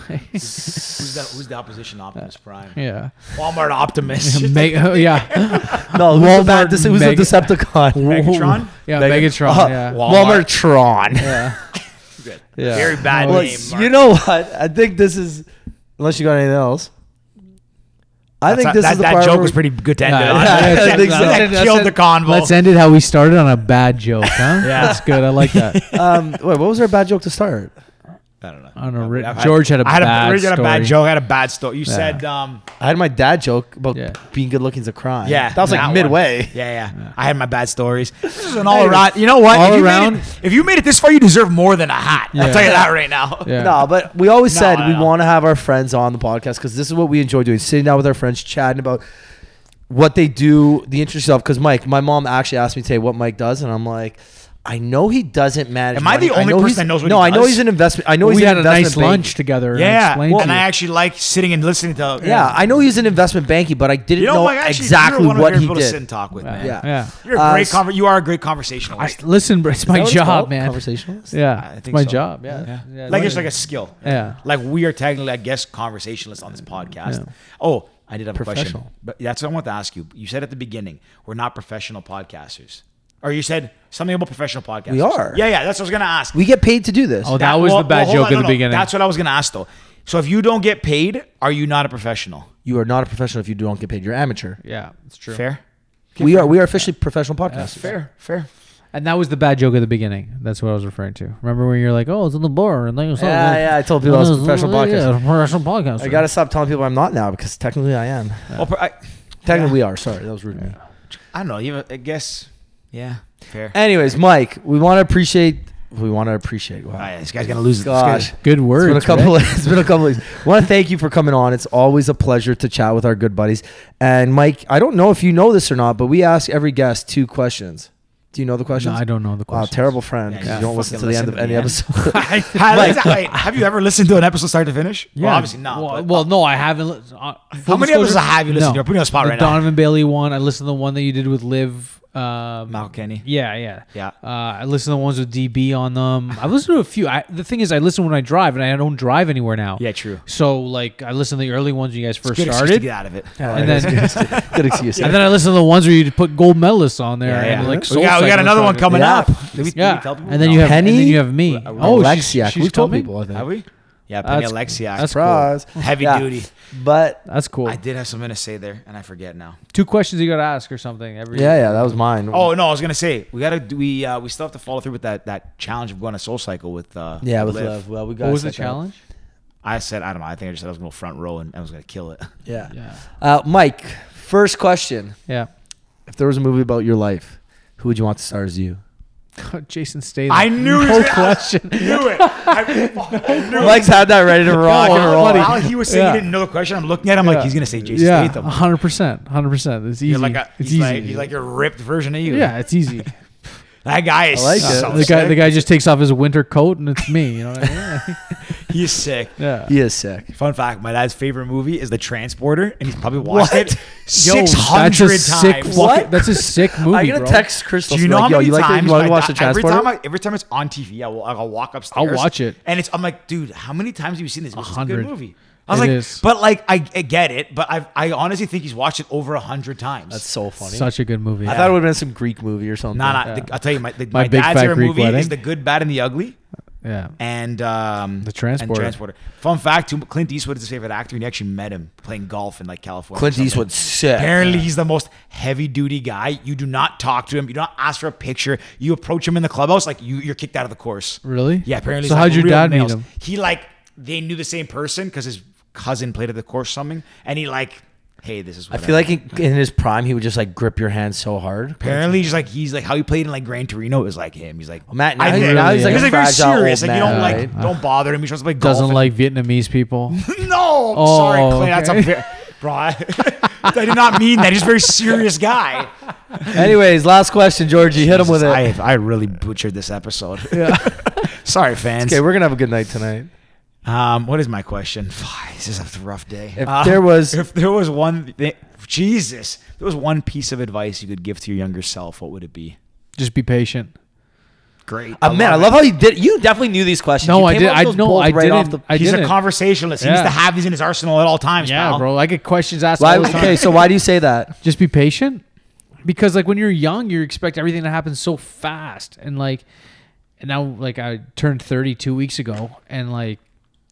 Speaker 1: Who's the, who's the opposition? Optimus Prime.
Speaker 4: Yeah.
Speaker 1: Walmart
Speaker 4: <laughs>
Speaker 1: Optimus.
Speaker 4: Mega. yeah.
Speaker 2: No, who's the bad,
Speaker 4: Walmart
Speaker 2: this, who's
Speaker 4: Mega-
Speaker 2: the
Speaker 1: <laughs>
Speaker 2: Decepticon? <laughs>
Speaker 1: Megatron.
Speaker 4: <laughs> Yeah.
Speaker 1: Mega-
Speaker 4: Megatron.
Speaker 2: Uh,
Speaker 4: yeah.
Speaker 1: <laughs> Walmart.
Speaker 2: Walmart Tron.
Speaker 1: Good. <laughs>
Speaker 4: Yeah.
Speaker 1: Very bad
Speaker 2: Well,
Speaker 1: name. Mark.
Speaker 2: you know what? I think this is. Unless you got anything else. I
Speaker 1: That's
Speaker 2: think
Speaker 1: not-
Speaker 2: this
Speaker 1: that,
Speaker 2: is the
Speaker 1: that
Speaker 2: part
Speaker 1: joke
Speaker 2: where
Speaker 1: was
Speaker 2: we-
Speaker 1: pretty good to end
Speaker 4: Yeah,
Speaker 1: it
Speaker 4: yeah,
Speaker 1: on. <laughs>
Speaker 4: yeah,
Speaker 1: That-
Speaker 4: let's
Speaker 1: that-
Speaker 4: end-
Speaker 1: that
Speaker 4: let's
Speaker 1: killed
Speaker 4: end-
Speaker 1: the convo.
Speaker 4: Let's end it how we started on a bad joke, huh?
Speaker 1: Yeah.
Speaker 4: That's good. I like that.
Speaker 2: <laughs> Um, wait, what was our bad joke to start?
Speaker 1: I don't know.
Speaker 4: I don't know. Ri- George had a
Speaker 1: I had
Speaker 4: bad
Speaker 1: a, Rick had a bad
Speaker 4: story.
Speaker 1: joke. I had a bad story. You said, um,
Speaker 2: I had my dad joke about
Speaker 4: Yeah.
Speaker 2: being good looking is a crime.
Speaker 1: Yeah,
Speaker 2: that was like
Speaker 1: one.
Speaker 2: midway.
Speaker 1: Yeah, yeah, I had my bad
Speaker 2: <laughs>
Speaker 1: stories. This is an all around. You know what?
Speaker 4: all
Speaker 1: if you
Speaker 4: around-
Speaker 1: Made it, if you made it this far, you deserve more than a hat.
Speaker 4: Yeah.
Speaker 1: I'll tell you that right now. <laughs>
Speaker 4: Yeah.
Speaker 2: <laughs> No, but we always
Speaker 1: No,
Speaker 2: said
Speaker 1: no,
Speaker 2: we
Speaker 1: no.
Speaker 2: want to have our friends on the podcast because this is what we enjoy doing: sitting down with our friends, chatting about what they do, the interest of. Because Mike, my mom actually asked me today what Mike does, and I'm like, I know he doesn't manage.
Speaker 1: Am I the
Speaker 2: money.
Speaker 1: only
Speaker 2: know
Speaker 1: person
Speaker 2: he's-
Speaker 1: that knows what
Speaker 2: No,
Speaker 1: he
Speaker 2: I know
Speaker 1: does?
Speaker 2: he's an investment. I know he's
Speaker 4: we
Speaker 2: an
Speaker 4: had a
Speaker 2: investment
Speaker 4: nice
Speaker 2: bank-
Speaker 4: lunch together.
Speaker 1: yeah,
Speaker 4: and I explained
Speaker 1: well,
Speaker 4: to
Speaker 1: and I
Speaker 4: you.
Speaker 1: actually like sitting and listening to.
Speaker 2: Yeah, I know he's an investment banky, but I didn't
Speaker 1: you know,
Speaker 2: know
Speaker 1: like, actually,
Speaker 2: exactly
Speaker 1: you're one of my
Speaker 2: what
Speaker 1: favorite
Speaker 2: he
Speaker 1: people to sit and
Speaker 2: did.
Speaker 1: talk with, man.
Speaker 2: Yeah.
Speaker 4: yeah.
Speaker 1: You're a great
Speaker 2: Uh,
Speaker 1: conver- You are a great conversationalist.
Speaker 4: I- listen, bro, it's my
Speaker 2: what it's
Speaker 4: job,
Speaker 2: called?
Speaker 4: man.
Speaker 2: Conversationalist?
Speaker 4: Yeah,
Speaker 1: I
Speaker 4: it's
Speaker 1: think
Speaker 4: my
Speaker 1: so.
Speaker 4: job. Yeah,
Speaker 1: Yeah.
Speaker 4: yeah.
Speaker 1: like it's like a skill.
Speaker 4: Yeah.
Speaker 1: Like we are technically, I guess, conversationalists on this podcast.
Speaker 4: Yeah.
Speaker 1: Oh, I did have a question.
Speaker 4: Professional.
Speaker 1: But that's what I want to ask you. You said at the beginning, we're not professional podcasters. Or you said something about professional podcasters.
Speaker 2: We are.
Speaker 1: Yeah, yeah. That's what I was gonna ask.
Speaker 2: We get paid to do this.
Speaker 4: Oh, that was the bad
Speaker 1: hold
Speaker 4: joke
Speaker 1: on,
Speaker 4: in the beginning.
Speaker 1: That's what I was gonna ask though. So if you don't get paid, are you not a professional?
Speaker 2: You are not a professional if you don't get paid. You're amateur.
Speaker 4: yeah, it's true.
Speaker 1: Fair?
Speaker 2: we are. We are officially professional podcasters.
Speaker 1: Fair, fair.
Speaker 4: And that was the bad joke at the beginning. That's what I was referring to. Remember when you're like, "Oh, it's on the bar," and like, it's
Speaker 2: Yeah,
Speaker 4: not-
Speaker 2: yeah, I told people I was a
Speaker 4: it's-
Speaker 2: professional
Speaker 4: yeah,
Speaker 2: podcaster.
Speaker 4: professional podcast.
Speaker 2: I gotta stop telling people I'm not now because technically I am.
Speaker 1: Well, per- I,
Speaker 2: Technically we are. Sorry, that was rude of me.
Speaker 1: I don't know. You have a, I guess. Yeah, fair.
Speaker 2: Anyways, Mike, we want to appreciate. We want to appreciate. Wow.
Speaker 1: All right, this guy's gonna lose. this guy-
Speaker 2: Gosh.
Speaker 4: good
Speaker 2: It's
Speaker 4: word.
Speaker 2: been a couple. <laughs> It's been a couple. Weeks. Want to thank you for coming on. It's always a pleasure to chat with our good buddies. And Mike, I don't know if you know this or not, but we ask every guest two questions. Do you know the questions?
Speaker 4: I don't know the
Speaker 2: Wow,
Speaker 4: questions. <laughs>
Speaker 2: terrible friend.
Speaker 1: Yeah,
Speaker 2: 'cause
Speaker 1: you
Speaker 2: you don't
Speaker 1: fucking
Speaker 2: listen to the end
Speaker 1: listen
Speaker 2: of
Speaker 1: to
Speaker 2: any
Speaker 1: the end.
Speaker 2: episode.
Speaker 1: Hi, Liz. Wait, have you ever listened to an episode start to finish? Well, obviously not.
Speaker 4: Well,
Speaker 1: but-
Speaker 4: well, no, I haven't. Li- uh,
Speaker 1: How many episodes have you listened to? You're putting me on the spot
Speaker 4: the
Speaker 1: right now.
Speaker 4: Donovan Bailey one. I listened to the one that you did with Liv. Um,
Speaker 1: Mal Kenny.
Speaker 4: Yeah, yeah,
Speaker 1: Yeah.
Speaker 4: Uh, I listen to the ones with DB on them. I listen to a few. I, the thing is, I listen when I drive, and I don't drive anywhere now.
Speaker 1: Yeah, true.
Speaker 4: So like, I listen to the early ones when you guys first
Speaker 1: Good excuse to
Speaker 4: started,
Speaker 1: get out of it.
Speaker 2: <laughs>
Speaker 4: and then
Speaker 2: good excuse.
Speaker 4: and then <laughs> I listen to the ones where you put gold medalists on there.
Speaker 1: Yeah, yeah.
Speaker 4: And, like,
Speaker 1: we got, we got
Speaker 4: Soul
Speaker 1: another one
Speaker 4: Cycles.
Speaker 1: coming
Speaker 2: Yeah.
Speaker 1: up. Did we- did we
Speaker 4: Yeah,
Speaker 1: tell people?
Speaker 4: and then
Speaker 1: No.
Speaker 4: you have
Speaker 2: Penny,
Speaker 4: and then you have me.
Speaker 2: Oh, Alexiak.
Speaker 4: she's- she's
Speaker 2: We've told
Speaker 4: coming?
Speaker 2: people. I think.
Speaker 1: Have we? Yeah, Penny
Speaker 4: That's-
Speaker 1: Alexiak.
Speaker 4: that's
Speaker 2: Surprise.
Speaker 1: Heavy
Speaker 2: Yeah.
Speaker 1: duty.
Speaker 2: But
Speaker 4: That's cool.
Speaker 1: I did have something to say there, and I forget now.
Speaker 4: Two questions you got to ask or something every.
Speaker 2: yeah, yeah, that was mine.
Speaker 1: Oh no, I was gonna say we gotta do- we uh, we still have to follow through with that that challenge of going to Soul Cycle with uh
Speaker 2: yeah, with
Speaker 1: Liv.
Speaker 2: love. Well, we got.
Speaker 4: What was the challenge?
Speaker 1: I said I don't know. I think I just said I was gonna go front row and I was gonna kill it.
Speaker 2: Yeah.
Speaker 4: Yeah.
Speaker 2: Uh, Mike, first question:
Speaker 4: Yeah.
Speaker 2: If there was a movie about your life, who would you want to star as you?
Speaker 4: <laughs> Jason Statham.
Speaker 1: <laughs> I knew
Speaker 4: No
Speaker 1: it. <laughs>
Speaker 4: question.
Speaker 1: I knew it. <laughs> I, fucking knew it.
Speaker 2: <laughs> Mike's had that ready to rock and roll.
Speaker 1: While he was saying
Speaker 4: Yeah.
Speaker 1: he didn't know the question, I'm looking at him like
Speaker 4: Yeah.
Speaker 1: he's gonna say Jason
Speaker 4: yeah,
Speaker 1: Statham.
Speaker 4: 100%. 100%. It's easy.
Speaker 1: You're like a,
Speaker 4: it's
Speaker 1: he's
Speaker 4: easy.
Speaker 1: like he's like a ripped version of you.
Speaker 4: yeah,
Speaker 1: <laughs>
Speaker 4: it's easy.
Speaker 1: that guy is
Speaker 2: I like it.
Speaker 1: so
Speaker 4: the guy
Speaker 1: sick.
Speaker 4: the guy just takes off his winter coat and it's me, you know what
Speaker 1: <laughs>
Speaker 4: I mean?
Speaker 1: He's sick.
Speaker 4: Yeah.
Speaker 2: He is sick.
Speaker 1: Fun fact: My dad's favorite movie is The Transporter, and he's probably watched
Speaker 2: What?
Speaker 1: it
Speaker 4: Yo,
Speaker 1: six
Speaker 4: that's a
Speaker 1: hundred
Speaker 4: sick
Speaker 1: times.
Speaker 4: fucking-
Speaker 2: What?
Speaker 4: That's
Speaker 2: <laughs>
Speaker 4: a sick movie,
Speaker 2: I'm gonna
Speaker 4: bro.
Speaker 2: text Crystal.
Speaker 1: Do you know
Speaker 2: like,
Speaker 1: how many
Speaker 2: Yo, you like
Speaker 1: times
Speaker 2: you wanna
Speaker 1: my
Speaker 2: watch the
Speaker 1: dad- every time
Speaker 2: transporter?
Speaker 1: I, every time it's on TV, I will I'll walk
Speaker 4: I'll
Speaker 1: upstairs.
Speaker 4: watch it.
Speaker 1: and it's I'm like, dude, how many times have you seen this? It's a good
Speaker 4: 100.
Speaker 1: movie. I was
Speaker 4: It
Speaker 1: like,
Speaker 4: is.
Speaker 1: but like I, I get it, but I I honestly think he's watched it over a hundred times.
Speaker 2: That's so funny.
Speaker 4: Such a good movie.
Speaker 2: I thought it would have been some Greek movie or something.
Speaker 1: nah, nah. the- I'll tell you, my the, my,
Speaker 4: Big
Speaker 1: dad's
Speaker 4: Fat
Speaker 1: favorite
Speaker 4: Greek
Speaker 1: movie
Speaker 4: Wedding.
Speaker 1: is The Good, Bad, and the Ugly.
Speaker 4: yeah.
Speaker 1: and um,
Speaker 4: The Transporter.
Speaker 1: And transporter. Fun fact: too, Clint Eastwood is his favorite actor, and he actually met him playing golf in like California. or
Speaker 2: Clint
Speaker 1: something.
Speaker 2: Eastwood's sick.
Speaker 1: Apparently, he's the most heavy-duty guy. You do not talk to him. You do not ask for a picture. You approach him in the clubhouse, like you, you're kicked out of the course.
Speaker 4: Really?
Speaker 1: Yeah. Apparently.
Speaker 4: So
Speaker 1: he's,
Speaker 4: how'd
Speaker 1: like,
Speaker 4: your
Speaker 1: real
Speaker 4: dad meet
Speaker 1: nails.
Speaker 4: him?
Speaker 1: He like they knew the same person because his cousin played at the course or something, and he like, hey, this is.
Speaker 2: I
Speaker 1: What
Speaker 2: feel like in, in his prime, he would just like grip your hand so <laughs> hard.
Speaker 1: Apparently, he's like he's like how he played in like Gran Torino is like him. He's like
Speaker 2: Matt, now
Speaker 1: I
Speaker 2: he's-
Speaker 1: think-
Speaker 2: now he's like a
Speaker 1: very
Speaker 2: fragile old
Speaker 1: serious. Like you don't
Speaker 2: man,
Speaker 1: like
Speaker 2: right?
Speaker 1: don't bother him. He tries to play golf.
Speaker 4: Doesn't
Speaker 1: and-
Speaker 4: like
Speaker 2: <laughs>
Speaker 4: Vietnamese people.
Speaker 1: <laughs> No, I'm
Speaker 4: Oh,
Speaker 1: sorry, Clay. That's
Speaker 4: okay.
Speaker 1: a very, bro. I, <laughs> I did not mean that. He's a very serious guy.
Speaker 2: Anyways, last question, Georgie. Hit him with it.
Speaker 1: I, I really butchered this episode. Yeah. <laughs> sorry, fans.
Speaker 2: okay, we're gonna have a good night tonight.
Speaker 1: Um, what is my question? <sighs> Fuck, This is a rough day.
Speaker 2: If
Speaker 1: Um,
Speaker 2: there was-
Speaker 1: if there was one thing, Jesus, if there was one piece of advice you could give to your younger self, what would it be?
Speaker 4: Just be patient.
Speaker 1: Great.
Speaker 2: Uh, man, I love how you did. You definitely knew these questions.
Speaker 4: No,
Speaker 2: You
Speaker 4: I
Speaker 2: came
Speaker 4: did-
Speaker 2: up with
Speaker 4: I-
Speaker 2: those
Speaker 4: no,
Speaker 2: bold
Speaker 4: I
Speaker 2: right off
Speaker 4: didn't.
Speaker 2: the-
Speaker 4: I
Speaker 1: He's
Speaker 4: didn't.
Speaker 1: a conversationalist. He
Speaker 4: Yeah.
Speaker 1: needs to have these in his arsenal at all times,
Speaker 4: Yeah,
Speaker 1: pal.
Speaker 4: bro. I get questions asked
Speaker 2: Why,
Speaker 4: all the time.
Speaker 2: okay, so why do you say that?
Speaker 4: just be patient because like when you're young you expect everything to happen so fast and like and now like i turned 30 two weeks ago and like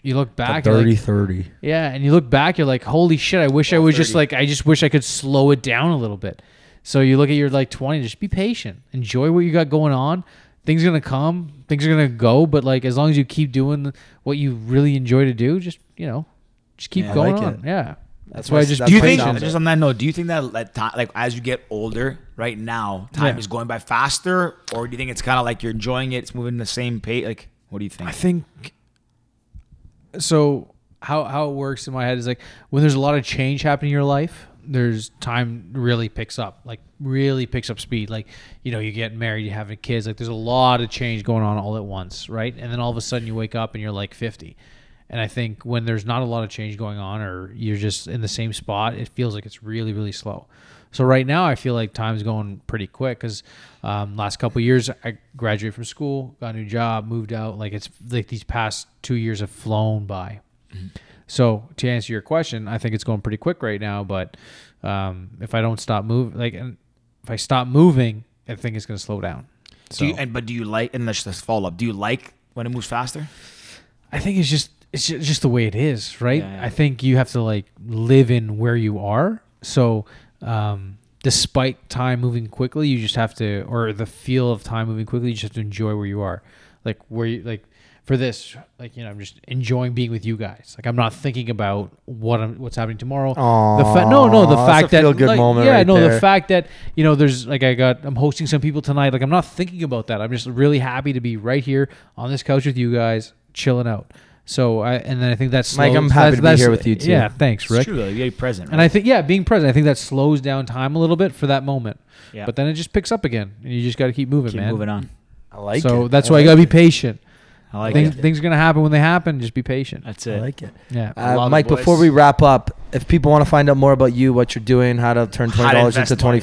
Speaker 4: you look back you're like,
Speaker 2: 30.
Speaker 4: yeah and you look back you're like holy shit i wish i was just
Speaker 1: 30.
Speaker 4: like i just wish i could slow it down a little bit so you look at your like 20 just be patient enjoy what you got going on things are gonna come things are gonna go but like as long as you keep doing what you really enjoy to do just you know just keep
Speaker 2: Yeah, I
Speaker 4: going
Speaker 2: like
Speaker 4: on
Speaker 2: it.
Speaker 4: yeah that's,
Speaker 2: That's
Speaker 4: why i
Speaker 2: my-
Speaker 4: just
Speaker 2: that's
Speaker 1: do you
Speaker 2: my
Speaker 1: think
Speaker 2: sounds
Speaker 1: just
Speaker 2: it.
Speaker 1: on that note do you think that like, time, like as you get older right now time
Speaker 4: Yeah.
Speaker 1: is going by faster or do you think it's kind of like you're enjoying it it's moving the same pace like what do you think
Speaker 4: I think so. How how it works in my head is like when there's a lot of change happening in your life, there's time really picks up, like really picks up speed. Like, you know, you get married, you having kids, like there's a lot of change going on all at once, right? And then all of a sudden you wake up and you're like 50. And I think when there's not a lot of change going on or you're just in the same spot, it feels like it's really, really slow. So right now I feel like time's going pretty quick because um, last couple of years I graduated from school, got a new job, moved out. Like it's like these past two years have flown by.
Speaker 1: Mm-hmm.
Speaker 4: So to answer your question, I think it's going pretty quick right now. But um, if I don't stop moving, like and if I stop moving, I think it's going to slow down. So
Speaker 1: Do you, and, but do you like? And let's just follow up. Do you like when it moves faster?
Speaker 4: I think it's just it's ju- just the way it is, right? I think you have to like live in where you are. So um, despite time moving quickly, you just have to, or the feel of time moving quickly, you just have to enjoy where you are. Like where you like for this, like you know, I'm just enjoying being with you guys. Like I'm not thinking about what I'm what's happening tomorrow. the fa- no, no,
Speaker 2: Aw,
Speaker 4: the
Speaker 2: that's
Speaker 4: fact
Speaker 2: a
Speaker 4: that
Speaker 2: feel-good
Speaker 4: like,
Speaker 2: moment
Speaker 4: yeah,
Speaker 2: right
Speaker 4: no, the
Speaker 2: there.
Speaker 4: fact that you know, there's like I got I'm hosting some people tonight. Like I'm not thinking about that. I'm just really happy to be right here on this couch with you guys, chilling out. So I and then I think that's
Speaker 2: Mike, I'm happy to be here with you, too.
Speaker 4: Yeah, thanks, Rick.
Speaker 1: true. Like, you're present.
Speaker 4: And I think yeah, being present, I think that slows down time a little bit for that moment.
Speaker 1: Yeah.
Speaker 4: But then it just picks up again, and you just got to keep moving,
Speaker 1: keep
Speaker 4: man.
Speaker 1: moving on.
Speaker 2: I like
Speaker 4: so
Speaker 2: it.
Speaker 4: that's
Speaker 2: I
Speaker 4: why
Speaker 2: like
Speaker 4: you gotta be patient.
Speaker 1: I like
Speaker 4: things
Speaker 1: it.
Speaker 4: things are gonna happen when they happen. Just be patient.
Speaker 1: That's
Speaker 2: it.
Speaker 1: it.
Speaker 2: I like it.
Speaker 4: Yeah.
Speaker 2: Uh,
Speaker 1: Love
Speaker 2: Mike,
Speaker 1: the
Speaker 2: before
Speaker 1: voice.
Speaker 2: we wrap up, if people want to find out more about you, what you're doing, how to turn
Speaker 1: How
Speaker 2: twenty
Speaker 1: to
Speaker 2: dollars into
Speaker 1: invest
Speaker 2: twenty
Speaker 1: money,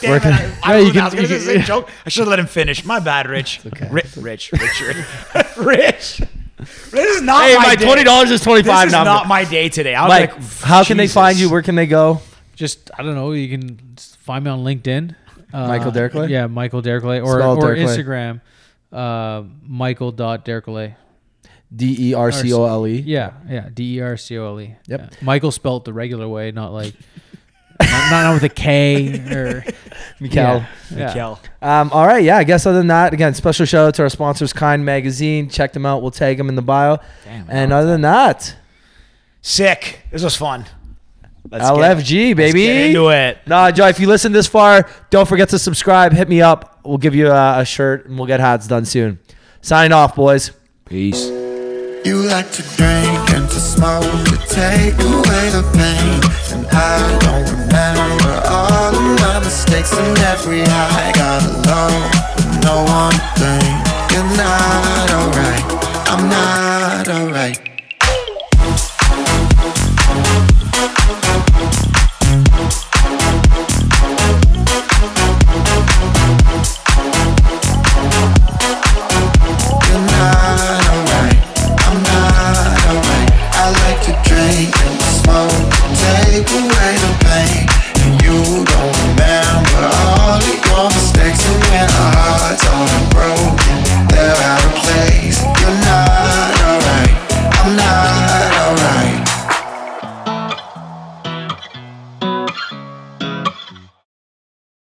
Speaker 1: <laughs>
Speaker 2: <laughs>
Speaker 1: Damn
Speaker 2: Where
Speaker 1: it,
Speaker 2: can-
Speaker 1: I, I,
Speaker 4: Yeah, you
Speaker 1: blew it. I
Speaker 4: can-
Speaker 1: was gonna
Speaker 4: you
Speaker 1: just
Speaker 4: can-
Speaker 1: say joke. I should have let him finish. My bad, Rich. Ri- Rich, Rich, Rich, <laughs> Rich. This is not
Speaker 2: Hey,
Speaker 1: my,
Speaker 2: my
Speaker 1: day.
Speaker 2: $20 is
Speaker 1: This
Speaker 2: $25
Speaker 1: is
Speaker 2: number.
Speaker 1: not my day today. I was
Speaker 2: Mike,
Speaker 1: like,
Speaker 2: how can they find you?
Speaker 1: Jesus.
Speaker 2: Where can they go?
Speaker 4: just I don't know. You can s- find me on LinkedIn, uh,
Speaker 2: Michael Derkley?
Speaker 4: Yeah, Michael Derkley or
Speaker 2: Spell
Speaker 4: or
Speaker 2: Derkley.
Speaker 4: Instagram, uh, Michael dot Derkley.
Speaker 2: D e r c o l e.
Speaker 4: Yeah, yeah, D E R C O L E.
Speaker 2: Yep.
Speaker 4: Yeah. Michael spelt the regular way, not like <laughs> not, not with a K or
Speaker 2: Mikhail.
Speaker 4: Yeah, yeah.
Speaker 1: Kel.
Speaker 2: Um, all right, yeah. I guess other than that, again, special shout out to our sponsors, Kind Magazine. Check them out. We'll tag them in the bio.
Speaker 1: Damn,
Speaker 2: and other than that,
Speaker 1: Sick. This was fun. Let's get-
Speaker 2: LFG,
Speaker 1: let's
Speaker 2: baby.
Speaker 1: get into it.
Speaker 2: Nah, Joe, if you listened this far, don't forget to subscribe. Hit me up. We'll give you a, a shirt and we'll get hats done soon. Signing off, boys.
Speaker 1: Peace.
Speaker 3: You like to drink and to smoke to take away the pain. And I don't remember all of my mistakes and every high got alone. No one thing. You're not alright. I'm not alright.